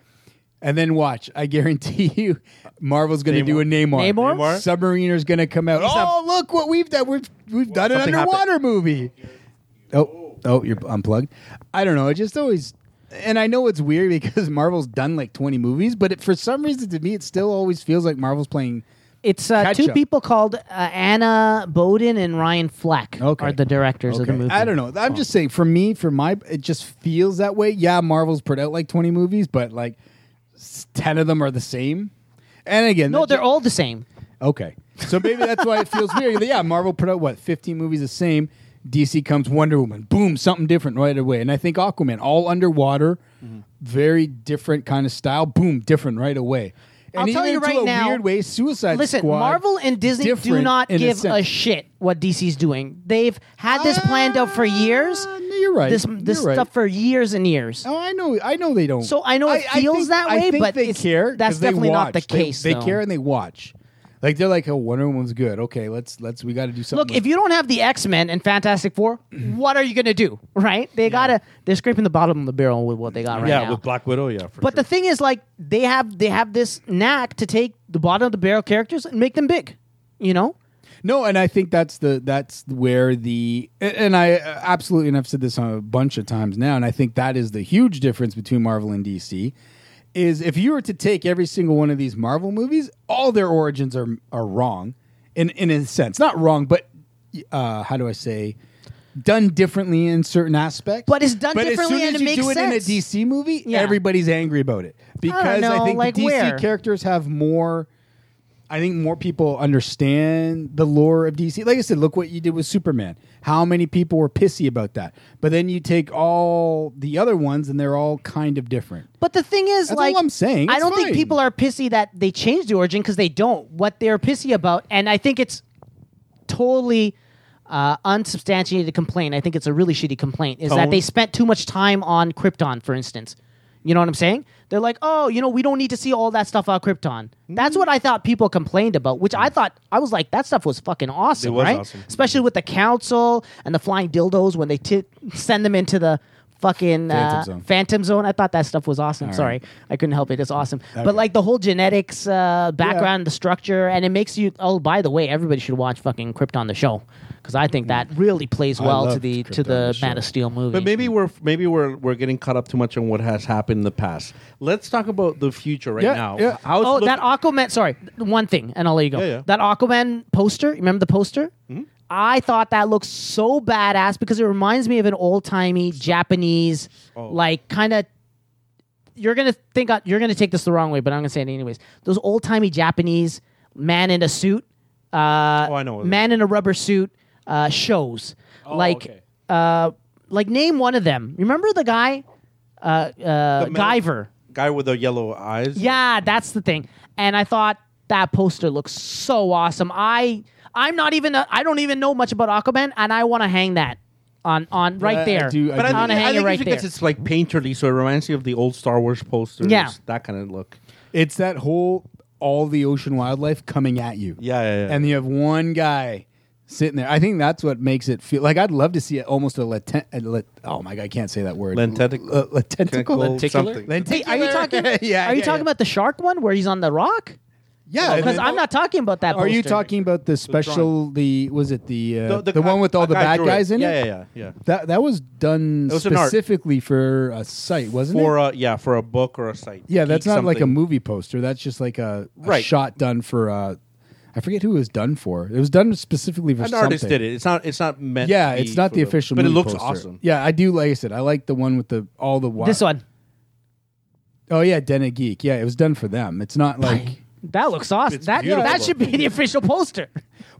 [SPEAKER 5] And then watch. I guarantee you, Marvel's going to do a Namor.
[SPEAKER 4] Namor? Namor?
[SPEAKER 5] Submariner's going to come out. oh, look what we've done. We've we've done an
[SPEAKER 6] Something happened.
[SPEAKER 5] underwater movie. Oh, oh, you're unplugged. I don't know. It just always. And I know it's weird because Marvel's done like 20 movies, but it, for some reason to me, it still always feels like Marvel's playing.
[SPEAKER 4] It's uh,
[SPEAKER 5] Catch
[SPEAKER 4] two
[SPEAKER 5] up.
[SPEAKER 4] people called uh, Anna Bowden and Ryan Flack
[SPEAKER 5] Okay.
[SPEAKER 4] are the directors of the
[SPEAKER 5] Okay.
[SPEAKER 4] movie.
[SPEAKER 5] I don't know. I'm just saying, for me, for my, it just feels that way. Yeah, Marvel's put out like 20 movies, but like s- 10 of them are the same. And again,
[SPEAKER 4] No,
[SPEAKER 5] that
[SPEAKER 4] they're
[SPEAKER 5] ju-
[SPEAKER 4] all the same.
[SPEAKER 5] okay. So maybe that's why it feels weird. Yeah, Marvel put out what 15 movies the same. DC comes Wonder Woman, boom, something different right away. And I think Aquaman, all underwater,
[SPEAKER 4] Mm-hmm.
[SPEAKER 5] very different kind of style, boom, different right away. And
[SPEAKER 4] I'll tell
[SPEAKER 5] even
[SPEAKER 4] you
[SPEAKER 5] to
[SPEAKER 4] right
[SPEAKER 5] a
[SPEAKER 4] now,
[SPEAKER 5] weird way, Suicide
[SPEAKER 4] Listen,
[SPEAKER 5] Squad.
[SPEAKER 4] Marvel and Disney do
[SPEAKER 5] different
[SPEAKER 4] not
[SPEAKER 5] in
[SPEAKER 4] give a,
[SPEAKER 5] sense.
[SPEAKER 4] shit what DC's doing. They've had this planned out for years.
[SPEAKER 5] Ah, no, you're right.
[SPEAKER 4] This
[SPEAKER 5] You're
[SPEAKER 4] this
[SPEAKER 5] right.
[SPEAKER 4] stuff for years and years.
[SPEAKER 5] Oh, I know, I know they don't.
[SPEAKER 4] So I know it feels
[SPEAKER 5] think-
[SPEAKER 4] that way,
[SPEAKER 5] I think
[SPEAKER 4] but
[SPEAKER 5] they
[SPEAKER 4] it's-
[SPEAKER 5] care.
[SPEAKER 4] that's
[SPEAKER 5] 'cause they
[SPEAKER 4] definitely not
[SPEAKER 5] watch.
[SPEAKER 4] the
[SPEAKER 5] They-
[SPEAKER 4] case,
[SPEAKER 5] They,
[SPEAKER 4] though.
[SPEAKER 5] care and they watch. Like they're like, oh, Wonder Woman's good. Okay, let's let's we got to do something.
[SPEAKER 4] Look, if you don't have the X Men and Fantastic Four, what are you gonna do? Right? They gotta they're scraping the bottom of the barrel with what they got right
[SPEAKER 6] yeah,
[SPEAKER 4] now.
[SPEAKER 6] with Black Widow, yeah. For
[SPEAKER 4] but the
[SPEAKER 6] sure.
[SPEAKER 4] thing is, like they have they have this knack to take the bottom of the barrel characters and make them big. You know,
[SPEAKER 5] no, and I think that's the that's where the and- and I uh, absolutely and I've said this a bunch of times now, and I think that is the huge difference between Marvel and DC. Is if you were to take every single one of these Marvel movies, all their origins are are wrong, in in a sense, not wrong, but uh, how do I say, done differently in certain aspects.
[SPEAKER 4] But it's done
[SPEAKER 5] But as
[SPEAKER 4] differently
[SPEAKER 5] soon
[SPEAKER 4] and it
[SPEAKER 5] as you
[SPEAKER 4] makes
[SPEAKER 5] do it
[SPEAKER 4] sense.
[SPEAKER 5] in a DC movie,
[SPEAKER 4] Yeah.
[SPEAKER 5] everybody's angry about it because I,
[SPEAKER 4] know,
[SPEAKER 5] think
[SPEAKER 4] like
[SPEAKER 5] the DC
[SPEAKER 4] where?
[SPEAKER 5] characters have more. I think more people understand the lore of DC. Like I said, look what you did with Superman. How many people were pissy about that? But then you take all the other ones, and they're all kind of different.
[SPEAKER 4] But the thing is,
[SPEAKER 5] That's
[SPEAKER 4] like,
[SPEAKER 5] all I'm saying.
[SPEAKER 4] I
[SPEAKER 5] It's
[SPEAKER 4] don't
[SPEAKER 5] fine.
[SPEAKER 4] think people are pissy that they changed the origin because they don't. What they're pissy about, and I think it's totally uh, unsubstantiated complaint. I think it's a really shitty complaint. Is that they spent too much time on Krypton, for instance. You know what I'm saying? They're like, oh, you know, we don't need to see all that stuff on Krypton. That's
[SPEAKER 5] Mm.
[SPEAKER 4] what I thought people complained about, which I thought I was like, that stuff was fucking awesome,
[SPEAKER 6] It was
[SPEAKER 4] right?
[SPEAKER 6] awesome.
[SPEAKER 4] Especially with the council and the flying dildos when they t- send them into the fucking
[SPEAKER 5] Phantom
[SPEAKER 4] uh,
[SPEAKER 5] Zone.
[SPEAKER 4] Phantom Zone. I thought that stuff was awesome. Sorry, I couldn't help it. It's awesome. But like the whole genetics uh, background, the structure, and it makes you. Oh, by the way, everybody should watch fucking Krypton the show because I think that really plays well to
[SPEAKER 5] Mm. loved
[SPEAKER 4] the to
[SPEAKER 5] Krypton
[SPEAKER 4] the,
[SPEAKER 5] the show.
[SPEAKER 4] Man of Steel movie.
[SPEAKER 6] But maybe we're maybe we're we're getting caught up too much on what has happened in the past. Let's talk about the future right
[SPEAKER 5] Yeah,
[SPEAKER 6] now.
[SPEAKER 5] yeah.
[SPEAKER 6] How it's
[SPEAKER 4] oh,
[SPEAKER 6] look-
[SPEAKER 4] that Aquaman. Sorry, th- one thing, and I'll let you go.
[SPEAKER 6] Yeah, Mm-hmm. yeah.
[SPEAKER 4] That Aquaman poster. you Remember the poster? I thought that looked so badass because it reminds me of an old timey Japanese,
[SPEAKER 6] Oh.
[SPEAKER 4] like kind of. You're gonna think I- you're gonna take this the wrong way, but I'm gonna say it anyways. Those old timey Japanese man in a suit, uh,
[SPEAKER 6] Oh, I know what it
[SPEAKER 4] man in a rubber suit uh, shows
[SPEAKER 6] Oh,
[SPEAKER 4] like.
[SPEAKER 9] okay.
[SPEAKER 4] Uh, like name one of them. Remember the guy, uh, uh,
[SPEAKER 6] The man-
[SPEAKER 4] Guyver.
[SPEAKER 6] guy with the yellow eyes.
[SPEAKER 4] Yeah, that's the thing. And I thought that poster looks so awesome. I I'm not even a, I don't even know much about Aquaman, and I want to hang that on on right
[SPEAKER 5] I
[SPEAKER 4] there.
[SPEAKER 5] do- I
[SPEAKER 6] but I
[SPEAKER 5] do.
[SPEAKER 6] think,
[SPEAKER 4] wanna hang
[SPEAKER 6] I
[SPEAKER 4] it
[SPEAKER 6] think
[SPEAKER 4] right
[SPEAKER 6] it's because
[SPEAKER 4] there.
[SPEAKER 6] it's like painterly, so it reminds you of the old Star Wars posters.
[SPEAKER 4] Yeah.
[SPEAKER 6] that kind of look.
[SPEAKER 5] It's that whole all the ocean wildlife coming at you.
[SPEAKER 6] Yeah, yeah, yeah.
[SPEAKER 5] And you have one guy sitting there. I think that's what makes it feel like I'd love to see it almost a latent. a lat- oh my god, I can't say that word.
[SPEAKER 6] Lentatic-
[SPEAKER 5] L- uh, lenticle.
[SPEAKER 6] Lenticular?
[SPEAKER 5] Lenticular.
[SPEAKER 6] Something.
[SPEAKER 4] Wait, are you talking?
[SPEAKER 5] yeah.
[SPEAKER 4] are you
[SPEAKER 5] yeah,
[SPEAKER 4] talking
[SPEAKER 5] yeah.
[SPEAKER 4] about the shark one where he's on the rock?
[SPEAKER 5] Yeah,
[SPEAKER 4] because I'm not talking about that.
[SPEAKER 5] Are you
[SPEAKER 4] poster.
[SPEAKER 5] talking about the special? The was it the uh, the,
[SPEAKER 6] guy-
[SPEAKER 5] one with all
[SPEAKER 6] a
[SPEAKER 5] the
[SPEAKER 6] guy
[SPEAKER 5] bad
[SPEAKER 6] drew
[SPEAKER 5] guys in
[SPEAKER 6] yeah,
[SPEAKER 5] it?
[SPEAKER 6] Yeah, yeah, yeah.
[SPEAKER 5] That that was done
[SPEAKER 6] It was an art.
[SPEAKER 5] specifically for a site, wasn't
[SPEAKER 6] For
[SPEAKER 5] it?
[SPEAKER 6] a yeah, for a book or a site.
[SPEAKER 5] yeah, that's
[SPEAKER 6] Geek
[SPEAKER 5] not like a
[SPEAKER 6] something.
[SPEAKER 5] movie poster. That's just like a, a
[SPEAKER 6] Right.
[SPEAKER 5] shot done for. Uh, I forget who it was done for. It was done specifically for
[SPEAKER 6] An
[SPEAKER 5] something.
[SPEAKER 6] artist did it. It's not. It's not meant.
[SPEAKER 5] Yeah,
[SPEAKER 6] to be
[SPEAKER 5] it's not
[SPEAKER 6] for
[SPEAKER 5] the official,
[SPEAKER 6] But it
[SPEAKER 5] movie
[SPEAKER 6] looks
[SPEAKER 5] poster.
[SPEAKER 6] awesome.
[SPEAKER 5] Yeah, I do like I said. I like the one with the all the wi-
[SPEAKER 4] This one.
[SPEAKER 5] Oh yeah, Den of Geek. Yeah, it was done for them. It's not like.
[SPEAKER 4] That looks awesome.
[SPEAKER 6] It's
[SPEAKER 4] That that
[SPEAKER 6] beautiful.
[SPEAKER 4] should be the official poster.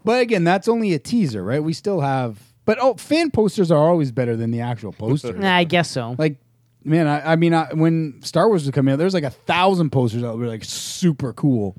[SPEAKER 5] But again, that's only a teaser, right? We still have. But oh, fan posters are always better than the actual poster.
[SPEAKER 4] Nah, I guess so.
[SPEAKER 5] Like, man, I, I mean, I, when Star Wars was coming out, there was like a thousand posters that were like super cool.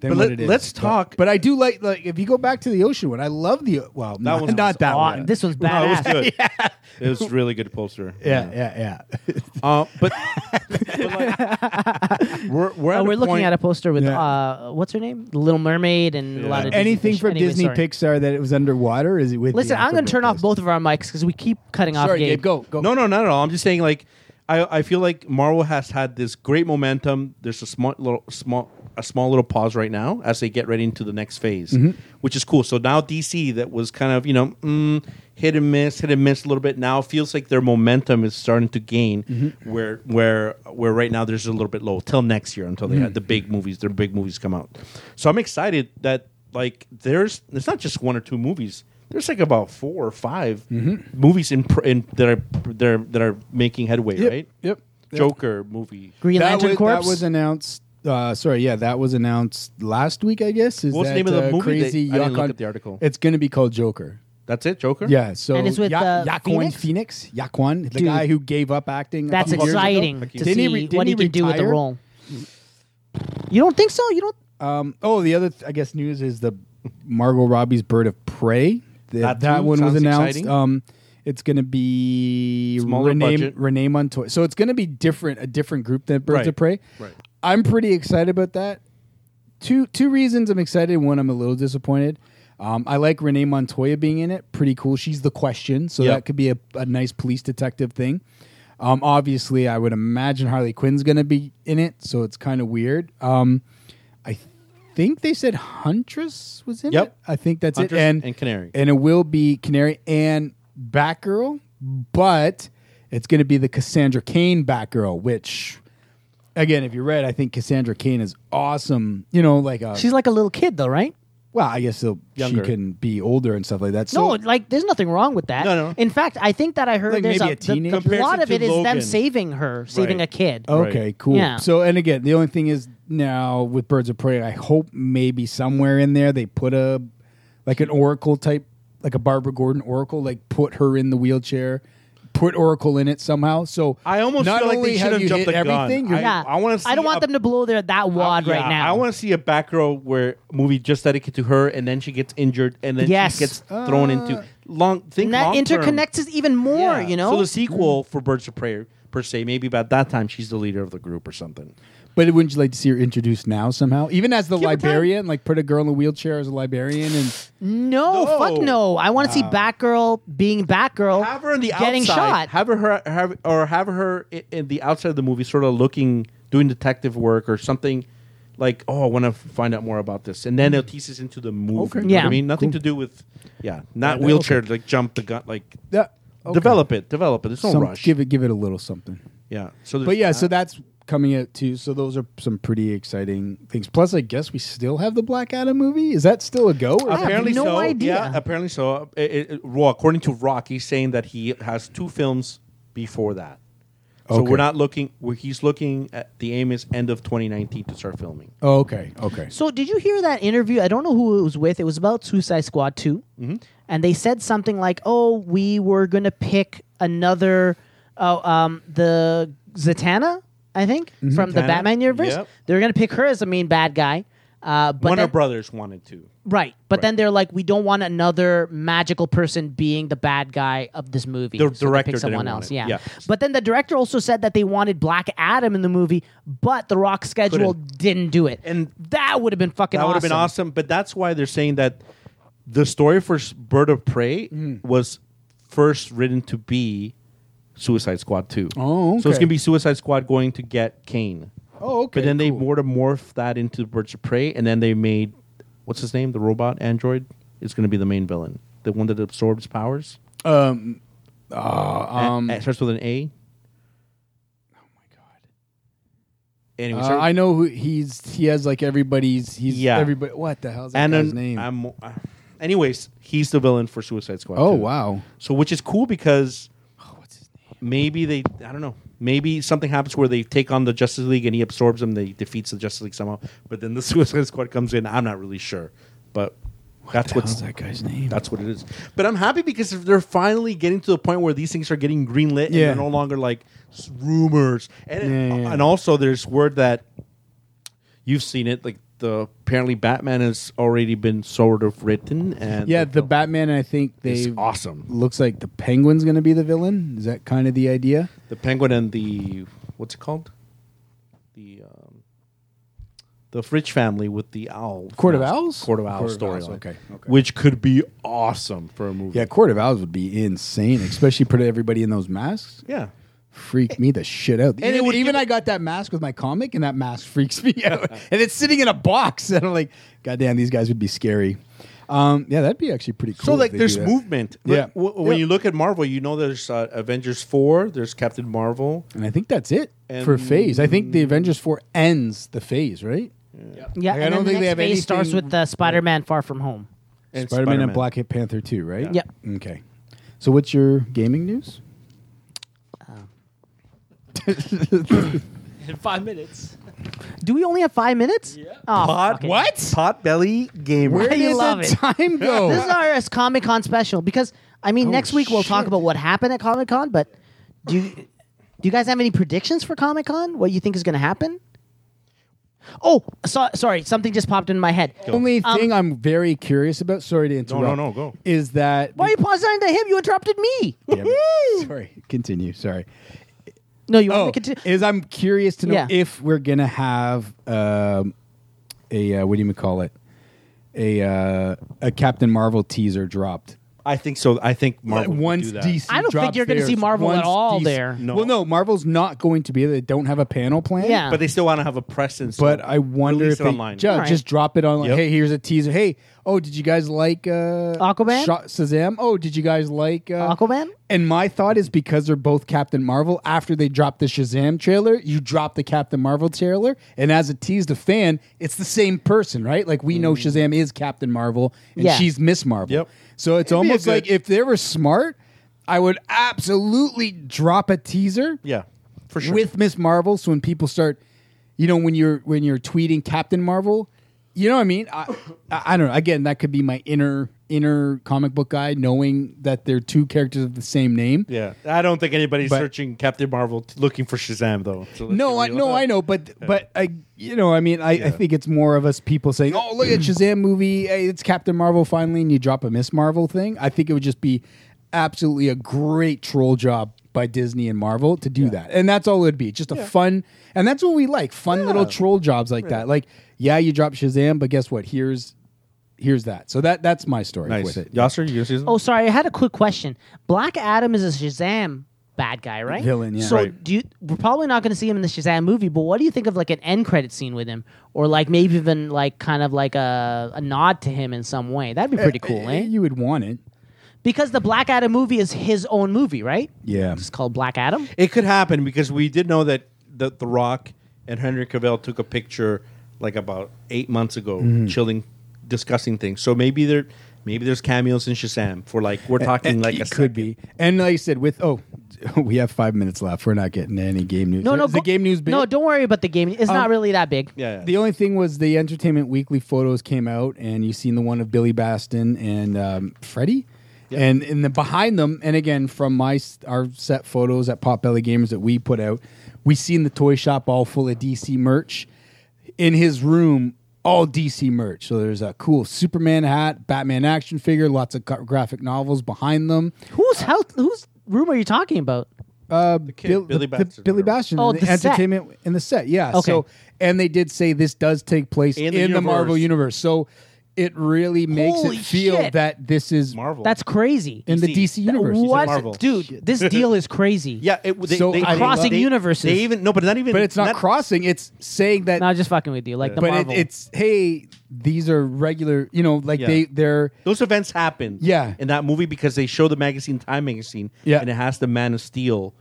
[SPEAKER 5] Than
[SPEAKER 6] But
[SPEAKER 5] what
[SPEAKER 6] let-
[SPEAKER 5] it is.
[SPEAKER 6] let's
[SPEAKER 5] But-
[SPEAKER 6] talk-
[SPEAKER 5] But, I do like like if you go back to the ocean one, I love the well, not,
[SPEAKER 6] one's
[SPEAKER 5] not that
[SPEAKER 4] Aw,
[SPEAKER 5] one.
[SPEAKER 4] This one's
[SPEAKER 6] No, it was
[SPEAKER 4] badass.
[SPEAKER 6] good. It was really good poster.
[SPEAKER 5] yeah, yeah, yeah.
[SPEAKER 6] Uh, but but, like, we're we're, at
[SPEAKER 4] Oh,
[SPEAKER 6] a
[SPEAKER 4] we're looking
[SPEAKER 6] point-
[SPEAKER 4] at a poster with
[SPEAKER 5] Yeah.
[SPEAKER 4] uh, what's her name? The Little Mermaid and a lot of Disney
[SPEAKER 5] Anything
[SPEAKER 4] fish.
[SPEAKER 5] from
[SPEAKER 4] Anyway,
[SPEAKER 5] Disney
[SPEAKER 4] sorry.
[SPEAKER 5] Pixar that it was underwater is it with?
[SPEAKER 4] Listen,
[SPEAKER 5] the
[SPEAKER 4] I'm going to
[SPEAKER 5] actual
[SPEAKER 4] turn off
[SPEAKER 5] poster?
[SPEAKER 4] both of our mics because we keep cutting off
[SPEAKER 5] Sorry,
[SPEAKER 4] Gabe.
[SPEAKER 5] Gabe. Go, go.
[SPEAKER 6] No, no, not at all. I'm just saying, like, I, I feel like Marvel has had this great momentum. There's a small little small a small little pause right now as they get ready into the next phase,
[SPEAKER 5] Mm-hmm.
[SPEAKER 6] which is cool. So now DC, that was kind of you know mm, hit and miss, hit and miss a little bit. Now feels like their momentum is starting to gain,
[SPEAKER 5] Mm-hmm.
[SPEAKER 6] where where where right now there's a little bit low till next year until they
[SPEAKER 5] Mm-hmm.
[SPEAKER 6] have the big movies, their big movies come out. So I'm excited that like there's it's not just one or two movies there's like about four or 5
[SPEAKER 5] Mm-hmm.
[SPEAKER 6] movies in, pr- in that are that are that are making headway,
[SPEAKER 5] Yep,
[SPEAKER 6] right?
[SPEAKER 5] yep, yep.
[SPEAKER 6] Joker movie.
[SPEAKER 4] Green
[SPEAKER 5] That
[SPEAKER 4] Lantern
[SPEAKER 5] was,
[SPEAKER 4] Corps.
[SPEAKER 5] that was announced. Uh, sorry, yeah, that was announced last week. I guess is
[SPEAKER 6] What's the
[SPEAKER 5] that,
[SPEAKER 6] name of the
[SPEAKER 5] uh,
[SPEAKER 6] movie
[SPEAKER 5] Crazy
[SPEAKER 6] that- I didn't
[SPEAKER 5] Yakan-
[SPEAKER 6] look at the article.
[SPEAKER 5] It's going to be called Joker.
[SPEAKER 6] That's it, Joker.
[SPEAKER 5] Yeah, so
[SPEAKER 4] And it's with, uh,
[SPEAKER 5] Yaquan Phoenix, Yaquan, the
[SPEAKER 4] Dude.
[SPEAKER 5] guy who gave up acting. a
[SPEAKER 4] That's
[SPEAKER 5] couple years ago.
[SPEAKER 4] exciting to
[SPEAKER 5] Didn't
[SPEAKER 4] see
[SPEAKER 5] he re-
[SPEAKER 4] what
[SPEAKER 5] didn't
[SPEAKER 4] he can do with the
[SPEAKER 5] retire?
[SPEAKER 4] role. You don't think so? You don't?
[SPEAKER 5] Um, oh, the other, th- I guess, news is the Margot Robbie's Bird of Prey. The-
[SPEAKER 6] That
[SPEAKER 5] that
[SPEAKER 6] too
[SPEAKER 5] one was
[SPEAKER 6] sounds
[SPEAKER 5] announced.
[SPEAKER 6] exciting.
[SPEAKER 5] Um, it's going to be
[SPEAKER 6] Smaller
[SPEAKER 5] Renee,
[SPEAKER 6] budget.
[SPEAKER 5] Renee Montoya. So it's going to be different, a different group than Birds
[SPEAKER 6] Right,
[SPEAKER 5] of Prey.
[SPEAKER 6] right.
[SPEAKER 5] I'm pretty excited about that. Two two reasons I'm excited. One, I'm a little disappointed. Um, I like Renee Montoya being in it. Pretty cool. She's the question, so
[SPEAKER 6] Yep.
[SPEAKER 5] that could be a, a nice police detective thing. Um, obviously, I would imagine Harley Quinn's going to be in it, so it's kind of weird. Um, I think they said Huntress was in
[SPEAKER 6] Yep.
[SPEAKER 5] it. I think that's
[SPEAKER 6] Huntress
[SPEAKER 5] it. And,
[SPEAKER 6] and Canary.
[SPEAKER 5] And it will be Canary and Batgirl, but it's going to be the Cassandra Kane Batgirl, which, again, if you read, I think Cassandra Kane is awesome. You know, like a,
[SPEAKER 4] She's like a little kid, though, right?
[SPEAKER 5] well, I guess so she
[SPEAKER 6] Younger.
[SPEAKER 5] can be older and stuff like that. So,
[SPEAKER 4] no, like there's nothing wrong with that.
[SPEAKER 6] No, no.
[SPEAKER 4] In fact, I think that I heard
[SPEAKER 5] Like,
[SPEAKER 4] there's
[SPEAKER 5] maybe
[SPEAKER 4] a,
[SPEAKER 5] a
[SPEAKER 4] the-
[SPEAKER 5] teenage-
[SPEAKER 4] the, lot
[SPEAKER 6] Comparison
[SPEAKER 4] of it
[SPEAKER 6] to
[SPEAKER 4] is them
[SPEAKER 6] Logan.
[SPEAKER 4] saving her, saving
[SPEAKER 6] Right.
[SPEAKER 4] a kid.
[SPEAKER 5] Okay, cool.
[SPEAKER 4] Yeah.
[SPEAKER 5] So, and again, the only thing is now with Birds of Prey, I hope maybe somewhere in there they put a like an Oracle type, like a Barbara Gordon Oracle, like put her in the wheelchair, put Oracle in it somehow. So
[SPEAKER 6] I almost
[SPEAKER 5] not
[SPEAKER 6] feel like
[SPEAKER 5] only
[SPEAKER 6] they should have
[SPEAKER 5] you
[SPEAKER 6] jumped
[SPEAKER 5] hit
[SPEAKER 6] the gun.
[SPEAKER 5] everything, you're-
[SPEAKER 4] yeah,
[SPEAKER 6] I wanna
[SPEAKER 4] I don't
[SPEAKER 6] see
[SPEAKER 4] want
[SPEAKER 6] a-
[SPEAKER 4] them to blow their that wad right
[SPEAKER 6] Yeah,
[SPEAKER 4] now.
[SPEAKER 6] I want to see a Batgirl where movie just dedicated to her, and then she gets injured, and then
[SPEAKER 4] Yes.
[SPEAKER 6] she gets thrown into
[SPEAKER 5] Uh.
[SPEAKER 6] long. Think
[SPEAKER 4] and that
[SPEAKER 6] long term.
[SPEAKER 4] interconnects us even more.
[SPEAKER 6] Yeah.
[SPEAKER 4] You know,
[SPEAKER 6] So the sequel for Birds of Prey per se, maybe about that time she's the leader of the group or something.
[SPEAKER 5] but wouldn't you like to see her introduced now somehow, even as the
[SPEAKER 4] Give her time.
[SPEAKER 5] librarian? Like put a girl in a wheelchair as a librarian, and
[SPEAKER 4] No,
[SPEAKER 6] No.
[SPEAKER 4] fuck no. I want to see Batgirl being Batgirl.
[SPEAKER 6] have her on the
[SPEAKER 4] getting
[SPEAKER 6] outside.
[SPEAKER 4] shot.
[SPEAKER 6] Have her have or have her in, in the outside of the movie, sort of looking, doing detective work or something. Like, oh, I want to find out more about this, and then it teases into the movie.
[SPEAKER 5] Okay.
[SPEAKER 6] You know what
[SPEAKER 4] Yeah.
[SPEAKER 6] I mean, nothing to do with, yeah, not
[SPEAKER 5] Yeah,
[SPEAKER 6] wheelchair. Like jump the gun. Like
[SPEAKER 5] Yeah, okay.
[SPEAKER 6] develop it, develop it. There's no
[SPEAKER 5] Some-
[SPEAKER 6] rush.
[SPEAKER 5] Give it, give it a little something.
[SPEAKER 6] yeah. So, there's
[SPEAKER 5] But yeah,
[SPEAKER 6] that.
[SPEAKER 5] so that's coming out too. So those are some pretty exciting things. Plus, I guess we still have the Black Adam movie. Is that still a go? Or
[SPEAKER 6] apparently
[SPEAKER 4] no
[SPEAKER 6] so.
[SPEAKER 4] idea.
[SPEAKER 6] Yeah, apparently so. It- it- it- well, according to Rock, he's saying that he has two films before that. So
[SPEAKER 5] Okay.
[SPEAKER 6] we're not looking. We're, he's looking at the aim is end of 2019 to start filming.
[SPEAKER 5] Oh, okay, okay.
[SPEAKER 4] So did you hear that interview? I don't know who it was with. It was about Suicide Squad 2.
[SPEAKER 6] Mm-hmm.
[SPEAKER 4] And they said something like, "Oh, we were going to pick another oh um the Zatanna, I think, from the
[SPEAKER 6] Mm-hmm. Zatanna,
[SPEAKER 4] Batman universe.
[SPEAKER 6] yep.
[SPEAKER 4] They were going to pick her as the main bad guy." Uh, but
[SPEAKER 6] Warner
[SPEAKER 4] then-
[SPEAKER 6] Brothers wanted to.
[SPEAKER 4] right, but then they're like, we don't want another magical person being the bad guy of this movie.
[SPEAKER 6] The
[SPEAKER 4] So they picked
[SPEAKER 6] director didn't
[SPEAKER 4] someone
[SPEAKER 6] want
[SPEAKER 4] else,
[SPEAKER 6] it.
[SPEAKER 4] yeah.
[SPEAKER 6] Yeah.
[SPEAKER 4] But then the director also said that they wanted Black Adam in the movie, but The Rock schedule didn't do it,
[SPEAKER 6] And
[SPEAKER 4] that would have been fucking.
[SPEAKER 6] That would have been awesome. But that's why they're saying that the story for S- Bird of Prey
[SPEAKER 5] Mm.
[SPEAKER 6] was first written to be Suicide Squad 2.
[SPEAKER 5] Oh,
[SPEAKER 6] So it's
[SPEAKER 5] okay.
[SPEAKER 6] going to be Suicide Squad going to get Kane.
[SPEAKER 5] Oh, okay.
[SPEAKER 6] but then they
[SPEAKER 5] cool.
[SPEAKER 6] more to morph that into Birds of Prey, and then they made what's his name, the robot android, is going to be the main villain, the one that absorbs powers.
[SPEAKER 5] Um, Uh,
[SPEAKER 6] Um, it starts with an A. Anyway,
[SPEAKER 5] Oh uh,
[SPEAKER 6] so-
[SPEAKER 5] I know who he's. He has like everybody's. He's
[SPEAKER 6] Yeah.
[SPEAKER 5] everybody. What the hell's that
[SPEAKER 6] and
[SPEAKER 5] guy's
[SPEAKER 6] an-
[SPEAKER 5] name?
[SPEAKER 6] I'm, uh, anyways, he's the villain for Suicide Squad.
[SPEAKER 5] oh
[SPEAKER 6] too.
[SPEAKER 5] wow. Oh,
[SPEAKER 6] So which is cool because maybe they I don't know. Maybe something happens where they take on the Justice League and he absorbs them. They defeats the Justice League somehow, but then the Suicide Squad comes in. I'm not really sure, but that's what's
[SPEAKER 5] that guy's name?
[SPEAKER 6] that's what it is. But I'm happy because if they're finally getting to the point where these things are getting greenlit and
[SPEAKER 5] Yeah.
[SPEAKER 6] they're no longer like s- rumors. And
[SPEAKER 5] Yeah, yeah,
[SPEAKER 6] and also there's word that you've seen it like the apparently Batman has already been sort of written and
[SPEAKER 5] Yeah, the Batman. I think
[SPEAKER 6] is
[SPEAKER 5] they
[SPEAKER 6] awesome.
[SPEAKER 5] looks like the Penguin's going to be the villain. Is that kind of the idea?
[SPEAKER 6] the penguin and the what's it called the um, the fridge family with the owl
[SPEAKER 5] Court of Owls?
[SPEAKER 6] court of
[SPEAKER 5] Court
[SPEAKER 6] owls
[SPEAKER 5] of Owls,
[SPEAKER 6] storyline
[SPEAKER 5] okay, okay.
[SPEAKER 6] which could be awesome for a movie
[SPEAKER 5] Yeah, Court of Owls would be insane, especially put everybody in those masks.
[SPEAKER 6] yeah
[SPEAKER 5] Freak me the shit out.
[SPEAKER 6] it
[SPEAKER 5] And even,
[SPEAKER 6] would
[SPEAKER 5] even
[SPEAKER 6] give-
[SPEAKER 5] I got that mask with my comic, and that mask freaks me out. and it's sitting in a box, and I'm like, God damn, these guys would be scary. Um, yeah, that'd be actually pretty cool.
[SPEAKER 6] so
[SPEAKER 5] if
[SPEAKER 6] like
[SPEAKER 5] they
[SPEAKER 6] there's
[SPEAKER 5] do that.
[SPEAKER 6] movement
[SPEAKER 5] Yeah.
[SPEAKER 6] Look, w- when
[SPEAKER 5] Yeah.
[SPEAKER 6] you look at marvel you know there's uh, avengers 4 there's captain marvel
[SPEAKER 5] and I think that's it for phase. I think the Avengers Four ends the phase, right?
[SPEAKER 4] Yeah,
[SPEAKER 5] Like, I
[SPEAKER 4] and
[SPEAKER 5] don't
[SPEAKER 4] then
[SPEAKER 5] think
[SPEAKER 4] the
[SPEAKER 5] they
[SPEAKER 4] next
[SPEAKER 5] have
[SPEAKER 4] phase starts
[SPEAKER 5] anything-
[SPEAKER 4] with uh, Spider-Man: Far From Home.
[SPEAKER 6] and
[SPEAKER 5] Spider Man and Black Panther Two, right?
[SPEAKER 4] Yeah.
[SPEAKER 5] Okay. So what's your gaming news?
[SPEAKER 10] In five minutes.
[SPEAKER 4] Do we only have five minutes? Yeah. Oh, fuck it.
[SPEAKER 6] pot belly gamer
[SPEAKER 5] Where
[SPEAKER 4] I
[SPEAKER 5] did
[SPEAKER 4] love
[SPEAKER 5] the
[SPEAKER 4] it.
[SPEAKER 5] time go?
[SPEAKER 4] This is our Comic Con special because I mean, next week we'll talk
[SPEAKER 5] Oh, shit.
[SPEAKER 4] about what happened at Comic Con. But do you, do you guys have any predictions for Comic Con? What you think is going to happen? Oh, so, sorry, something just popped in my head.
[SPEAKER 5] only
[SPEAKER 4] Um,
[SPEAKER 5] thing I'm very curious about. Sorry to interrupt.
[SPEAKER 6] no, go.
[SPEAKER 5] Is that?
[SPEAKER 4] Why are you pausing on to him? You interrupted me.
[SPEAKER 5] Damn it. Sorry. Continue. Sorry.
[SPEAKER 4] No, you
[SPEAKER 5] Oh,
[SPEAKER 4] want me to continue?
[SPEAKER 5] is I'm curious to know
[SPEAKER 4] Yeah.
[SPEAKER 5] if we're gonna have um, a uh, what do you call it? A uh, a Captain Marvel teaser dropped.
[SPEAKER 6] i think so i think marvel would
[SPEAKER 5] once
[SPEAKER 6] do that.
[SPEAKER 5] DC,
[SPEAKER 4] I don't think
[SPEAKER 5] drops
[SPEAKER 4] you're gonna see
[SPEAKER 5] theirs,
[SPEAKER 4] Marvel at
[SPEAKER 5] once
[SPEAKER 4] all there.
[SPEAKER 6] No.
[SPEAKER 5] Well, no, Marvel's not going to be. there. They don't have a panel plan.
[SPEAKER 4] Yeah.
[SPEAKER 6] but they still want to have a presence
[SPEAKER 5] But
[SPEAKER 6] so
[SPEAKER 5] I wonder
[SPEAKER 6] release
[SPEAKER 5] if
[SPEAKER 6] it
[SPEAKER 5] they
[SPEAKER 6] online
[SPEAKER 5] ju-
[SPEAKER 4] Alright.
[SPEAKER 5] just drop it on. Like,
[SPEAKER 6] Yep.
[SPEAKER 5] Hey, here's a teaser. Hey, oh, did you guys like uh,
[SPEAKER 4] Aquaman?
[SPEAKER 5] Sha- Shazam? Oh, did you guys like uh,
[SPEAKER 4] Aquaman?
[SPEAKER 5] And my thought is because they're both Captain Marvel. After they drop the Shazam trailer, you drop the Captain Marvel trailer, and as a teased a fan, it's the same person, right? Like we know Shazam is Captain Marvel, and
[SPEAKER 4] Yeah.
[SPEAKER 5] she's Miss Marvel.
[SPEAKER 6] Mm. Yep.
[SPEAKER 5] So it's
[SPEAKER 6] be a
[SPEAKER 5] almost
[SPEAKER 6] good-
[SPEAKER 5] like if they were smart, I would absolutely drop a teaser
[SPEAKER 6] yeah for sure
[SPEAKER 5] with Miss Marvel. So when people start, you know, when you're when you're tweeting Captain Marvel, you know what I mean? I, I, I don't know. Again, that could be my inner inner comic book guy knowing that they're two characters of the same name.
[SPEAKER 6] Yeah, I don't think anybody's
[SPEAKER 5] But-
[SPEAKER 6] searching Captain Marvel t- looking for Shazam though. So let's
[SPEAKER 5] No,
[SPEAKER 6] be
[SPEAKER 5] I
[SPEAKER 6] real.
[SPEAKER 5] no, I know, but but I you know, I mean, I, I think it's more of us people saying, "Oh, look at Shazam movie! Hey, it's Captain Marvel finally," and you drop a Miss Marvel thing. I think it would just be absolutely a great troll job by Disney and Marvel to do that, and that's all it'd be, just a fun, and that's what we like, fun little troll jobs like that. Like, yeah, you drop Shazam, but guess what? Here's here's that. So that that's my story
[SPEAKER 6] Nice,
[SPEAKER 5] with it.
[SPEAKER 6] Yasser, you gonna see something?
[SPEAKER 4] Oh, sorry, I had a quick question. Black Adam is a Shazam bad guy, right?
[SPEAKER 5] Villain, yeah.
[SPEAKER 4] So
[SPEAKER 6] Right.
[SPEAKER 4] do you? We're probably not going to see him in the Shazam movie, but what do you think of like an end credit scene with him, or like maybe even like kind of like a, a nod to him in some way? That'd be pretty cool, eh?
[SPEAKER 5] You would want it.
[SPEAKER 4] Because the Black Adam movie is his own movie, right?
[SPEAKER 5] Yeah.
[SPEAKER 4] It's called Black Adam.
[SPEAKER 6] It could happen because we did know that the, the Rock and Henry Cavill took a picture like about eight months ago,
[SPEAKER 5] Mm-hmm.
[SPEAKER 6] chilling, discussing things. So maybe there, maybe there's cameos in Shazam for like we're talking like a
[SPEAKER 5] it could
[SPEAKER 6] second.
[SPEAKER 5] be. And like I said, with oh, we have five minutes left. We're not getting any game news.
[SPEAKER 4] No, no,
[SPEAKER 5] Is the
[SPEAKER 4] go-
[SPEAKER 5] game news. Big? Um,
[SPEAKER 4] No, don't worry about the game. It's not really that big.
[SPEAKER 6] Yeah, yeah.
[SPEAKER 5] The only thing was the Entertainment Weekly photos came out, and you seen the one of Billy Baston and um, Freddie, and in the behind them, and again from my s- our set photos at Pop Belly Gamers that we put out, we seen the toy shop all full of DC merch. In his room, all DC merch. So there's a cool Superman hat, Batman action figure, lots of gra- graphic novels behind them.
[SPEAKER 4] Who's house? Whose room are you talking about?
[SPEAKER 5] Uh,
[SPEAKER 6] kid,
[SPEAKER 5] Bill- the-
[SPEAKER 6] Billy
[SPEAKER 5] the
[SPEAKER 6] Batson,
[SPEAKER 5] Billy
[SPEAKER 6] whatever.
[SPEAKER 5] Bastion
[SPEAKER 4] Oh,
[SPEAKER 5] in the,
[SPEAKER 4] the set.
[SPEAKER 5] entertainment in the set. Yeah.
[SPEAKER 4] Okay.
[SPEAKER 5] So and they did say this does take place in
[SPEAKER 6] In
[SPEAKER 5] the,
[SPEAKER 6] the
[SPEAKER 5] Marvel universe. So it really makes
[SPEAKER 4] Holy
[SPEAKER 5] it feel
[SPEAKER 4] shit.
[SPEAKER 5] that this is
[SPEAKER 6] Marvel.
[SPEAKER 4] That's crazy.
[SPEAKER 5] in the
[SPEAKER 6] DC.
[SPEAKER 5] DC universe.
[SPEAKER 4] What,
[SPEAKER 6] Marvel.
[SPEAKER 4] dude? This deal is crazy.
[SPEAKER 6] yeah. It, they,
[SPEAKER 5] So
[SPEAKER 6] they,
[SPEAKER 5] I
[SPEAKER 4] Crossing
[SPEAKER 6] they-
[SPEAKER 4] universes.
[SPEAKER 6] They even no, but not even.
[SPEAKER 5] But it's not, crossing. It's saying that.
[SPEAKER 4] No, just fucking with you, like the
[SPEAKER 5] but it,
[SPEAKER 4] Marvel.
[SPEAKER 5] it's hey, these are regular. You know, like
[SPEAKER 6] Yeah.
[SPEAKER 5] they they're
[SPEAKER 6] Those events happen.
[SPEAKER 5] Yeah.
[SPEAKER 6] In that movie because they show the magazine Time magazine.
[SPEAKER 5] Yeah.
[SPEAKER 6] And it has the Man of Steel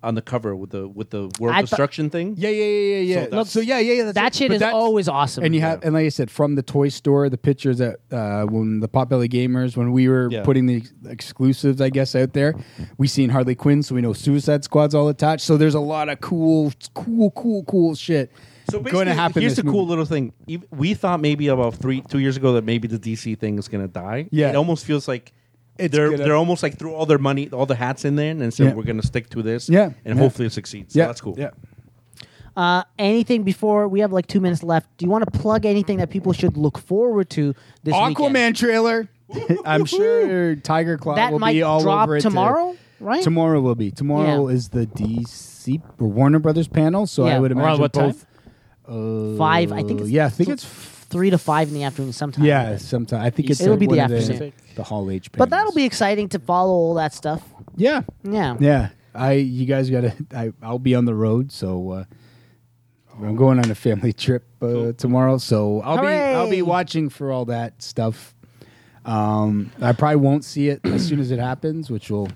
[SPEAKER 6] on the cover with the with the world
[SPEAKER 4] I thought-
[SPEAKER 6] destruction thing.
[SPEAKER 5] yeah yeah yeah yeah yeah. So,
[SPEAKER 6] that's-
[SPEAKER 5] yeah yeah yeah. That's
[SPEAKER 4] that
[SPEAKER 5] it.
[SPEAKER 4] shit
[SPEAKER 5] But
[SPEAKER 4] is
[SPEAKER 5] that's-
[SPEAKER 4] always awesome.
[SPEAKER 5] And you have, and like I said, from the toy store, the pictures that uh, when the Potbelly Gamers, when we were
[SPEAKER 6] Yeah.
[SPEAKER 5] putting the ex- exclusives, I guess, out there, we seen Harley Quinn, so we know Suicide Squad's all attached. So there's a lot of cool, cool, cool, cool shit.
[SPEAKER 6] So basically,
[SPEAKER 5] going to happen.
[SPEAKER 6] here's
[SPEAKER 5] this
[SPEAKER 6] the cool
[SPEAKER 5] movie.
[SPEAKER 6] little thing. Ev- We thought maybe about three, two years ago that maybe the DC thing is going to die.
[SPEAKER 5] Yeah.
[SPEAKER 6] it almost feels like
[SPEAKER 5] It's
[SPEAKER 6] they're
[SPEAKER 5] gonna-
[SPEAKER 6] they're almost like threw all their money, all the hats in there, and said
[SPEAKER 5] Yeah.
[SPEAKER 6] we're going to stick to this.
[SPEAKER 5] Yeah.
[SPEAKER 6] and
[SPEAKER 5] Yeah.
[SPEAKER 6] hopefully it succeeds. So
[SPEAKER 5] yeah,
[SPEAKER 6] that's cool.
[SPEAKER 5] Yeah.
[SPEAKER 4] uh, anything before we have like two minutes left? Do you want to plug anything that people should look forward to this
[SPEAKER 5] Aquaman
[SPEAKER 4] weekend?
[SPEAKER 5] trailer. I'm sure Tiger Claw
[SPEAKER 4] That
[SPEAKER 5] will
[SPEAKER 4] might
[SPEAKER 5] be all
[SPEAKER 4] drop
[SPEAKER 5] over it
[SPEAKER 4] tomorrow,
[SPEAKER 5] today.
[SPEAKER 4] right?
[SPEAKER 5] Tomorrow will be. Tomorrow
[SPEAKER 4] Yeah.
[SPEAKER 5] is the DC or Warner Brothers panel, so
[SPEAKER 4] Yeah.
[SPEAKER 5] I would
[SPEAKER 4] Around
[SPEAKER 5] imagine
[SPEAKER 9] what time?
[SPEAKER 5] both.
[SPEAKER 4] Five, I think. It's
[SPEAKER 5] yeah, I think it's
[SPEAKER 4] three to five in the afternoon sometime.
[SPEAKER 5] Yeah, sometime. I think it's
[SPEAKER 4] It'll
[SPEAKER 5] like
[SPEAKER 4] be the
[SPEAKER 5] one of
[SPEAKER 4] afternoon.
[SPEAKER 5] The Hall H.
[SPEAKER 4] but that'll
[SPEAKER 5] panels.
[SPEAKER 4] be exciting to follow all that stuff.
[SPEAKER 5] yeah,
[SPEAKER 4] Yeah.
[SPEAKER 5] yeah. I you guys gotta. I I'll be on the road, so uh, I'm going on a family trip uh, tomorrow. So I'll be I'll
[SPEAKER 4] Hooray!
[SPEAKER 5] be watching for all that stuff. Um, I probably won't see it as soon as it happens, which will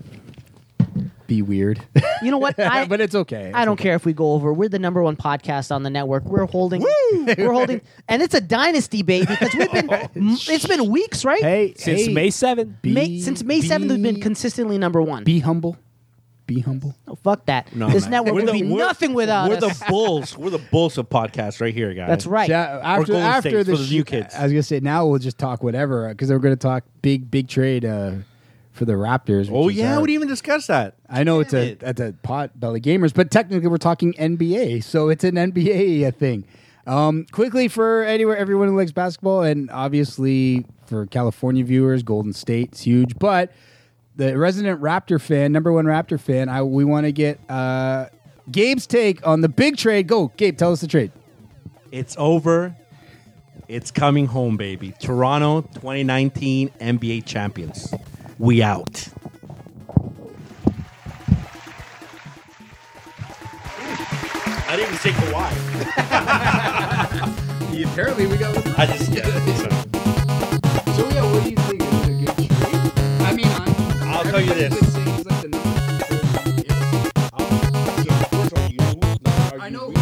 [SPEAKER 5] be weird.
[SPEAKER 4] You know what? I,
[SPEAKER 5] but it's okay.
[SPEAKER 4] I don't care if we go over. We're the number one podcast on the network. We're holding. We're holding, and it's a dynasty, baby. Because we've been. it's been weeks, right?
[SPEAKER 5] Hey,
[SPEAKER 9] Since
[SPEAKER 5] hey,
[SPEAKER 9] May 7th.
[SPEAKER 5] be-
[SPEAKER 4] May, since May
[SPEAKER 5] be-
[SPEAKER 4] seventh, we've been consistently number one.
[SPEAKER 5] Be humble. Be humble.
[SPEAKER 4] No, fuck that. this network
[SPEAKER 6] We're
[SPEAKER 4] would
[SPEAKER 6] the-
[SPEAKER 4] be
[SPEAKER 6] we're-
[SPEAKER 4] nothing without
[SPEAKER 6] We're
[SPEAKER 4] us.
[SPEAKER 6] the bulls. We're the bulls of podcasts right here, guys.
[SPEAKER 4] That's right.
[SPEAKER 5] Yeah, after
[SPEAKER 6] Golden
[SPEAKER 5] after
[SPEAKER 6] States
[SPEAKER 5] the
[SPEAKER 6] for the new kids.
[SPEAKER 5] I was gonna say now we'll just talk whatever because we're gonna talk big big trade uh, for the Raptors. which
[SPEAKER 6] Oh
[SPEAKER 5] is
[SPEAKER 6] yeah,
[SPEAKER 5] our-
[SPEAKER 6] we didn't even discuss that.
[SPEAKER 5] I know it's a
[SPEAKER 6] it.
[SPEAKER 5] that's a pot belly gamers, but technically we're talking NBA, so it's an NBA uh, thing. Um, quickly for anywhere everyone who likes basketball, and obviously for California viewers, Golden State's huge, but the resident Raptor fan, number one Raptor fan, I we want to get uh, Gabe's take on the big trade. Go, Gabe, tell us the trade.
[SPEAKER 6] It's over. It's coming home, baby. Toronto 2019 NBA champions. We out. I didn't even say Kawhi.
[SPEAKER 5] Apparently, we got.
[SPEAKER 6] I just yeah.
[SPEAKER 5] So yeah, what do you think is a good trade? I mean, I,
[SPEAKER 6] I'll tell you
[SPEAKER 5] everybody's
[SPEAKER 6] this.
[SPEAKER 5] been saying he's like the number one player in the NBA.
[SPEAKER 2] I know.